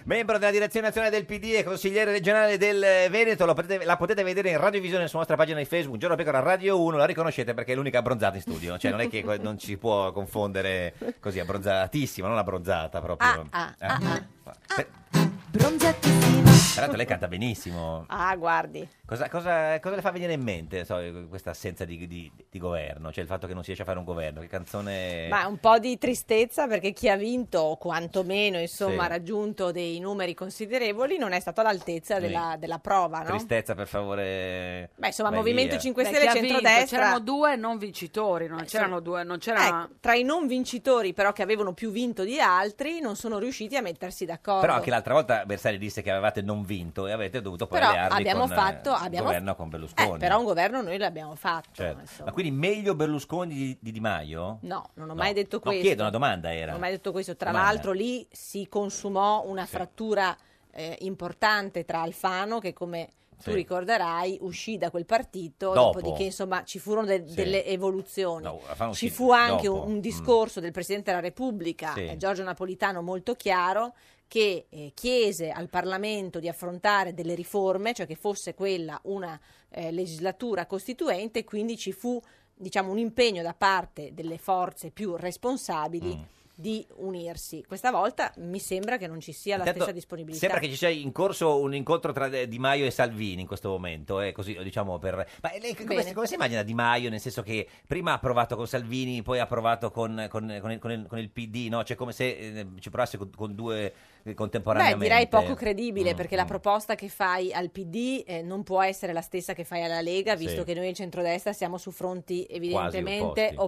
Speaker 2: Membro della direzione nazionale del PD e consigliere regionale del eh, Veneto, lo potete- la potete vedere in radiovisione sulla nostra pagina di Facebook, Un Giorno da Pecora Radio 1, la riconoscete perché è l'unica abbronzata in studio, cioè non è che que- non ci può confondere così abbronzatissima, non abbronzata proprio.
Speaker 17: ah,
Speaker 2: Eh? Per- Tra l'altro lei canta benissimo.
Speaker 17: Ah, guardi.
Speaker 2: Cosa, cosa- cosa le fa venire in mente so, questa assenza di, di- di governo? Cioè il fatto che non si riesce a fare un governo? Che canzone...
Speaker 17: Ma un po' di tristezza perché chi ha vinto, o quantomeno insomma,
Speaker 2: Sì.
Speaker 17: ha raggiunto dei numeri considerevoli, non è stato all'altezza
Speaker 2: Sì.
Speaker 17: della, della prova, no?
Speaker 2: Tristezza per favore...
Speaker 17: Beh, insomma,
Speaker 2: vai
Speaker 17: Movimento
Speaker 2: via.
Speaker 17: 5
Speaker 1: Beh,
Speaker 17: Stelle e
Speaker 1: chi ha vinto?
Speaker 17: centrodestra.
Speaker 1: C'erano due non vincitori, non c'erano due, non c'era...
Speaker 17: Eh, tra i non vincitori, però, che avevano più vinto di altri, non sono riusciti a mettersi d'accordo.
Speaker 2: Però anche l'altra volta Bersani disse che avevate non vinto e avete dovuto poi
Speaker 17: Però
Speaker 2: allearvi
Speaker 17: abbiamo
Speaker 2: con eh,
Speaker 17: fatto-
Speaker 2: il
Speaker 17: abbiamo-
Speaker 2: governo con Berlusconi.
Speaker 17: Eh, però un governo noi l'abbiamo fatto.
Speaker 2: Certo. Ma quindi meglio Berlusconi di di Di Maio?
Speaker 17: No, non ho
Speaker 2: No.
Speaker 17: mai detto
Speaker 2: No,
Speaker 17: questo.
Speaker 2: chiedo, una domanda era.
Speaker 17: Non ho mai detto questo. Tra
Speaker 2: Domanda.
Speaker 17: l'altro, lì si consumò una frattura eh, importante tra Alfano, che come tu
Speaker 2: Sì.
Speaker 17: ricorderai, uscì da quel partito,
Speaker 2: Dopo.
Speaker 17: dopodiché, insomma, ci furono de-
Speaker 2: Sì.
Speaker 17: delle evoluzioni.
Speaker 2: No, Alfano
Speaker 17: Ci
Speaker 2: uscì
Speaker 17: fu anche un,
Speaker 2: dopo.
Speaker 17: un
Speaker 2: Mm.
Speaker 17: discorso del Presidente della Repubblica,
Speaker 2: Sì.
Speaker 17: eh, Giorgio Napolitano, molto chiaro, che eh, chiese al Parlamento di affrontare delle riforme, cioè che fosse quella una eh, legislatura costituente, quindi ci fu diciamo, un impegno da parte delle forze più responsabili
Speaker 2: Mm.
Speaker 17: di unirsi. Questa volta mi sembra che non ci sia la
Speaker 2: Intanto
Speaker 17: stessa disponibilità.
Speaker 2: Sembra che ci sia in corso un incontro tra De- Di Maio e Salvini in questo momento, eh, così diciamo per... Ma lei come,
Speaker 17: Bene.
Speaker 2: si- come si immagina Di Maio? Nel senso che prima ha provato con Salvini, poi ha provato con, con- con il, con il- con il PD, no? Cioè come se eh, ci provasse con, con due eh,
Speaker 17: Beh,
Speaker 2: contemporaneamente.
Speaker 17: direi poco credibile
Speaker 2: Mm,
Speaker 17: perché la proposta che fai al PD eh, non può essere la stessa che fai alla Lega,
Speaker 2: Sì.
Speaker 17: visto che noi in centrodestra siamo su fronti evidentemente
Speaker 2: opposti. Mm.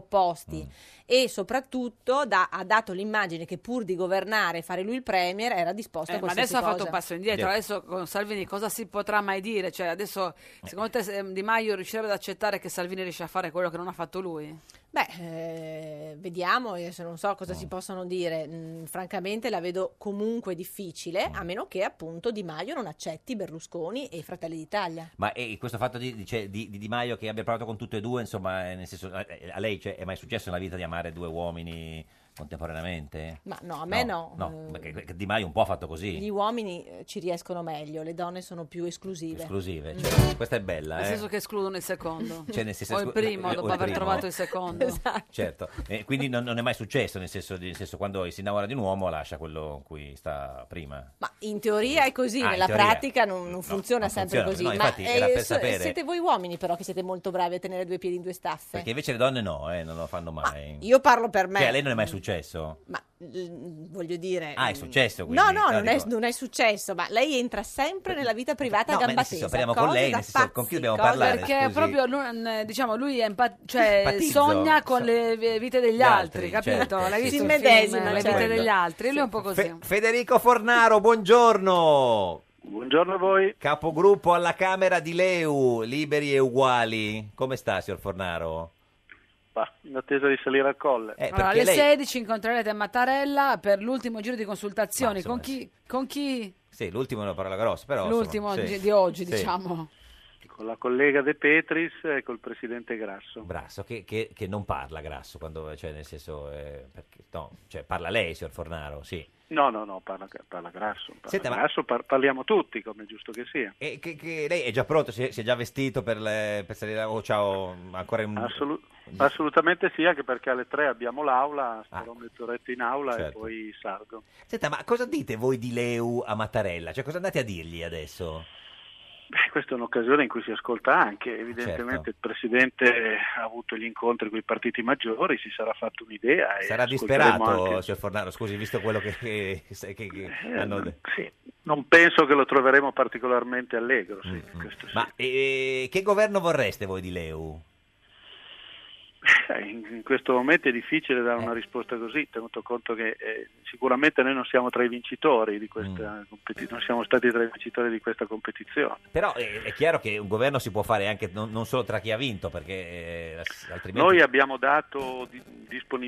Speaker 17: opposti. E soprattutto da- ha dato l'immagine che pur di governare e fare lui il Premier era disposto
Speaker 1: Eh,
Speaker 17: a
Speaker 1: ma
Speaker 17: qualsiasi
Speaker 1: adesso ha fatto
Speaker 17: cosa.
Speaker 1: un passo indietro, adesso con Salvini cosa si potrà mai dire? Cioè adesso secondo te se- Di Maio riuscirebbe ad accettare che Salvini riesce a fare quello che non ha fatto lui?
Speaker 17: Beh, eh, vediamo, adesso non so cosa si possono dire. Mm, francamente la vedo comunque difficile, a meno che appunto Di Maio non accetti Berlusconi e Fratelli d'Italia.
Speaker 2: Ma eh, questo fatto di, di- cioè, di- di Di Maio che abbia provato con tutte e due, insomma, eh, nel senso, eh, a lei cioè, è mai successo nella vita di amare due uomini contemporaneamente?
Speaker 17: Ma no, a me no.
Speaker 2: No, perché- perché Di Maio un po' ha fatto così.
Speaker 17: Gli uomini eh, ci riescono meglio, le donne sono più esclusive.
Speaker 2: esclusive. cioè, questa è bella,
Speaker 1: Nel
Speaker 2: eh?
Speaker 1: senso che escludono il secondo.
Speaker 2: Cioè, nel senso-
Speaker 1: o il primo
Speaker 2: eh, o
Speaker 1: dopo
Speaker 2: il
Speaker 1: aver
Speaker 2: primo.
Speaker 1: trovato il secondo.
Speaker 17: Esatto.
Speaker 2: Certo, Eh, quindi non, non è mai successo, nel senso, di- nel senso, quando si innamora di un uomo lascia quello con cui sta prima.
Speaker 17: Ma in teoria è così,
Speaker 2: Ah, in
Speaker 17: nella
Speaker 2: teoria.
Speaker 17: pratica non, non funziona
Speaker 2: non
Speaker 17: sempre
Speaker 2: funziona,
Speaker 17: così.
Speaker 2: no, infatti,
Speaker 17: ma
Speaker 2: era per
Speaker 17: s-
Speaker 2: sapere.
Speaker 17: siete voi uomini però che siete molto bravi a tenere due piedi in due staffe.
Speaker 2: Perché invece le donne no, eh, non lo fanno mai.
Speaker 17: Io parlo per me. mm.
Speaker 2: Cioè, a lei non è mai successo?
Speaker 17: Ma l- voglio dire... eh,
Speaker 2: Ah, è successo, quindi.
Speaker 17: mm. No, no,
Speaker 2: No,
Speaker 17: non è,
Speaker 2: dico-
Speaker 17: non è successo, ma lei entra sempre nella vita privata a
Speaker 2: No, ma
Speaker 17: gamba
Speaker 2: nel senso,
Speaker 17: tesa.
Speaker 2: parliamo con
Speaker 17: cose
Speaker 2: lei,
Speaker 17: da
Speaker 2: nel senso, con chi dobbiamo parlare?
Speaker 1: Perché
Speaker 2: scusi?
Speaker 1: proprio lui, eh, diciamo, lui è empa- cioè,
Speaker 2: Empatizzo.
Speaker 1: sogna con le vi- vite degli
Speaker 2: Gli altri,
Speaker 1: altri, capito?
Speaker 2: certo,
Speaker 1: L'hai
Speaker 2: sì.
Speaker 1: visto
Speaker 2: Si
Speaker 1: il
Speaker 2: medesima,
Speaker 1: film, le
Speaker 2: certo.
Speaker 1: vite degli altri, lui è un po' così.
Speaker 2: Fe- eh, Federico Fornaro, buongiorno. Buongiorno a voi. Capogruppo alla Camera di Leu, liberi e uguali. Come sta, signor Fornaro? Eh,
Speaker 19: Bah, in attesa di salire al colle.
Speaker 1: Allora, alle 16 incontrerete Mattarella per l'ultimo giro di consultazioni.
Speaker 2: Ma, insomma,
Speaker 1: con, chi, con chi?
Speaker 2: Sì, l'ultimo è una parola grossa, però... insomma,
Speaker 1: L'ultimo
Speaker 2: sì.
Speaker 1: di oggi,
Speaker 2: Sì.
Speaker 1: diciamo.
Speaker 19: Con la collega De Petris e col presidente Grasso.
Speaker 2: Grasso, che, che- che non parla Grasso, quando, cioè, nel senso... eh, perché- no, cioè, parla lei, signor Fornaro, sì.
Speaker 19: No, no, no, parla, parla Grasso. Parla
Speaker 2: Senta, ma-
Speaker 19: Grasso par- parliamo tutti, come è giusto che sia.
Speaker 2: E che, che lei è già pronto, si è, si è già vestito per, le- per salire... O ciao, ancora in...
Speaker 19: Assolu- assolutamente sì, anche perché alle tre abbiamo
Speaker 2: Ah.
Speaker 19: l'aula, starò mezz'oretta in aula
Speaker 2: Certo.
Speaker 19: e poi salgo.
Speaker 2: Senta, ma cosa dite voi di Leu a Mattarella? Cioè, cosa andate a dirgli adesso?
Speaker 19: Beh, questa è un'occasione in cui si ascolta anche, evidentemente
Speaker 2: Certo.
Speaker 19: il Presidente ha avuto gli incontri con i partiti maggiori, si sarà fatto un'idea.
Speaker 3: Eh,
Speaker 19: e
Speaker 2: Sarà
Speaker 19: ascolteremo
Speaker 2: disperato,
Speaker 19: anche-
Speaker 2: signor Fornaro, scusi, visto quello che, che- che- che
Speaker 3: Eh,
Speaker 2: hanno detto.
Speaker 19: Non penso che lo troveremo particolarmente allegro. sì.
Speaker 2: eh, Ma eh, che governo vorreste voi di Leu?
Speaker 3: Eh, In in questo momento è difficile dare
Speaker 2: Eh.
Speaker 3: una risposta così, tenuto conto che eh, sicuramente noi non siamo tra i vincitori di
Speaker 2: Mm.
Speaker 3: questa competizione, non siamo stati tra i vincitori di questa competizione.
Speaker 2: Però eh, è chiaro che un governo si può fare anche non, non solo tra chi ha vinto, perché eh, la- altrimenti...
Speaker 3: Noi abbiamo dato di-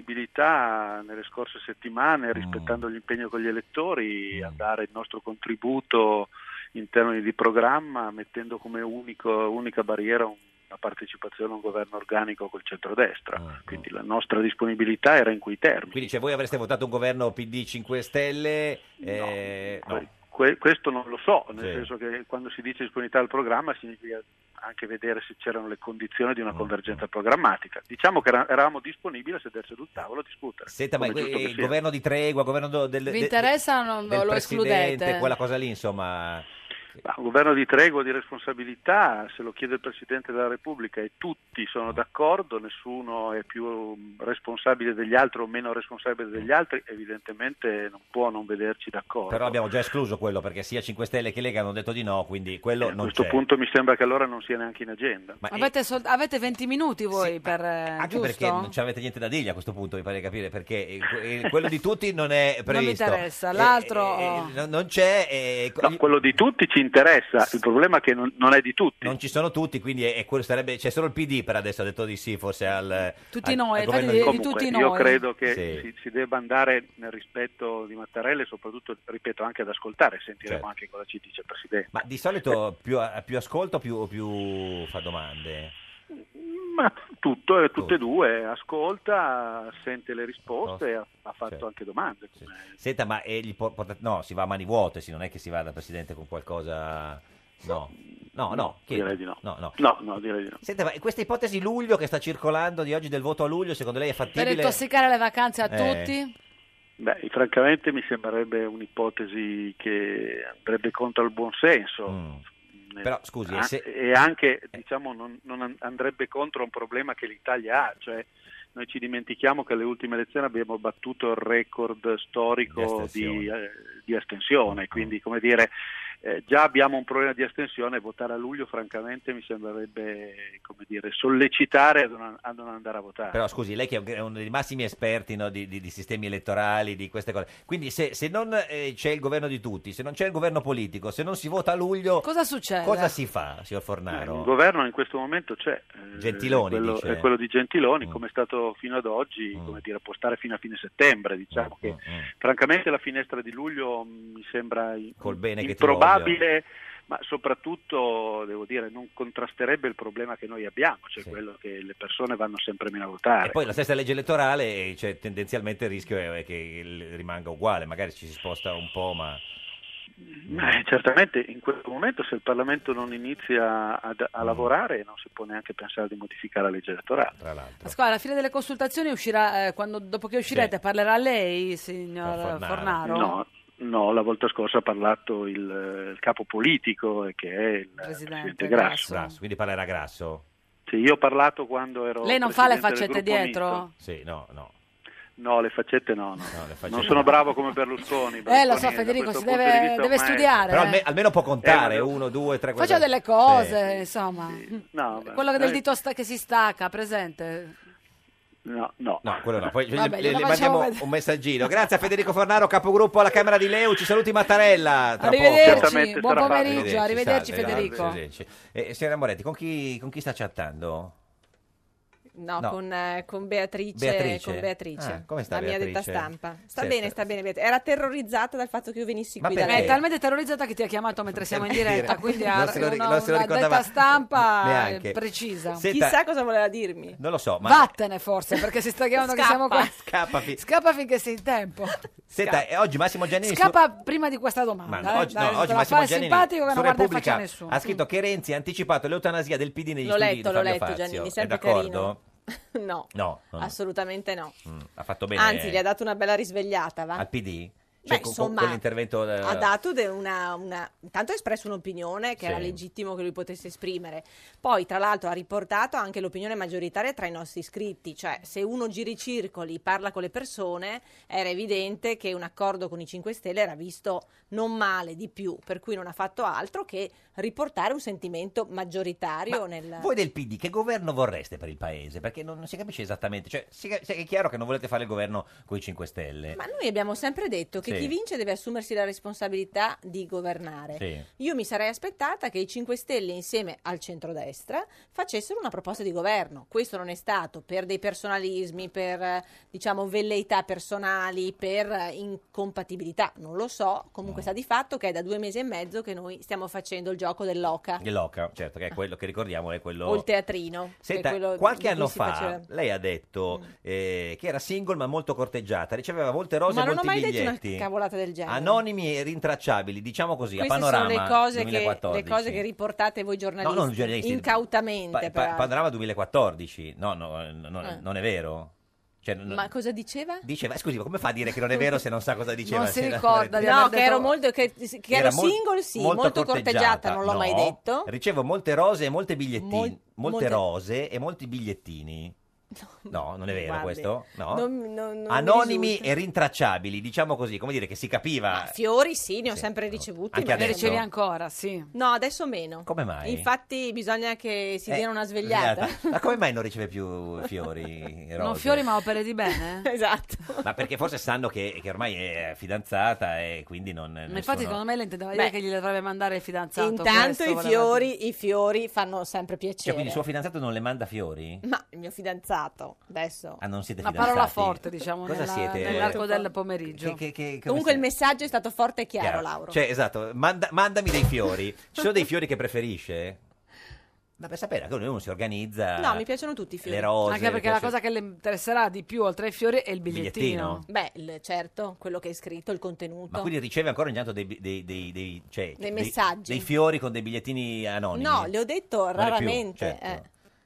Speaker 3: disponibilità nelle scorse
Speaker 2: Mm.
Speaker 3: settimane, rispettando l'impegno con gli elettori, a dare il nostro contributo in termini di programma, mettendo come unico- unica barriera un- la partecipazione a un governo organico col centrodestra.
Speaker 2: Ah, ecco.
Speaker 3: Quindi la nostra disponibilità era in quei termini.
Speaker 2: Quindi cioè, voi avreste votato un governo PD 5 Stelle? eh, no.
Speaker 3: Que- questo non lo so, nel
Speaker 2: Sì.
Speaker 3: senso che quando si dice disponibilità al programma significa anche vedere se c'erano le condizioni di
Speaker 2: Mm,
Speaker 3: una convergenza programmatica. Diciamo che era- eravamo disponibili a sederci ad un tavolo a discutere.
Speaker 2: Senta, ma
Speaker 3: come
Speaker 2: que- eh,
Speaker 3: giusto che
Speaker 2: il
Speaker 3: sia.
Speaker 2: governo di tregua, il governo do- del,
Speaker 1: Vi
Speaker 2: de-
Speaker 1: interessa o no?
Speaker 2: del
Speaker 1: lo
Speaker 2: presidente,
Speaker 1: escludete?
Speaker 2: quella cosa lì, insomma...
Speaker 3: Ma Un governo di tregua, di responsabilità, se lo chiede il Presidente della Repubblica e tutti sono d'accordo, nessuno è più mm, responsabile degli altri o meno responsabile degli altri, evidentemente non può non vederci d'accordo.
Speaker 2: Però abbiamo già escluso quello, perché sia 5 Stelle che Lega hanno detto di no, quindi quello non
Speaker 3: Eh, a questo
Speaker 2: c'è.
Speaker 3: punto mi sembra che allora non sia neanche in agenda.
Speaker 2: Ma è-
Speaker 1: Avete, sol- avete 20 minuti voi per... eh,
Speaker 2: anche
Speaker 1: giusto?
Speaker 2: perché non ci avete niente da dirgli a questo punto, mi pare di capire, perché eh, que- eh, quello di tutti non è previsto. Eh,
Speaker 1: Non mi interessa, l'altro...
Speaker 2: no- non c'è... eh,
Speaker 3: No, quello di tutti ci interessa, il problema è che non, non è di tutti.
Speaker 2: Non ci sono tutti, quindi è, è quello sarebbe, c'è solo il PD per adesso, ha detto di sì, forse al...
Speaker 1: Tutti
Speaker 2: al-
Speaker 1: noi,
Speaker 2: al governo
Speaker 1: infatti,
Speaker 2: di-
Speaker 1: di tutti
Speaker 3: Comunque, Io
Speaker 1: noi.
Speaker 3: credo che
Speaker 2: Sì.
Speaker 3: si, si debba andare nel rispetto di Mattarella e soprattutto, ripeto, anche ad ascoltare, sentiremo
Speaker 2: Certo.
Speaker 3: anche cosa ci dice il Presidente.
Speaker 2: Ma di solito più, ha più ascolto o più, più fa domande?
Speaker 3: Ma tutto, eh, tutte e due, ascolta, sente le risposte, ha, ha fatto
Speaker 2: Certo.
Speaker 3: anche domande.
Speaker 2: Senta, ma eh, gli por- porta- no, si va a mani vuote, sì, non è che si va dal Presidente con qualcosa... No, no, no. chiedo.
Speaker 3: direi di no.
Speaker 2: No, no.
Speaker 3: No, no, direi di no.
Speaker 2: Senta, ma questa ipotesi luglio che sta circolando di oggi del voto a luglio, secondo lei è
Speaker 1: Per
Speaker 2: fattibile?
Speaker 1: intossicare le vacanze a
Speaker 3: Eh.
Speaker 1: tutti?
Speaker 3: Beh, francamente mi sembrerebbe un'ipotesi che andrebbe contro il buonsenso.
Speaker 2: Però, Mm, scusi, eh,
Speaker 3: Ah,
Speaker 2: se-
Speaker 3: e anche diciamo, non, non an- andrebbe contro un problema che l'Italia ha, cioè noi ci dimentichiamo che alle ultime elezioni abbiamo battuto il record storico
Speaker 2: Di Mm.
Speaker 3: di, eh, di astensione, quindi come dire eh, già abbiamo un problema di astensione, votare a luglio francamente mi sembrerebbe come dire, sollecitare a non, a non andare a votare.
Speaker 2: Però scusi, lei che è un- è uno dei massimi esperti no, di, di- di sistemi elettorali, di queste cose. Quindi se, se non eh, c'è il governo di tutti, se non c'è il governo politico, se non si vota a luglio...
Speaker 1: Cosa succede?
Speaker 2: Cosa si fa, signor
Speaker 3: Il
Speaker 2: Fornaro?
Speaker 3: governo in questo momento c'è. eh,
Speaker 2: Gentiloni,
Speaker 3: è quello,
Speaker 2: dice. Mm.
Speaker 3: è quello di Gentiloni, come è stato fino ad oggi, come dire, può stare fino a fine settembre.
Speaker 2: Mm,
Speaker 3: Diciamo che francamente la finestra di luglio mh, mi sembra i-
Speaker 2: Col bene che ti
Speaker 3: improbabile, ma soprattutto devo dire non contrasterebbe il problema che noi abbiamo, cioè quello che le persone vanno sempre meno a votare.
Speaker 2: E poi la stessa legge elettorale, eh, cioè, tendenzialmente il rischio è è che il- rimanga uguale, magari ci si sposta un po', ma...
Speaker 3: Ma, eh, certamente in questo momento se il Parlamento non inizia ad-
Speaker 2: Mm.
Speaker 3: a lavorare non si può neanche pensare di modificare la legge elettorale.
Speaker 2: Tra l'altro.
Speaker 1: Pasquale, alla fine delle consultazioni uscirà, eh, quando- dopo che uscirete, parlerà lei, signor Eh, Fornaro?
Speaker 3: No, no, la volta scorsa ha parlato il, il capo politico eh, che è il
Speaker 1: Presidente
Speaker 3: presidente Grasso.
Speaker 2: Quindi parlerà Grasso?
Speaker 3: Sì, io ho parlato quando ero.
Speaker 1: Lei non fa le
Speaker 3: presidente
Speaker 1: faccette
Speaker 3: del gruppo
Speaker 1: dietro?
Speaker 3: misto.
Speaker 2: Sì, no, no.
Speaker 3: No, le faccette no. no. non sono bravo come Berlusconi.
Speaker 1: Eh, lo
Speaker 3: Berlusconi
Speaker 1: so,
Speaker 3: da
Speaker 1: Federico,
Speaker 3: questo
Speaker 1: si
Speaker 3: punto
Speaker 1: deve-
Speaker 3: di vista
Speaker 1: Eh, deve
Speaker 3: ormai-
Speaker 1: studiare.
Speaker 2: Però alme- almeno può contare,
Speaker 3: Eh, ma-
Speaker 2: uno, due, tre...
Speaker 1: Faccio
Speaker 2: quattro-
Speaker 1: delle cose, insomma.
Speaker 3: No,
Speaker 1: Quello del
Speaker 3: eh,
Speaker 1: dito sta- che si stacca, presente?
Speaker 3: No, no.
Speaker 2: No, quello no. Poi
Speaker 1: Vabbè,
Speaker 2: le, le-
Speaker 1: glielo
Speaker 2: le
Speaker 1: facciamo
Speaker 2: mandiamo
Speaker 1: vedere.
Speaker 2: un messaggino. Grazie a Federico Fornaro, capogruppo alla Camera di Leu. Ci saluti Mattarella. Tra poco.
Speaker 1: Arrivederci, Certamente buon sarà pomeriggio, arrivederci,
Speaker 2: salve,
Speaker 1: Federico.
Speaker 2: grazie, arrivederci. Eh, signora Moretti, con chi, con chi sta chattando?
Speaker 17: No,
Speaker 2: No.
Speaker 17: Con, eh, con Beatrice.
Speaker 2: Beatrice?
Speaker 17: Con Beatrice.
Speaker 2: Ah, come sta
Speaker 17: la mia
Speaker 2: Beatrice?
Speaker 17: detta stampa. Sta
Speaker 2: Sì,
Speaker 17: bene,
Speaker 2: sta-
Speaker 17: sta bene. Beatrice. Era terrorizzata dal fatto che io venissi
Speaker 2: Ma
Speaker 17: qui da
Speaker 2: perché?
Speaker 17: lei.
Speaker 1: È talmente terrorizzata che ti ha chiamato mentre siamo in diretta, quindi ha
Speaker 2: Non se lo ri-
Speaker 1: una,
Speaker 2: non se lo
Speaker 1: una
Speaker 2: ricordava
Speaker 1: detta stampa
Speaker 2: neanche.
Speaker 1: eh, precisa.
Speaker 2: Senta- Chissà
Speaker 1: cosa voleva dirmi.
Speaker 2: Non lo so, ma
Speaker 1: Vattene forse, perché si sta chiamando che siamo qua.
Speaker 2: scappa. fi-
Speaker 1: Scappa finché sei in tempo.
Speaker 2: Senta, eh, oggi Massimo Giannini su-
Speaker 1: Scappa prima di questa
Speaker 2: Ma
Speaker 1: domanda. eh,
Speaker 2: no, oggi, no,
Speaker 1: Dai,
Speaker 2: oggi
Speaker 1: te la
Speaker 2: Massimo
Speaker 1: fai
Speaker 2: Giannini
Speaker 1: simpatico che
Speaker 2: su
Speaker 1: non guarda in faccia a
Speaker 2: Repubblica
Speaker 1: nessuno.
Speaker 2: ha scritto che Renzi ha anticipato l'eutanasia del PD negli
Speaker 17: L'ho
Speaker 2: studi
Speaker 17: letto,
Speaker 2: di
Speaker 17: l'ho
Speaker 2: Fabio
Speaker 17: letto,
Speaker 2: Fazio.
Speaker 17: Giannini,
Speaker 2: È
Speaker 17: sempre
Speaker 2: d'accordo?
Speaker 17: no,
Speaker 2: No, no, no.
Speaker 17: assolutamente no.
Speaker 2: Mm, ha fatto bene
Speaker 17: Anzi, gli ha dato una bella risvegliata, va.
Speaker 2: al PD? Cioè,
Speaker 17: Beh,
Speaker 2: con-
Speaker 17: insomma,
Speaker 2: con l'intervento eh,
Speaker 17: ha dato de- una, una- intanto ha espresso un'opinione che
Speaker 2: Sì.
Speaker 17: era legittimo che lui potesse esprimere. Poi, tra l'altro, ha riportato anche l'opinione maggioritaria tra i nostri iscritti, cioè se uno gira i circoli, parla con le persone, era evidente che un accordo con i 5 Stelle era visto non male di più, per cui non ha fatto altro che riportare un sentimento maggioritario nel
Speaker 2: Voi del PD che governo vorreste per il paese? Perché non, non si capisce esattamente. Cioè, si ca- si- è chiaro che non volete fare il governo con i 5 Stelle.
Speaker 17: Ma noi abbiamo sempre detto che
Speaker 2: Sì.
Speaker 17: chi vince deve assumersi la responsabilità di governare.
Speaker 2: Sì.
Speaker 17: Io mi sarei aspettata che i 5 Stelle insieme al centrodestra facessero una proposta di governo. Questo non è stato per dei personalismi, per eh, diciamo velleità personali, per eh, incompatibilità, non lo so. Comunque sta di fatto che è da due mesi e mezzo che noi stiamo facendo il gioco dell'oca
Speaker 2: Il Loca, certo,
Speaker 17: Ah.
Speaker 2: che è quello che ricordiamo è quello...
Speaker 17: o il teatrino. che è
Speaker 2: Senta,
Speaker 17: quello di
Speaker 2: qualche
Speaker 17: cui
Speaker 2: anno
Speaker 17: si
Speaker 2: fa
Speaker 17: faceva- Mm.
Speaker 2: lei ha detto eh, che era single ma molto corteggiata, riceveva molte rose
Speaker 17: Ma
Speaker 2: e
Speaker 17: non ho
Speaker 2: molti
Speaker 17: mai detto
Speaker 2: biglietti.
Speaker 17: una cavolata del genere.
Speaker 2: Anonimi e rintracciabili, diciamo così,
Speaker 17: Queste
Speaker 2: a panorama
Speaker 17: sono le cose, che,
Speaker 2: 2014.
Speaker 17: le cose che riportate voi giornalisti,
Speaker 2: No, non giornalisti.
Speaker 17: incautamente.
Speaker 2: Pa- pa-
Speaker 17: peraltro.
Speaker 2: panorama 2014, no, no, no, no,
Speaker 17: Eh.
Speaker 2: non è vero. Cioè, non-
Speaker 17: Ma cosa diceva?
Speaker 2: Diceva, eh, scusi, ma come fa a dire che non è vero se non sa cosa diceva? Se la-
Speaker 17: No, che ero, molto, che, che
Speaker 2: Era
Speaker 17: ero
Speaker 2: mol-
Speaker 17: single, sì, molto, corteggiata, non l'ho
Speaker 2: No, eh,
Speaker 17: mai detto.
Speaker 2: Ricevo molte rose e molte bigliettini.
Speaker 17: Mol-
Speaker 2: molte
Speaker 17: molte-
Speaker 2: rose e molti bigliettini. No, non è vero
Speaker 17: Guardi,
Speaker 2: questo? No.
Speaker 17: non- non- non mi
Speaker 2: Anonimi
Speaker 17: risulta.
Speaker 2: e rintracciabili, diciamo così, come dire che si capiva.
Speaker 17: Fiori sì, ne ho sempre ricevuti.
Speaker 2: Anche
Speaker 17: ma-
Speaker 2: adesso? Ne ricevi
Speaker 1: ancora, sì.
Speaker 17: No, adesso meno.
Speaker 2: Come mai?
Speaker 17: Infatti bisogna che si
Speaker 2: Eh,
Speaker 17: diano una svegliata.
Speaker 2: svegliata. Ma come mai non riceve più fiori? e
Speaker 1: Non
Speaker 2: rose?
Speaker 1: fiori ma opere di bene.
Speaker 17: esatto.
Speaker 2: Ma perché forse sanno che, che ormai è fidanzata e quindi non.
Speaker 1: Ma infatti, secondo me le intendeva
Speaker 17: Beh.
Speaker 1: dire che gli dovrebbe mandare il fidanzato.
Speaker 17: Intanto
Speaker 1: questo
Speaker 17: i
Speaker 1: voleva
Speaker 17: fiori, i fiori fanno sempre piacere.
Speaker 2: Cioè, quindi il suo fidanzato non le manda fiori?
Speaker 17: Ma il mio fidanzato, adesso...
Speaker 2: Ah, non siete
Speaker 1: Una
Speaker 2: fidanzati?
Speaker 1: parola forte, diciamo,
Speaker 2: Cosa
Speaker 1: nella-
Speaker 2: siete?
Speaker 1: nell'arco del pomeriggio.
Speaker 2: Che- che- che- come
Speaker 17: Comunque il messaggio è stato forte e chiaro,
Speaker 2: Chiaro.
Speaker 17: Lauro.
Speaker 2: Cioè, esatto, manda- mandami dei fiori. Ci sono dei fiori che preferisce? Ma per sapere, anche uno si organizza.
Speaker 17: No, mi piacciono tutti i fiori.
Speaker 2: Le rose.
Speaker 1: Anche perché
Speaker 2: le
Speaker 1: la
Speaker 2: piace-
Speaker 1: cosa che le interesserà di più, oltre ai fiori, è il bigliettino.
Speaker 2: Bigliettino.
Speaker 17: Beh, il- certo, quello che è scritto, il contenuto.
Speaker 1: Certo.
Speaker 2: Ma quindi riceve ancora ogni tanto dei, dei- dei- dei- cioè,
Speaker 17: Dei messaggi.
Speaker 2: Dei fiori con dei bigliettini anonimi.
Speaker 17: No, le ho detto
Speaker 2: Non è più,
Speaker 17: raramente.
Speaker 2: certo.
Speaker 17: eh.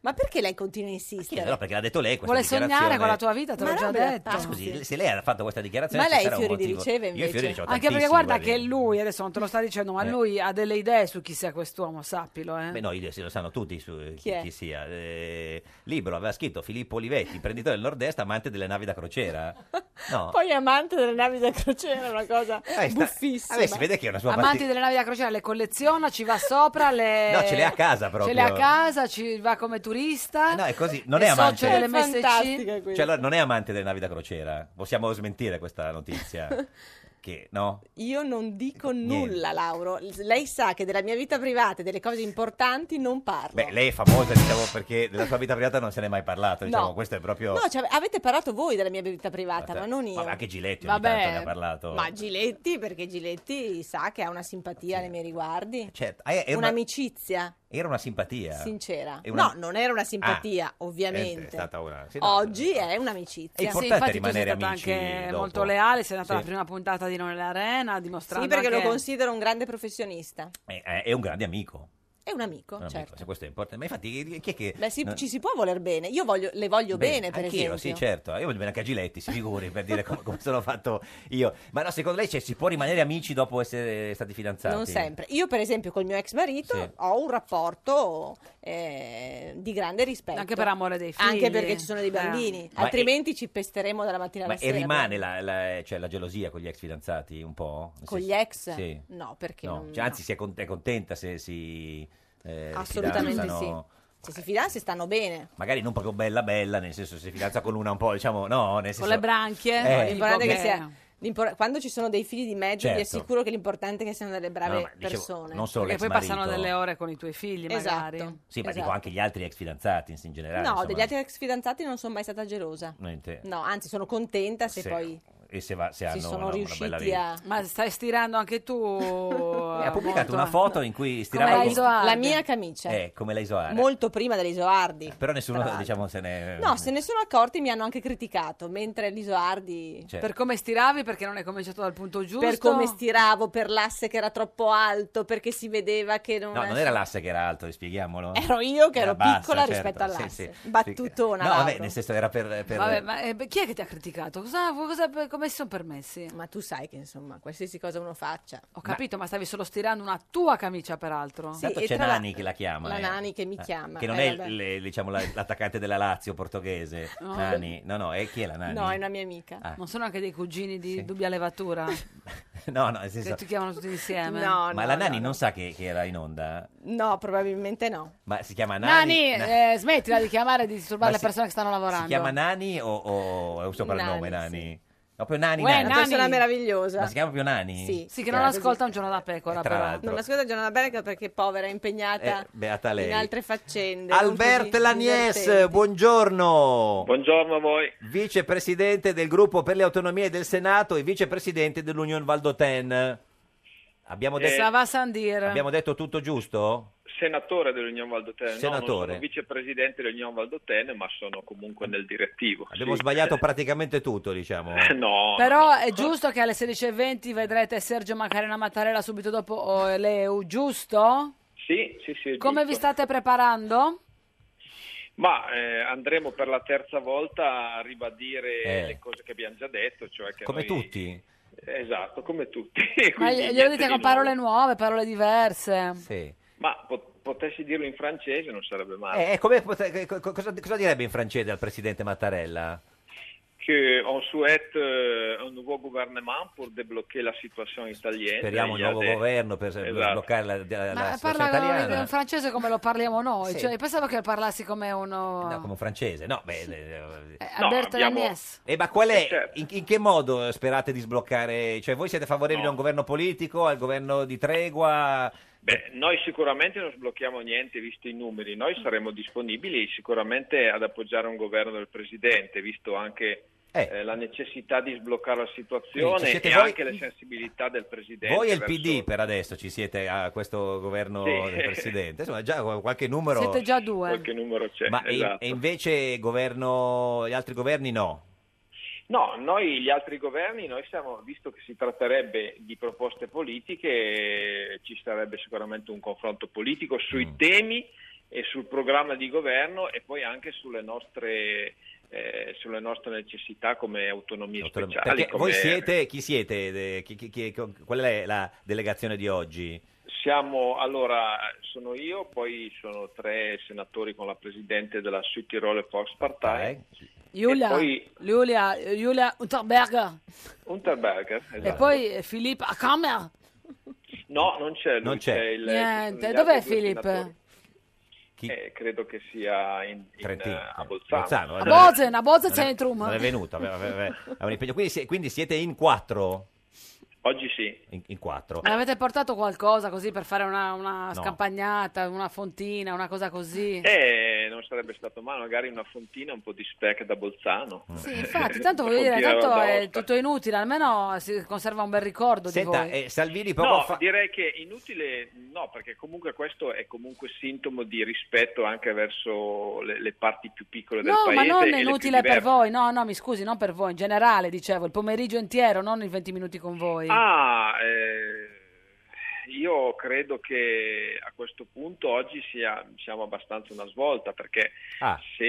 Speaker 17: Ma perché lei continua a
Speaker 2: Sì,
Speaker 17: insistere?
Speaker 2: Eh, allora, perché l'ha detto lei questa
Speaker 1: Vuole sognare
Speaker 2: dichiarazione.
Speaker 1: con la tua vita, te
Speaker 17: Ma
Speaker 1: l'ho già
Speaker 17: Robert,
Speaker 1: detto.
Speaker 17: ah,
Speaker 2: Scusi, se lei ha fatto questa dichiarazione
Speaker 1: Ma
Speaker 2: ci
Speaker 1: lei
Speaker 2: sarà
Speaker 1: i
Speaker 2: un
Speaker 1: fiori li
Speaker 2: motivo.
Speaker 1: riceve
Speaker 2: Io i fiori
Speaker 1: invece?
Speaker 2: li ricevo
Speaker 1: Anche perché
Speaker 2: tantissimi,
Speaker 1: guarda
Speaker 2: guardi.
Speaker 1: che lui, adesso non te lo sta dicendo, ma
Speaker 2: Eh.
Speaker 1: lui ha delle idee su chi sia quest'uomo, sappilo. Eh.
Speaker 2: Beh, no, io- sì, lo sanno tutti su eh,
Speaker 1: Chi
Speaker 2: chi,
Speaker 1: è?
Speaker 2: chi sia. Eh, libro aveva scritto Filippo Olivetti, imprenditore del nord-est, amante delle navi da crociera. No.
Speaker 17: Poi amante delle navi da crociera, una cosa
Speaker 2: Eh, sta-
Speaker 17: buffissima.
Speaker 2: Vabbè, si vede che è una sua
Speaker 1: Amanti
Speaker 2: partita.
Speaker 1: delle navi da crociera, le colleziona, ci va sopra, le...
Speaker 2: No, ce l'ha a casa proprio.
Speaker 1: Ce
Speaker 2: Eh,
Speaker 1: le ha a casa, ci va come turista.
Speaker 2: No, è così, non è
Speaker 1: socio
Speaker 2: amante.
Speaker 1: delle
Speaker 2: È
Speaker 1: MSC.
Speaker 2: Cioè, allora, non è amante delle navi da crociera. Possiamo smentire questa notizia. che, no?
Speaker 17: Io non dico
Speaker 2: Niente.
Speaker 17: nulla, Lauro. Lei sa che della mia vita privata e delle cose importanti non parlo.
Speaker 2: Beh, lei è famosa, diciamo, perché della sua vita privata non se n'è mai parlato. Diciamo,
Speaker 17: No.
Speaker 2: questo è proprio... cioè,
Speaker 17: No, cioè, avete parlato voi della mia vita privata, ma non io.
Speaker 2: Ma anche Giletti ogni
Speaker 17: Vabbè,
Speaker 2: tanto ne ha parlato.
Speaker 17: Ma Giletti, perché Giletti sa che ha una simpatia nei miei riguardi.
Speaker 2: Certo, eh, era una,
Speaker 17: Un'amicizia
Speaker 2: era una simpatia.
Speaker 17: sincera.
Speaker 2: È una-
Speaker 17: No, non era una simpatia,
Speaker 2: Ah,
Speaker 17: ovviamente.
Speaker 2: È stata una... sì, no,
Speaker 17: Oggi è un'amicizia.
Speaker 1: sì, infatti tu sei stata anche
Speaker 2: dopo.
Speaker 1: molto leale, sei andata
Speaker 2: Sì.
Speaker 1: alla prima puntata di Noi nell'Arena, dimostrando
Speaker 17: Sì, perché lo
Speaker 1: anche-
Speaker 17: considero un grande professionista.
Speaker 2: È, è- è un grande amico.
Speaker 17: È un amico,
Speaker 2: un amico,
Speaker 17: certo.
Speaker 2: se questo è importante. Ma infatti, chi è che...
Speaker 17: Beh, si-
Speaker 2: non-
Speaker 17: ci si può voler bene. Io voglio- le voglio bene, per
Speaker 2: anch'io,
Speaker 17: esempio.
Speaker 2: sì, certo. Io voglio bene anche a Giletti, si figuri, per dire come, come sono fatto io. Ma no, secondo lei cioè, si può rimanere amici dopo essere stati fidanzati?
Speaker 17: Non sempre. Io, per esempio, col mio ex marito
Speaker 2: certo, Sì.
Speaker 17: ho un rapporto eh, di grande rispetto.
Speaker 1: Anche per amore dei figli.
Speaker 17: Anche perché ci sono dei bambini.
Speaker 2: Eh. Ma
Speaker 17: Altrimenti ci pesteremo dalla mattina alla
Speaker 2: Ma e
Speaker 17: sera.
Speaker 2: rimane la, la- cioè, la gelosia con gli ex fidanzati un po'? Nel
Speaker 17: Con gli
Speaker 2: senso-
Speaker 17: ex?
Speaker 2: Sì.
Speaker 17: No, perché
Speaker 2: No,
Speaker 17: non-
Speaker 2: cioè, anzi,
Speaker 17: no.
Speaker 2: si è con- è contenta se si... eh,
Speaker 17: Assolutamente
Speaker 2: fidanzano.
Speaker 17: sì. Se si fidanzano, si stanno bene.
Speaker 2: Magari non proprio bella bella, nel senso si fidanza con una un po', diciamo, no, nel senso...
Speaker 17: Con le branchie?
Speaker 2: Eh.
Speaker 17: L'importante è che
Speaker 2: Eh.
Speaker 17: sia- l'impor- quando ci sono dei figli di mezzo, vi
Speaker 2: Certo.
Speaker 17: assicuro che l'importante è che siano delle brave
Speaker 2: No, ma dicevo,
Speaker 17: persone.
Speaker 2: non solo
Speaker 1: Perché
Speaker 2: l'ex
Speaker 1: poi passano
Speaker 2: marito.
Speaker 1: delle ore con i tuoi figli, magari.
Speaker 17: Esatto.
Speaker 2: Sì, ma dico
Speaker 17: Esatto.
Speaker 2: anche gli altri ex fidanzati in generale.
Speaker 17: no,
Speaker 2: insomma.
Speaker 17: degli altri ex fidanzati non sono mai stata gelosa.
Speaker 2: Niente.
Speaker 17: No, anzi, sono contenta se
Speaker 2: Se-
Speaker 17: poi
Speaker 2: E se, va- se hanno
Speaker 17: si sono
Speaker 2: una, una bella
Speaker 17: riusciti
Speaker 2: vita. Eh,
Speaker 17: a.
Speaker 1: Ma stai stirando anche tu.
Speaker 2: E ha pubblicato una foto in cui stirava
Speaker 17: Come la,
Speaker 2: con-
Speaker 17: Isoardi. La mia camicia,
Speaker 2: Eh, come la Isoara.
Speaker 17: molto prima dell'Isoardi.
Speaker 2: Però nessuno,
Speaker 17: Tra l'altro.
Speaker 2: diciamo, se ne...
Speaker 17: No, se ne sono accorti mi hanno anche criticato, mentre l'Isoardi
Speaker 2: Certo.
Speaker 1: Per come stiravi, perché non hai cominciato dal punto giusto.
Speaker 17: per come stiravo, per l'asse che era troppo alto, perché si vedeva che non,
Speaker 2: No, non era l'asse che era alto, spieghiamolo.
Speaker 17: eh, Ero io che
Speaker 2: Era
Speaker 17: ero
Speaker 2: bassa,
Speaker 17: piccola
Speaker 2: certo,
Speaker 17: rispetto
Speaker 2: sì,
Speaker 17: all'asse.
Speaker 2: sì.
Speaker 17: Battutona.
Speaker 2: No, vabbè,
Speaker 17: Lauro.
Speaker 2: nel senso era per... per-
Speaker 1: Vabbè, ma eh, beh, chi è che ti ha criticato? Cosa, cosa- come Come si sono permessi?
Speaker 17: Ma tu sai che insomma, qualsiasi cosa uno faccia.
Speaker 1: Ho capito, ma, stavi solo stirando una tua camicia, peraltro.
Speaker 2: Intanto c'è Nani che la chiama.
Speaker 17: la
Speaker 2: eh.
Speaker 17: Nani che mi
Speaker 2: Eh,
Speaker 17: chiama,
Speaker 2: Che non
Speaker 17: eh,
Speaker 2: è il-
Speaker 17: vabbè.
Speaker 2: le- diciamo, la- l'attaccante della Lazio portoghese.
Speaker 1: No.
Speaker 2: Nani. No, no, è chi è la Nani?
Speaker 1: No,
Speaker 17: è una mia amica.
Speaker 2: Ah.
Speaker 1: Non sono anche dei cugini di dubbia levatura
Speaker 2: No, no, nel
Speaker 1: che
Speaker 2: senso-
Speaker 1: ti chiamano tutti insieme?
Speaker 17: No,
Speaker 2: Esatto. ma
Speaker 17: no,
Speaker 2: la
Speaker 17: no,
Speaker 2: Nani non sa che, che era in onda?
Speaker 17: No, probabilmente no.
Speaker 2: Ma si chiama Nani?
Speaker 1: Nani,
Speaker 2: Na-
Speaker 1: eh, smettila di chiamare e di disturbare le
Speaker 2: Ma si-
Speaker 1: persone che stanno lavorando.
Speaker 2: si chiama Nani o, o è un soprannome Nani? No, proprio Nani,
Speaker 17: Uè,
Speaker 2: Nani.
Speaker 17: una persona meravigliosa.
Speaker 2: Ma si chiama più Nani?
Speaker 17: Sì,
Speaker 1: Sì, che non
Speaker 17: Eh,
Speaker 1: ascolta un giorno da pecora,
Speaker 2: Eh, tra
Speaker 1: però.
Speaker 2: l'altro.
Speaker 17: Non ascolta Giovanna Berger perché è povera, è impegnata
Speaker 2: Eh, beata lei.
Speaker 17: in altre faccende.
Speaker 2: Albert
Speaker 17: molto di-
Speaker 2: Lanies,
Speaker 17: divertenti.
Speaker 2: buongiorno.
Speaker 19: Buongiorno a voi.
Speaker 2: Vicepresidente del gruppo per le autonomie del Senato e vicepresidente dell'Union Valdoten. Abbiamo, de-
Speaker 1: Sava Sandir.
Speaker 2: abbiamo detto tutto giusto?
Speaker 20: Senatore dell'Union Valdotene, no, non
Speaker 2: Senatore.
Speaker 20: sono vicepresidente dell'Union Valdotene, ma sono comunque nel direttivo.
Speaker 2: Abbiamo
Speaker 20: Sì.
Speaker 2: sbagliato praticamente tutto, diciamo.
Speaker 20: no,
Speaker 1: Però è giusto che alle 16.20 vedrete Sergio Macarena Mattarella subito dopo oh, l'EU, giusto?
Speaker 20: Sì, sì, sì. è
Speaker 1: Come vi
Speaker 20: giusto.
Speaker 1: state preparando?
Speaker 20: Ma eh, andremo per la terza volta a ribadire
Speaker 2: Eh.
Speaker 20: le cose che abbiamo già detto, cioè che
Speaker 2: Come
Speaker 20: noi-
Speaker 2: tutti.
Speaker 20: Esatto, come tutti.
Speaker 1: Ma
Speaker 20: Quindi niente
Speaker 1: glielo dite
Speaker 20: di
Speaker 1: con
Speaker 20: nuovo.
Speaker 1: parole nuove, parole diverse.
Speaker 2: Sì.
Speaker 20: Ma po- potessi dirlo in francese non sarebbe male.
Speaker 2: Eh, come pote- co- co- cosa, cosa direbbe in francese al presidente Mattarella?
Speaker 20: que on souhaite euh, un nouveau gouvernement pour débloquer la situation italienne.
Speaker 2: Speriamo un
Speaker 20: Il y a
Speaker 2: nuovo
Speaker 20: des-
Speaker 2: governo per per
Speaker 20: Esatto.
Speaker 2: sbloccare la, la, la
Speaker 1: Ma
Speaker 2: situazione
Speaker 1: parla in
Speaker 2: italiana.
Speaker 1: francese come lo parliamo noi.
Speaker 2: Sì.
Speaker 1: Cioè, pensavo che parlassi come uno...
Speaker 2: No, come un francese, no? Beh, le-
Speaker 1: Eh, Alberto Lanies.
Speaker 2: Eh, ma qual è,
Speaker 20: certo.
Speaker 2: in, in che modo sperate di sbloccare? Cioè, voi siete favorevoli a un governo politico, al governo di tregua?
Speaker 20: Beh, noi sicuramente non sblocchiamo niente visto i numeri, noi saremo disponibili sicuramente ad appoggiare un governo del Presidente, visto anche eh, la necessità di sbloccare la
Speaker 2: Quindi ci
Speaker 20: situazione
Speaker 2: siete
Speaker 20: e
Speaker 2: voi-
Speaker 20: anche le sensibilità del Presidente.
Speaker 2: voi e il
Speaker 20: verso-
Speaker 2: PD per adesso ci siete a questo governo
Speaker 20: Sì.
Speaker 2: del Presidente? Insomma, già qualche numero...
Speaker 1: Siete già due.
Speaker 20: Che numero c'è?
Speaker 2: Ma eh, e-
Speaker 20: Esatto.
Speaker 2: e invece governo, gli altri governi no?
Speaker 20: No, noi gli altri governi, noi siamo, visto che si tratterebbe di proposte politiche, eh, ci sarebbe sicuramente un confronto politico sui
Speaker 2: Mm.
Speaker 20: temi e sul programma di governo e poi anche sulle nostre, eh, sulle nostre necessità come autonomie speciali.
Speaker 2: Perché
Speaker 20: Cioè, come-
Speaker 2: voi siete, chi siete? De- chi- chi- chi- qual è la delegazione di oggi?
Speaker 20: Siamo, allora, sono io, poi sono tre senatori con la presidente della Südtiroler Volkspartei,
Speaker 2: Eh,
Speaker 1: Giulia,
Speaker 20: E poi-
Speaker 1: Giulia, Giulia Unterberger.
Speaker 20: Unterberger.
Speaker 1: E
Speaker 20: esatto.
Speaker 1: poi Filippo Ackamer.
Speaker 20: No, non c'è lui,
Speaker 2: Non c'è.
Speaker 20: il... ci sono
Speaker 1: Niente,
Speaker 20: gli
Speaker 1: dov'è
Speaker 20: altri due
Speaker 1: Filippo?
Speaker 20: senatori. Eh, credo che sia in, in, eh, a Bolzano.
Speaker 2: Bolzano,
Speaker 1: A
Speaker 2: vabbè.
Speaker 1: Bozen, a Bozen
Speaker 2: Non è-
Speaker 1: Centrum.
Speaker 2: Non è venuto, aveva, aveva- aveva un impegno. Quindi, si- quindi siete in quattro?
Speaker 20: Oggi sì.
Speaker 2: In, in quattro.
Speaker 1: Ma avete portato qualcosa così per fare una, una
Speaker 2: No.
Speaker 1: scampagnata, una fontina, una cosa così?
Speaker 20: Eh, non sarebbe stato male, magari una fontina, un po' di spec da Bolzano. Eh.
Speaker 1: Sì, infatti, tanto voglio
Speaker 20: Fontina
Speaker 1: dire, tanto
Speaker 20: da
Speaker 1: è
Speaker 20: Osta.
Speaker 1: tutto inutile, almeno si conserva un bel ricordo di voi.
Speaker 2: eh, Salvini
Speaker 20: no, direi che inutile no, perché comunque questo è comunque sintomo di rispetto anche verso le, le parti più piccole del
Speaker 1: No, ma
Speaker 20: paese.
Speaker 1: non
Speaker 20: e le più
Speaker 1: inutile per
Speaker 20: diverse.
Speaker 1: voi, no, no, mi scusi, non per voi, in generale, dicevo, il pomeriggio intero, non i 20 minuti con voi.
Speaker 20: Ah, eh, io credo che a questo punto oggi sia, siamo abbastanza una svolta perché
Speaker 2: Ah.
Speaker 20: se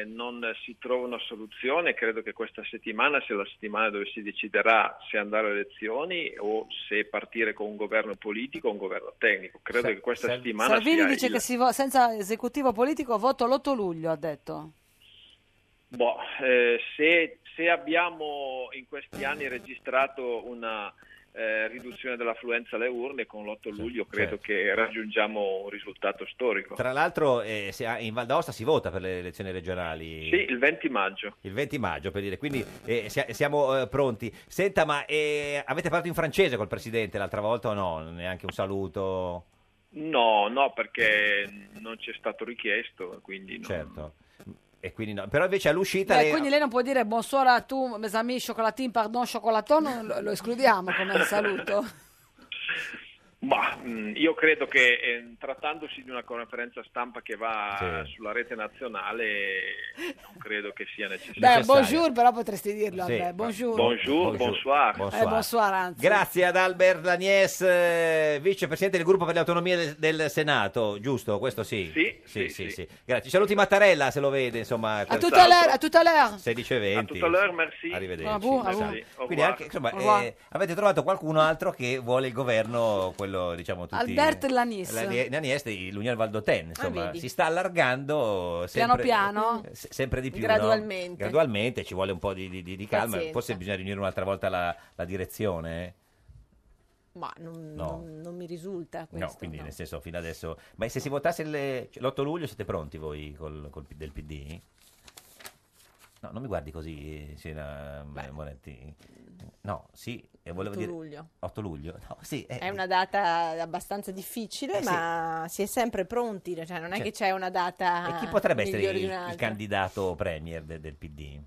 Speaker 20: eh, non si trova una soluzione credo che questa settimana sia la settimana dove si deciderà se andare alle elezioni o se partire con un governo politico o un governo tecnico. Credo
Speaker 2: Sa-
Speaker 20: che questa
Speaker 2: Sal-
Speaker 20: settimana
Speaker 1: Salvini
Speaker 20: sia
Speaker 1: dice
Speaker 20: il-
Speaker 1: che si vo- senza esecutivo politico voto l'8 luglio, ha detto.
Speaker 20: Boh, eh, se, se abbiamo in questi anni registrato una eh, riduzione dell'affluenza alle urne, con l'8 luglio credo
Speaker 2: certo.
Speaker 20: che raggiungiamo un risultato storico.
Speaker 2: Tra l'altro, eh, se- ah, in Val d'Aosta si vota per le elezioni regionali.
Speaker 20: Sì, il 20 maggio.
Speaker 2: Il 20 maggio per dire, quindi eh, sia- siamo eh, pronti. Senta, ma eh, avete parlato in francese col presidente l'altra volta o no? Neanche un saluto?
Speaker 20: No, no, perché non c'è stato richiesto, quindi no.
Speaker 2: Certo. E quindi no. Però invece all'uscita.
Speaker 1: Beh,
Speaker 2: lei-
Speaker 1: Eh, quindi lei non può dire bonsoir a tu, mes amis, chocolatin, pardon, chocolaton, lo, lo escludiamo come saluto.
Speaker 20: Ma mh, mm, io credo che eh, trattandosi di una conferenza stampa che va sulla rete nazionale, non credo che sia necessario.
Speaker 1: Beh, bonjour, però potresti dirlo.
Speaker 2: Sì,
Speaker 1: vabbè, bonjour.
Speaker 2: Bonjour, bonsoir.
Speaker 1: Eh, bonsoir, anzi.
Speaker 2: Grazie ad Albert Lagnies, eh, vicepresidente del gruppo per le autonomie del, del Senato, giusto? Questo sì. Sì, sì, sì. Grazie. Ci Saluti Mattarella se lo vede, insomma.
Speaker 1: A tutta l'era, a tutta l'era.
Speaker 2: 16 e 20.
Speaker 20: Tutto l'heure, merci.
Speaker 2: Arrivederci.
Speaker 1: Ah, buh, ah, buh.
Speaker 2: Esatto.
Speaker 1: Sì, au
Speaker 2: Quindi
Speaker 1: revoir.
Speaker 2: anche, insomma,
Speaker 1: Au revoir.
Speaker 2: eh, avete trovato qualcun altro che vuole il governo, quello diciamo tutti...
Speaker 1: Albert Lanies.
Speaker 2: Lani- Lanies di- l'Unione Valdotene, insomma,
Speaker 1: vedi.
Speaker 2: si sta allargando sempre,
Speaker 1: piano?
Speaker 2: eh, se- sempre di più. no?
Speaker 1: Gradualmente.
Speaker 2: Gradualmente, ci vuole un po' di, di- di- di calma,
Speaker 17: Pazienza.
Speaker 2: forse bisogna riunire un'altra volta la, la direzione. eh?
Speaker 17: Ma non,
Speaker 2: No.
Speaker 17: non- non mi risulta questo.
Speaker 2: no, quindi nel senso fino adesso... Ma se si votasse il- cioè, l'8 luglio siete pronti voi col, col P- del PD? No, non mi guardi così, Sina Moretti. No, sì, e volevo
Speaker 17: 8
Speaker 2: dire...
Speaker 17: luglio.
Speaker 2: 8 luglio? No, sì, eh,
Speaker 17: È una data abbastanza difficile,
Speaker 2: Eh, sì.
Speaker 17: ma si è sempre pronti, cioè non è
Speaker 2: Cioè,
Speaker 17: che c'è una data
Speaker 2: E chi potrebbe essere
Speaker 17: migliore
Speaker 2: il,
Speaker 17: di
Speaker 2: il
Speaker 17: un'altra.
Speaker 2: candidato premier de- del PD?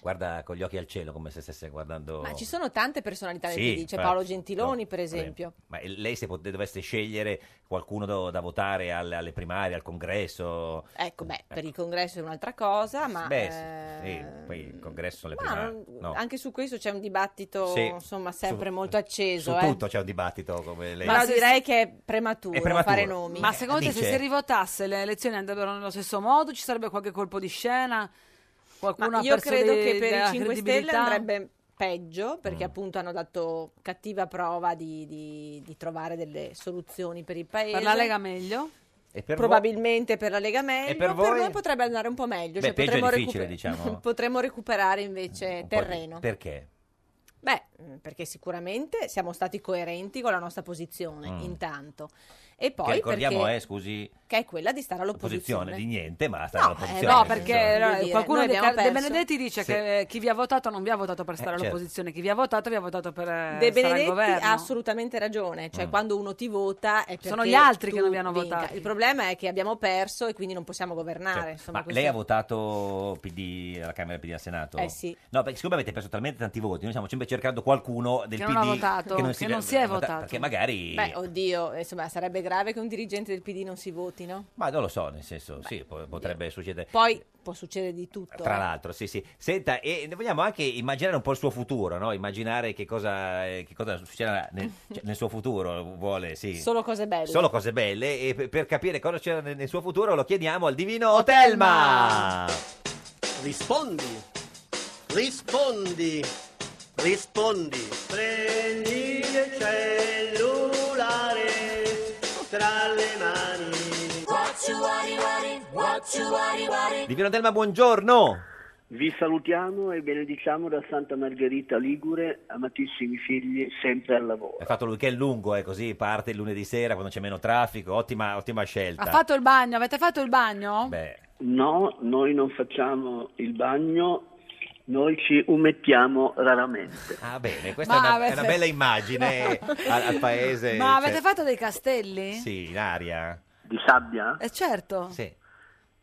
Speaker 2: Guarda con gli occhi al cielo come se stesse guardando...
Speaker 17: Eh. Ma ci sono tante personalità nel
Speaker 2: Sì,
Speaker 17: PD, c'è
Speaker 2: infatti.
Speaker 17: Paolo Gentiloni per esempio.
Speaker 2: Ma e- lei se pot- dovesse scegliere qualcuno do- da votare al- alle primarie, al congresso...
Speaker 17: Ecco, beh, per il congresso è un'altra cosa, ma,
Speaker 2: Eh. Beh,
Speaker 17: eh,
Speaker 2: sì, sì, poi il congresso sono le
Speaker 17: ma
Speaker 2: primarie...
Speaker 17: non-
Speaker 2: no.
Speaker 17: anche su questo c'è un dibattito
Speaker 2: Sì.
Speaker 17: insomma sempre
Speaker 2: Su-
Speaker 17: molto acceso.
Speaker 2: Su
Speaker 17: eh.
Speaker 2: tutto c'è un dibattito come lei...
Speaker 17: Però direi che è prematuro,
Speaker 2: È prematuro.
Speaker 17: fare nomi.
Speaker 1: Ma secondo te se
Speaker 2: Dice-
Speaker 1: si rivotasse le elezioni andrebbero nello stesso modo? Ci sarebbe qualche colpo di scena? Qualcuno
Speaker 17: Ma
Speaker 1: ha
Speaker 17: io
Speaker 1: perso
Speaker 17: credo
Speaker 1: di-
Speaker 17: che per i
Speaker 1: della
Speaker 17: 5 Stelle
Speaker 1: credibilità?
Speaker 17: andrebbe peggio perché
Speaker 2: Mm.
Speaker 17: appunto hanno dato cattiva prova di, di- di trovare delle soluzioni per il paese.
Speaker 1: Per la Lega meglio?
Speaker 2: E per voi?
Speaker 17: Probabilmente per la Lega meglio,
Speaker 2: E per voi?
Speaker 17: noi potrebbe andare un po' meglio,
Speaker 2: Beh,
Speaker 17: cioè
Speaker 2: peggio è
Speaker 17: potremmo,
Speaker 2: difficile, diciamo.
Speaker 17: potremmo recuperare invece terreno.
Speaker 2: Perché?
Speaker 17: Beh, mh, perché sicuramente siamo stati coerenti con la nostra posizione,
Speaker 2: Mm.
Speaker 17: intanto. E
Speaker 2: che
Speaker 17: poi
Speaker 2: ricordiamo
Speaker 17: perché,
Speaker 2: è, scusi,
Speaker 17: che è quella di stare all'opposizione.
Speaker 2: posizione di niente, ma sta
Speaker 17: No,
Speaker 2: all'opposizione.
Speaker 1: No,
Speaker 2: nel
Speaker 1: perché
Speaker 2: senso-
Speaker 1: allora,
Speaker 17: dire,
Speaker 1: qualcuno
Speaker 17: noi
Speaker 1: dei,
Speaker 17: abbiamo
Speaker 1: Car- De
Speaker 17: perso.
Speaker 1: Benedetti dice
Speaker 2: Esatto. Sì.
Speaker 1: che eh, chi vi ha votato non vi ha votato per stare
Speaker 2: Eh, certo.
Speaker 1: all'opposizione, chi vi ha votato vi ha votato per
Speaker 17: De
Speaker 1: eh, stare al
Speaker 17: Benedetti
Speaker 1: governo.
Speaker 17: ha assolutamente ragione, cioè
Speaker 1: Mm.
Speaker 17: quando uno ti vota è perché
Speaker 1: Sono gli altri
Speaker 17: tu
Speaker 1: che non vi hanno
Speaker 17: vinca.
Speaker 1: votati.
Speaker 17: Il problema è che abbiamo perso e quindi non possiamo governare.
Speaker 2: Certo.
Speaker 17: insomma,
Speaker 2: Ma
Speaker 17: questo
Speaker 2: lei
Speaker 17: è-
Speaker 2: ha votato PD alla Camera e PD al Senato?
Speaker 17: Eh sì.
Speaker 2: No, perché siccome avete perso talmente tanti voti, noi stiamo sempre cercando qualcuno del
Speaker 17: Che
Speaker 2: PD
Speaker 17: non ha votato, che non si è votato.
Speaker 2: Perché magari...
Speaker 17: Beh, oddio, insomma, sarebbe grave che un dirigente del PD non si voti, no?
Speaker 2: Ma non lo so, nel senso, sì, po- potrebbe succedere.
Speaker 17: Poi può succedere di tutto.
Speaker 2: Tra
Speaker 17: eh.
Speaker 2: l'altro, sì, sì. Senta, e ne vogliamo anche immaginare un po' il suo futuro, no? Immaginare che cosa, eh, che cosa succederà nel, cioè, nel suo futuro, vuole, sì.
Speaker 17: Solo cose belle.
Speaker 2: Solo cose belle e per- per capire cosa c'era nel, nel suo futuro lo chiediamo al divino Otelma.
Speaker 21: Rispondi, rispondi, rispondi. Prendi il cellulare tra le mani.
Speaker 5: What you worry, worry, what you worry, worry.
Speaker 2: Divino Otelma, buongiorno.
Speaker 22: Vi salutiamo e benediciamo da Santa Margherita Ligure, amatissimi figli, sempre al lavoro.
Speaker 2: Ha fatto il weekend lungo, è così, parte il lunedì sera quando c'è meno traffico, ottima, ottima scelta.
Speaker 1: Ha fatto il bagno? Avete fatto il bagno?
Speaker 2: Beh,
Speaker 22: No, noi non facciamo il bagno, noi ci umettiamo raramente.
Speaker 2: Ah, bene, questa
Speaker 1: Ma
Speaker 2: è una,
Speaker 1: avete-
Speaker 2: è una bella immagine al, al paese.
Speaker 1: Ma avete
Speaker 2: cioè,
Speaker 1: fatto dei castelli?
Speaker 2: Sì, in aria.
Speaker 22: Di sabbia?
Speaker 1: Eh certo.
Speaker 2: Sì.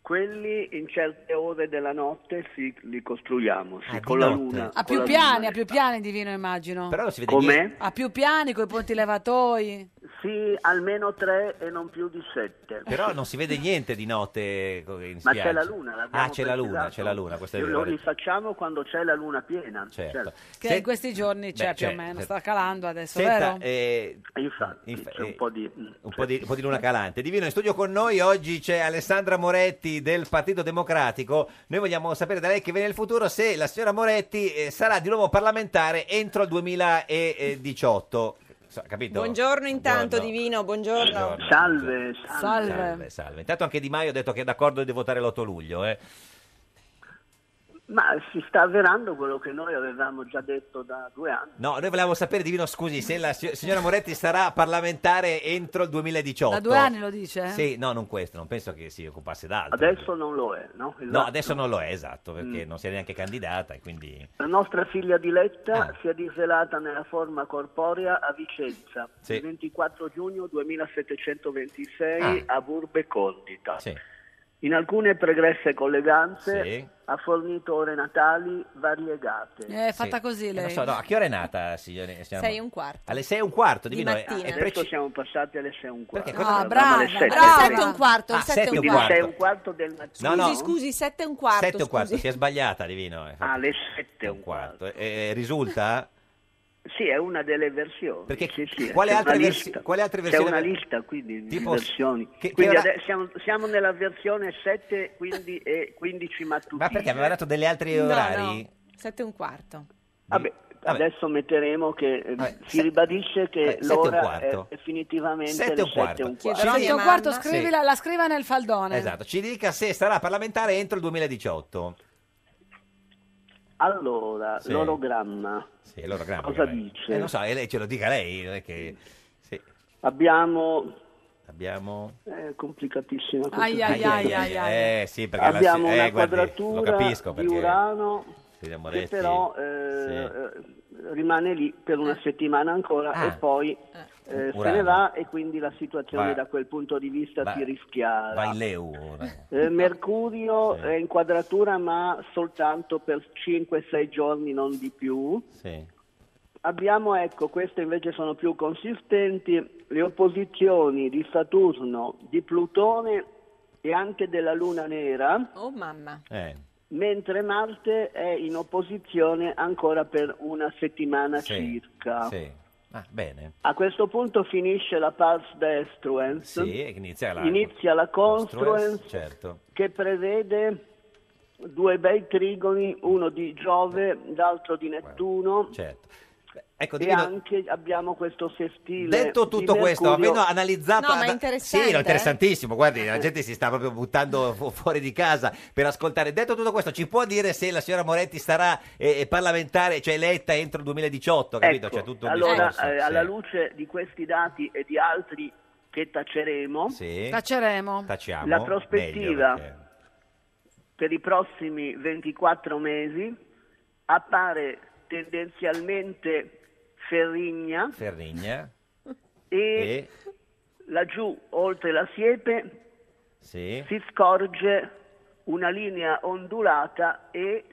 Speaker 22: Quelli in certe ore della notte si, li costruiamo, sì,
Speaker 2: Ah, di
Speaker 22: con la
Speaker 2: notte.
Speaker 22: luna.
Speaker 1: A
Speaker 22: con
Speaker 1: più
Speaker 22: la
Speaker 1: piani, a più piani divino immagino.
Speaker 22: Però non si vede Com'è?
Speaker 1: come?
Speaker 22: niente.
Speaker 1: A più piani con i ponti levatoi.
Speaker 22: luna. Sì, almeno tre e non più di sette.
Speaker 2: Però non si vede niente di notte co- in
Speaker 22: Ma
Speaker 2: spiaggia.
Speaker 22: c'è la luna, l'abbiamo
Speaker 2: Ah, c'è la luna,
Speaker 22: precisato.
Speaker 2: c'è la luna, questo è
Speaker 22: Lo
Speaker 2: vero.
Speaker 22: rifacciamo quando c'è la luna piena.
Speaker 2: Certo.
Speaker 1: Che in questi giorni c'è
Speaker 2: Beh,
Speaker 1: più o
Speaker 2: c'è,
Speaker 1: meno,
Speaker 2: certo.
Speaker 1: sta calando adesso,
Speaker 2: Senta,
Speaker 1: vero?
Speaker 2: eh, inf- eh, un po'
Speaker 22: di...
Speaker 2: un po' di luna calante. Divino, in studio con noi oggi c'è Alessandra Moretti del Partito Democratico. Noi vogliamo sapere da lei che viene il futuro se la signora Moretti eh, sarà di nuovo parlamentare entro il 2018. So- Capito?
Speaker 17: Buongiorno intanto,
Speaker 2: Buongiorno.
Speaker 17: Divino, buongiorno.
Speaker 2: Buongiorno.
Speaker 22: Salve,
Speaker 17: Salve.
Speaker 2: salve, salve. Intanto anche Di Maio ha detto che è d'accordo di votare l'8 luglio. eh.
Speaker 22: Ma si sta avverando quello che noi avevamo già detto da due anni.
Speaker 2: No, noi volevamo sapere, Divino, scusi, se la si- signora Moretti sarà parlamentare entro il 2018.
Speaker 1: Da due anni lo dice? eh?
Speaker 2: Sì, no, non questo, non penso che si occupasse d'altro.
Speaker 22: Adesso non lo è, no? Esatto. Mm.
Speaker 2: No, adesso non lo è, esatto, perché non si è neanche candidata e quindi...
Speaker 22: La nostra figlia Diletta
Speaker 2: Ah.
Speaker 22: si è disvelata nella forma corporea a Vicenza
Speaker 2: Sì. Ah.
Speaker 22: il 24 giugno 2726 a Burbe Condita. In alcune pregresse colleganze
Speaker 2: Sì.
Speaker 22: ha fornito ore natali variegate.
Speaker 1: È fatta
Speaker 2: Sì.
Speaker 1: così
Speaker 2: Eh, non
Speaker 1: lei.
Speaker 2: so, no, a che ora è nata, signore? Siamo-
Speaker 1: Sei e un quarto.
Speaker 2: Alle 6 e un quarto,
Speaker 22: Di
Speaker 2: divino. eh, ah, è-
Speaker 22: mattina.
Speaker 2: È,
Speaker 22: Adesso
Speaker 2: preci-
Speaker 22: siamo passati alle 6 e un quarto.
Speaker 2: cosa- Ah,
Speaker 22: Eravamo alle
Speaker 2: brava, brava.
Speaker 22: sette.
Speaker 2: Alle
Speaker 22: sette
Speaker 2: sette e un quarto, Ah, alle sette e sette un e un quarto.
Speaker 22: Alle sei e un quarto del mattino.
Speaker 2: No, no.
Speaker 17: Scusi, scusi, sette e un quarto.
Speaker 2: 7 e un quarto,
Speaker 17: scusi.
Speaker 2: si è sbagliata, divino. eh,
Speaker 22: Alle 7
Speaker 2: e un quarto. Eh, eh, risulta?
Speaker 22: Sì, è una delle versioni.
Speaker 2: Perché
Speaker 22: sì, sì,
Speaker 2: quale
Speaker 22: c'è
Speaker 2: altre
Speaker 22: una
Speaker 2: versi-
Speaker 22: lista.
Speaker 2: quali altre versioni
Speaker 22: C'è una
Speaker 2: ave-
Speaker 22: lista quindi di
Speaker 2: Tipo-
Speaker 22: versioni.
Speaker 2: che- che
Speaker 22: Quindi
Speaker 2: ora-
Speaker 22: adesso siamo, siamo nella versione 7 quindi, e 15 mattutine.
Speaker 2: Ma perché aveva dato degli altri
Speaker 22: No,
Speaker 2: orari?
Speaker 17: Sette e un quarto.
Speaker 22: Vabbè, adesso metteremo che eh, si ribadisce che
Speaker 2: sette e un
Speaker 22: l'ora è
Speaker 2: quarto.
Speaker 22: definitivamente
Speaker 2: Sette e
Speaker 22: le
Speaker 2: un quarto.
Speaker 22: 7 e un
Speaker 2: Chiedi
Speaker 22: quarto.
Speaker 2: Però-
Speaker 1: Sette e un
Speaker 2: mia
Speaker 1: quarto,
Speaker 2: mamma.
Speaker 1: scrivila, la scriva nel faldone.
Speaker 2: Esatto, ci dica se sarà parlamentare entro il 2018.
Speaker 22: Allora,
Speaker 2: Sì.
Speaker 22: l'orogramma.
Speaker 2: Sì, allora grande.
Speaker 22: Cosa
Speaker 2: ormai.
Speaker 22: dice?
Speaker 2: Eh, non so, eh, lei ce lo dica lei, non è che... Sì,
Speaker 22: Abbiamo...
Speaker 2: abbiamo...
Speaker 22: È complicatissima questa
Speaker 1: Ai, ai, ai, ai, ai.
Speaker 2: Eh, sì, perché la-
Speaker 22: Abbiamo
Speaker 2: eh,
Speaker 22: una
Speaker 2: guardi, lo
Speaker 22: quadratura
Speaker 2: capisco
Speaker 22: di
Speaker 2: perché...
Speaker 22: Urano
Speaker 2: Sì,
Speaker 22: che
Speaker 2: Amoretti.
Speaker 22: però eh, eh, rimane lì per una settimana ancora
Speaker 2: Ah.
Speaker 22: e poi eh, se ne
Speaker 2: Urano.
Speaker 22: va e quindi la situazione
Speaker 2: Va-
Speaker 22: da quel punto di vista
Speaker 2: va-
Speaker 22: si rischiara.
Speaker 2: Vai Leu. ora.
Speaker 22: Eh, Mercurio è in quadratura ma soltanto per 5-6 giorni, non di più.
Speaker 2: Sì.
Speaker 22: Abbiamo, ecco, queste invece sono più consistenti, le opposizioni di Saturno, di Plutone e anche della Luna Nera,
Speaker 17: Oh mamma.
Speaker 2: Eh,
Speaker 22: mentre Marte è in opposizione ancora per una settimana
Speaker 2: Sì,
Speaker 22: circa.
Speaker 2: sì. Ah, bene.
Speaker 22: A questo punto finisce la pars destruens,
Speaker 2: Sì, inizia la...
Speaker 22: inizia la construens,
Speaker 2: Certo.
Speaker 22: che prevede due bei trigoni, uno di Giove, l'altro di Nettuno.
Speaker 2: Certo. Ecco,
Speaker 22: e
Speaker 2: Divino,
Speaker 22: anche abbiamo questo sestile.
Speaker 2: detto
Speaker 22: di
Speaker 2: tutto questo,
Speaker 22: Mercurio.
Speaker 2: almeno analizzato...
Speaker 22: No, ma è
Speaker 2: ana-
Speaker 22: interessante,
Speaker 2: Sì, no,
Speaker 22: eh?
Speaker 2: interessantissimo, guardi, la gente si sta proprio buttando fu- fuori di casa per ascoltare. Detto tutto questo, ci può dire se la signora Moretti sarà eh, parlamentare, cioè eletta entro il 2018, capito?
Speaker 22: Ecco,
Speaker 2: C'è tutto un
Speaker 22: allora,
Speaker 2: discorso,
Speaker 22: eh,
Speaker 2: sì.
Speaker 22: alla luce di questi dati e di altri che taceremo,
Speaker 2: Sì.
Speaker 1: Taceremo.
Speaker 2: Tacciamo.
Speaker 22: la prospettiva
Speaker 2: meglio, perché-
Speaker 22: per i prossimi 24 mesi appare tendenzialmente ferrigna
Speaker 2: Ferrigna.
Speaker 22: e,
Speaker 2: E...
Speaker 22: laggiù oltre la siepe
Speaker 2: Sì.
Speaker 22: si scorge una linea ondulata e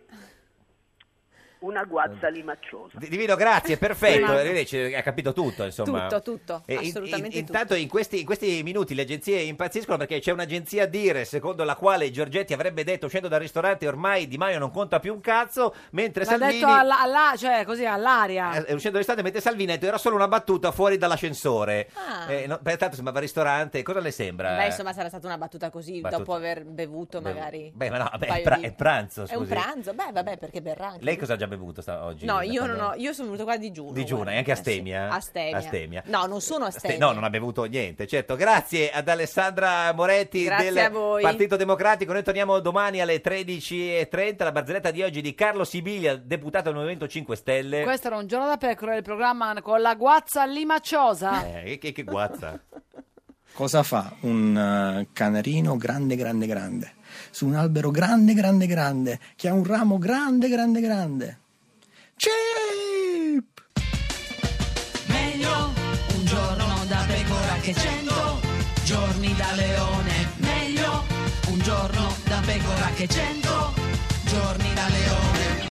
Speaker 22: una guazza limacciosa.
Speaker 2: Di- Divino, grazie, perfetto.
Speaker 22: Prima.
Speaker 2: Invece ha capito tutto, insomma.
Speaker 22: Tutto, tutto,
Speaker 2: E in- in-
Speaker 22: assolutamente
Speaker 2: intanto in questi, in questi minuti le agenzie impazziscono perché c'è un'agenzia a dire secondo la quale Giorgetti avrebbe detto uscendo dal ristorante ormai Di Maio non conta più un cazzo, mentre
Speaker 1: L'ha
Speaker 2: Salvini...
Speaker 1: detto alla, alla- cioè, così all'aria.
Speaker 2: eh, uscendo dal ristorante mentre Salvini ha detto era solo una battuta fuori dall'ascensore.
Speaker 17: Ah.
Speaker 2: Eh, no, per tanto insomma va al ristorante, cosa le sembra?
Speaker 17: Beh, insomma, sarà stata una battuta così
Speaker 2: Eh. Battuta.
Speaker 17: dopo aver bevuto
Speaker 2: Beh,
Speaker 17: magari.
Speaker 2: Beh, ma no,
Speaker 17: un
Speaker 2: beh, è,
Speaker 17: paio
Speaker 2: pra-
Speaker 17: di-
Speaker 2: è pranzo,
Speaker 17: È un
Speaker 2: scusi.
Speaker 17: pranzo? Beh, vabbè, perché berrà anche.
Speaker 2: Lei
Speaker 17: lui.
Speaker 2: cosa ha già bevuto sta- oggi?
Speaker 17: No, io
Speaker 2: Quando-
Speaker 17: non ho, io sono venuta qua a digiuno.
Speaker 2: Digiuna
Speaker 17: guarda.
Speaker 2: e anche astemia?
Speaker 17: Astemia.
Speaker 2: Astemia.
Speaker 17: No, non sono astemia.
Speaker 2: Ste- No, non ha bevuto niente, certo. Grazie ad Alessandra Moretti
Speaker 17: Grazie a
Speaker 2: del
Speaker 17: voi.
Speaker 2: Partito Democratico. Noi torniamo domani alle 13.30. La barzelletta di oggi di Carlo Sibiglia, deputato del Movimento 5 Stelle.
Speaker 1: Questo era un giorno da pecora, il programma con la guazza limacciosa.
Speaker 2: Eh, che, che guazza.
Speaker 3: Cosa fa un eh, canarino grande, grande, grande? Su un albero grande, grande, grande, che ha un ramo grande, grande, grande. Cip!
Speaker 4: Meglio un giorno da pecora che cento giorni da leone. Meglio un giorno da pecora che cento giorni da leone.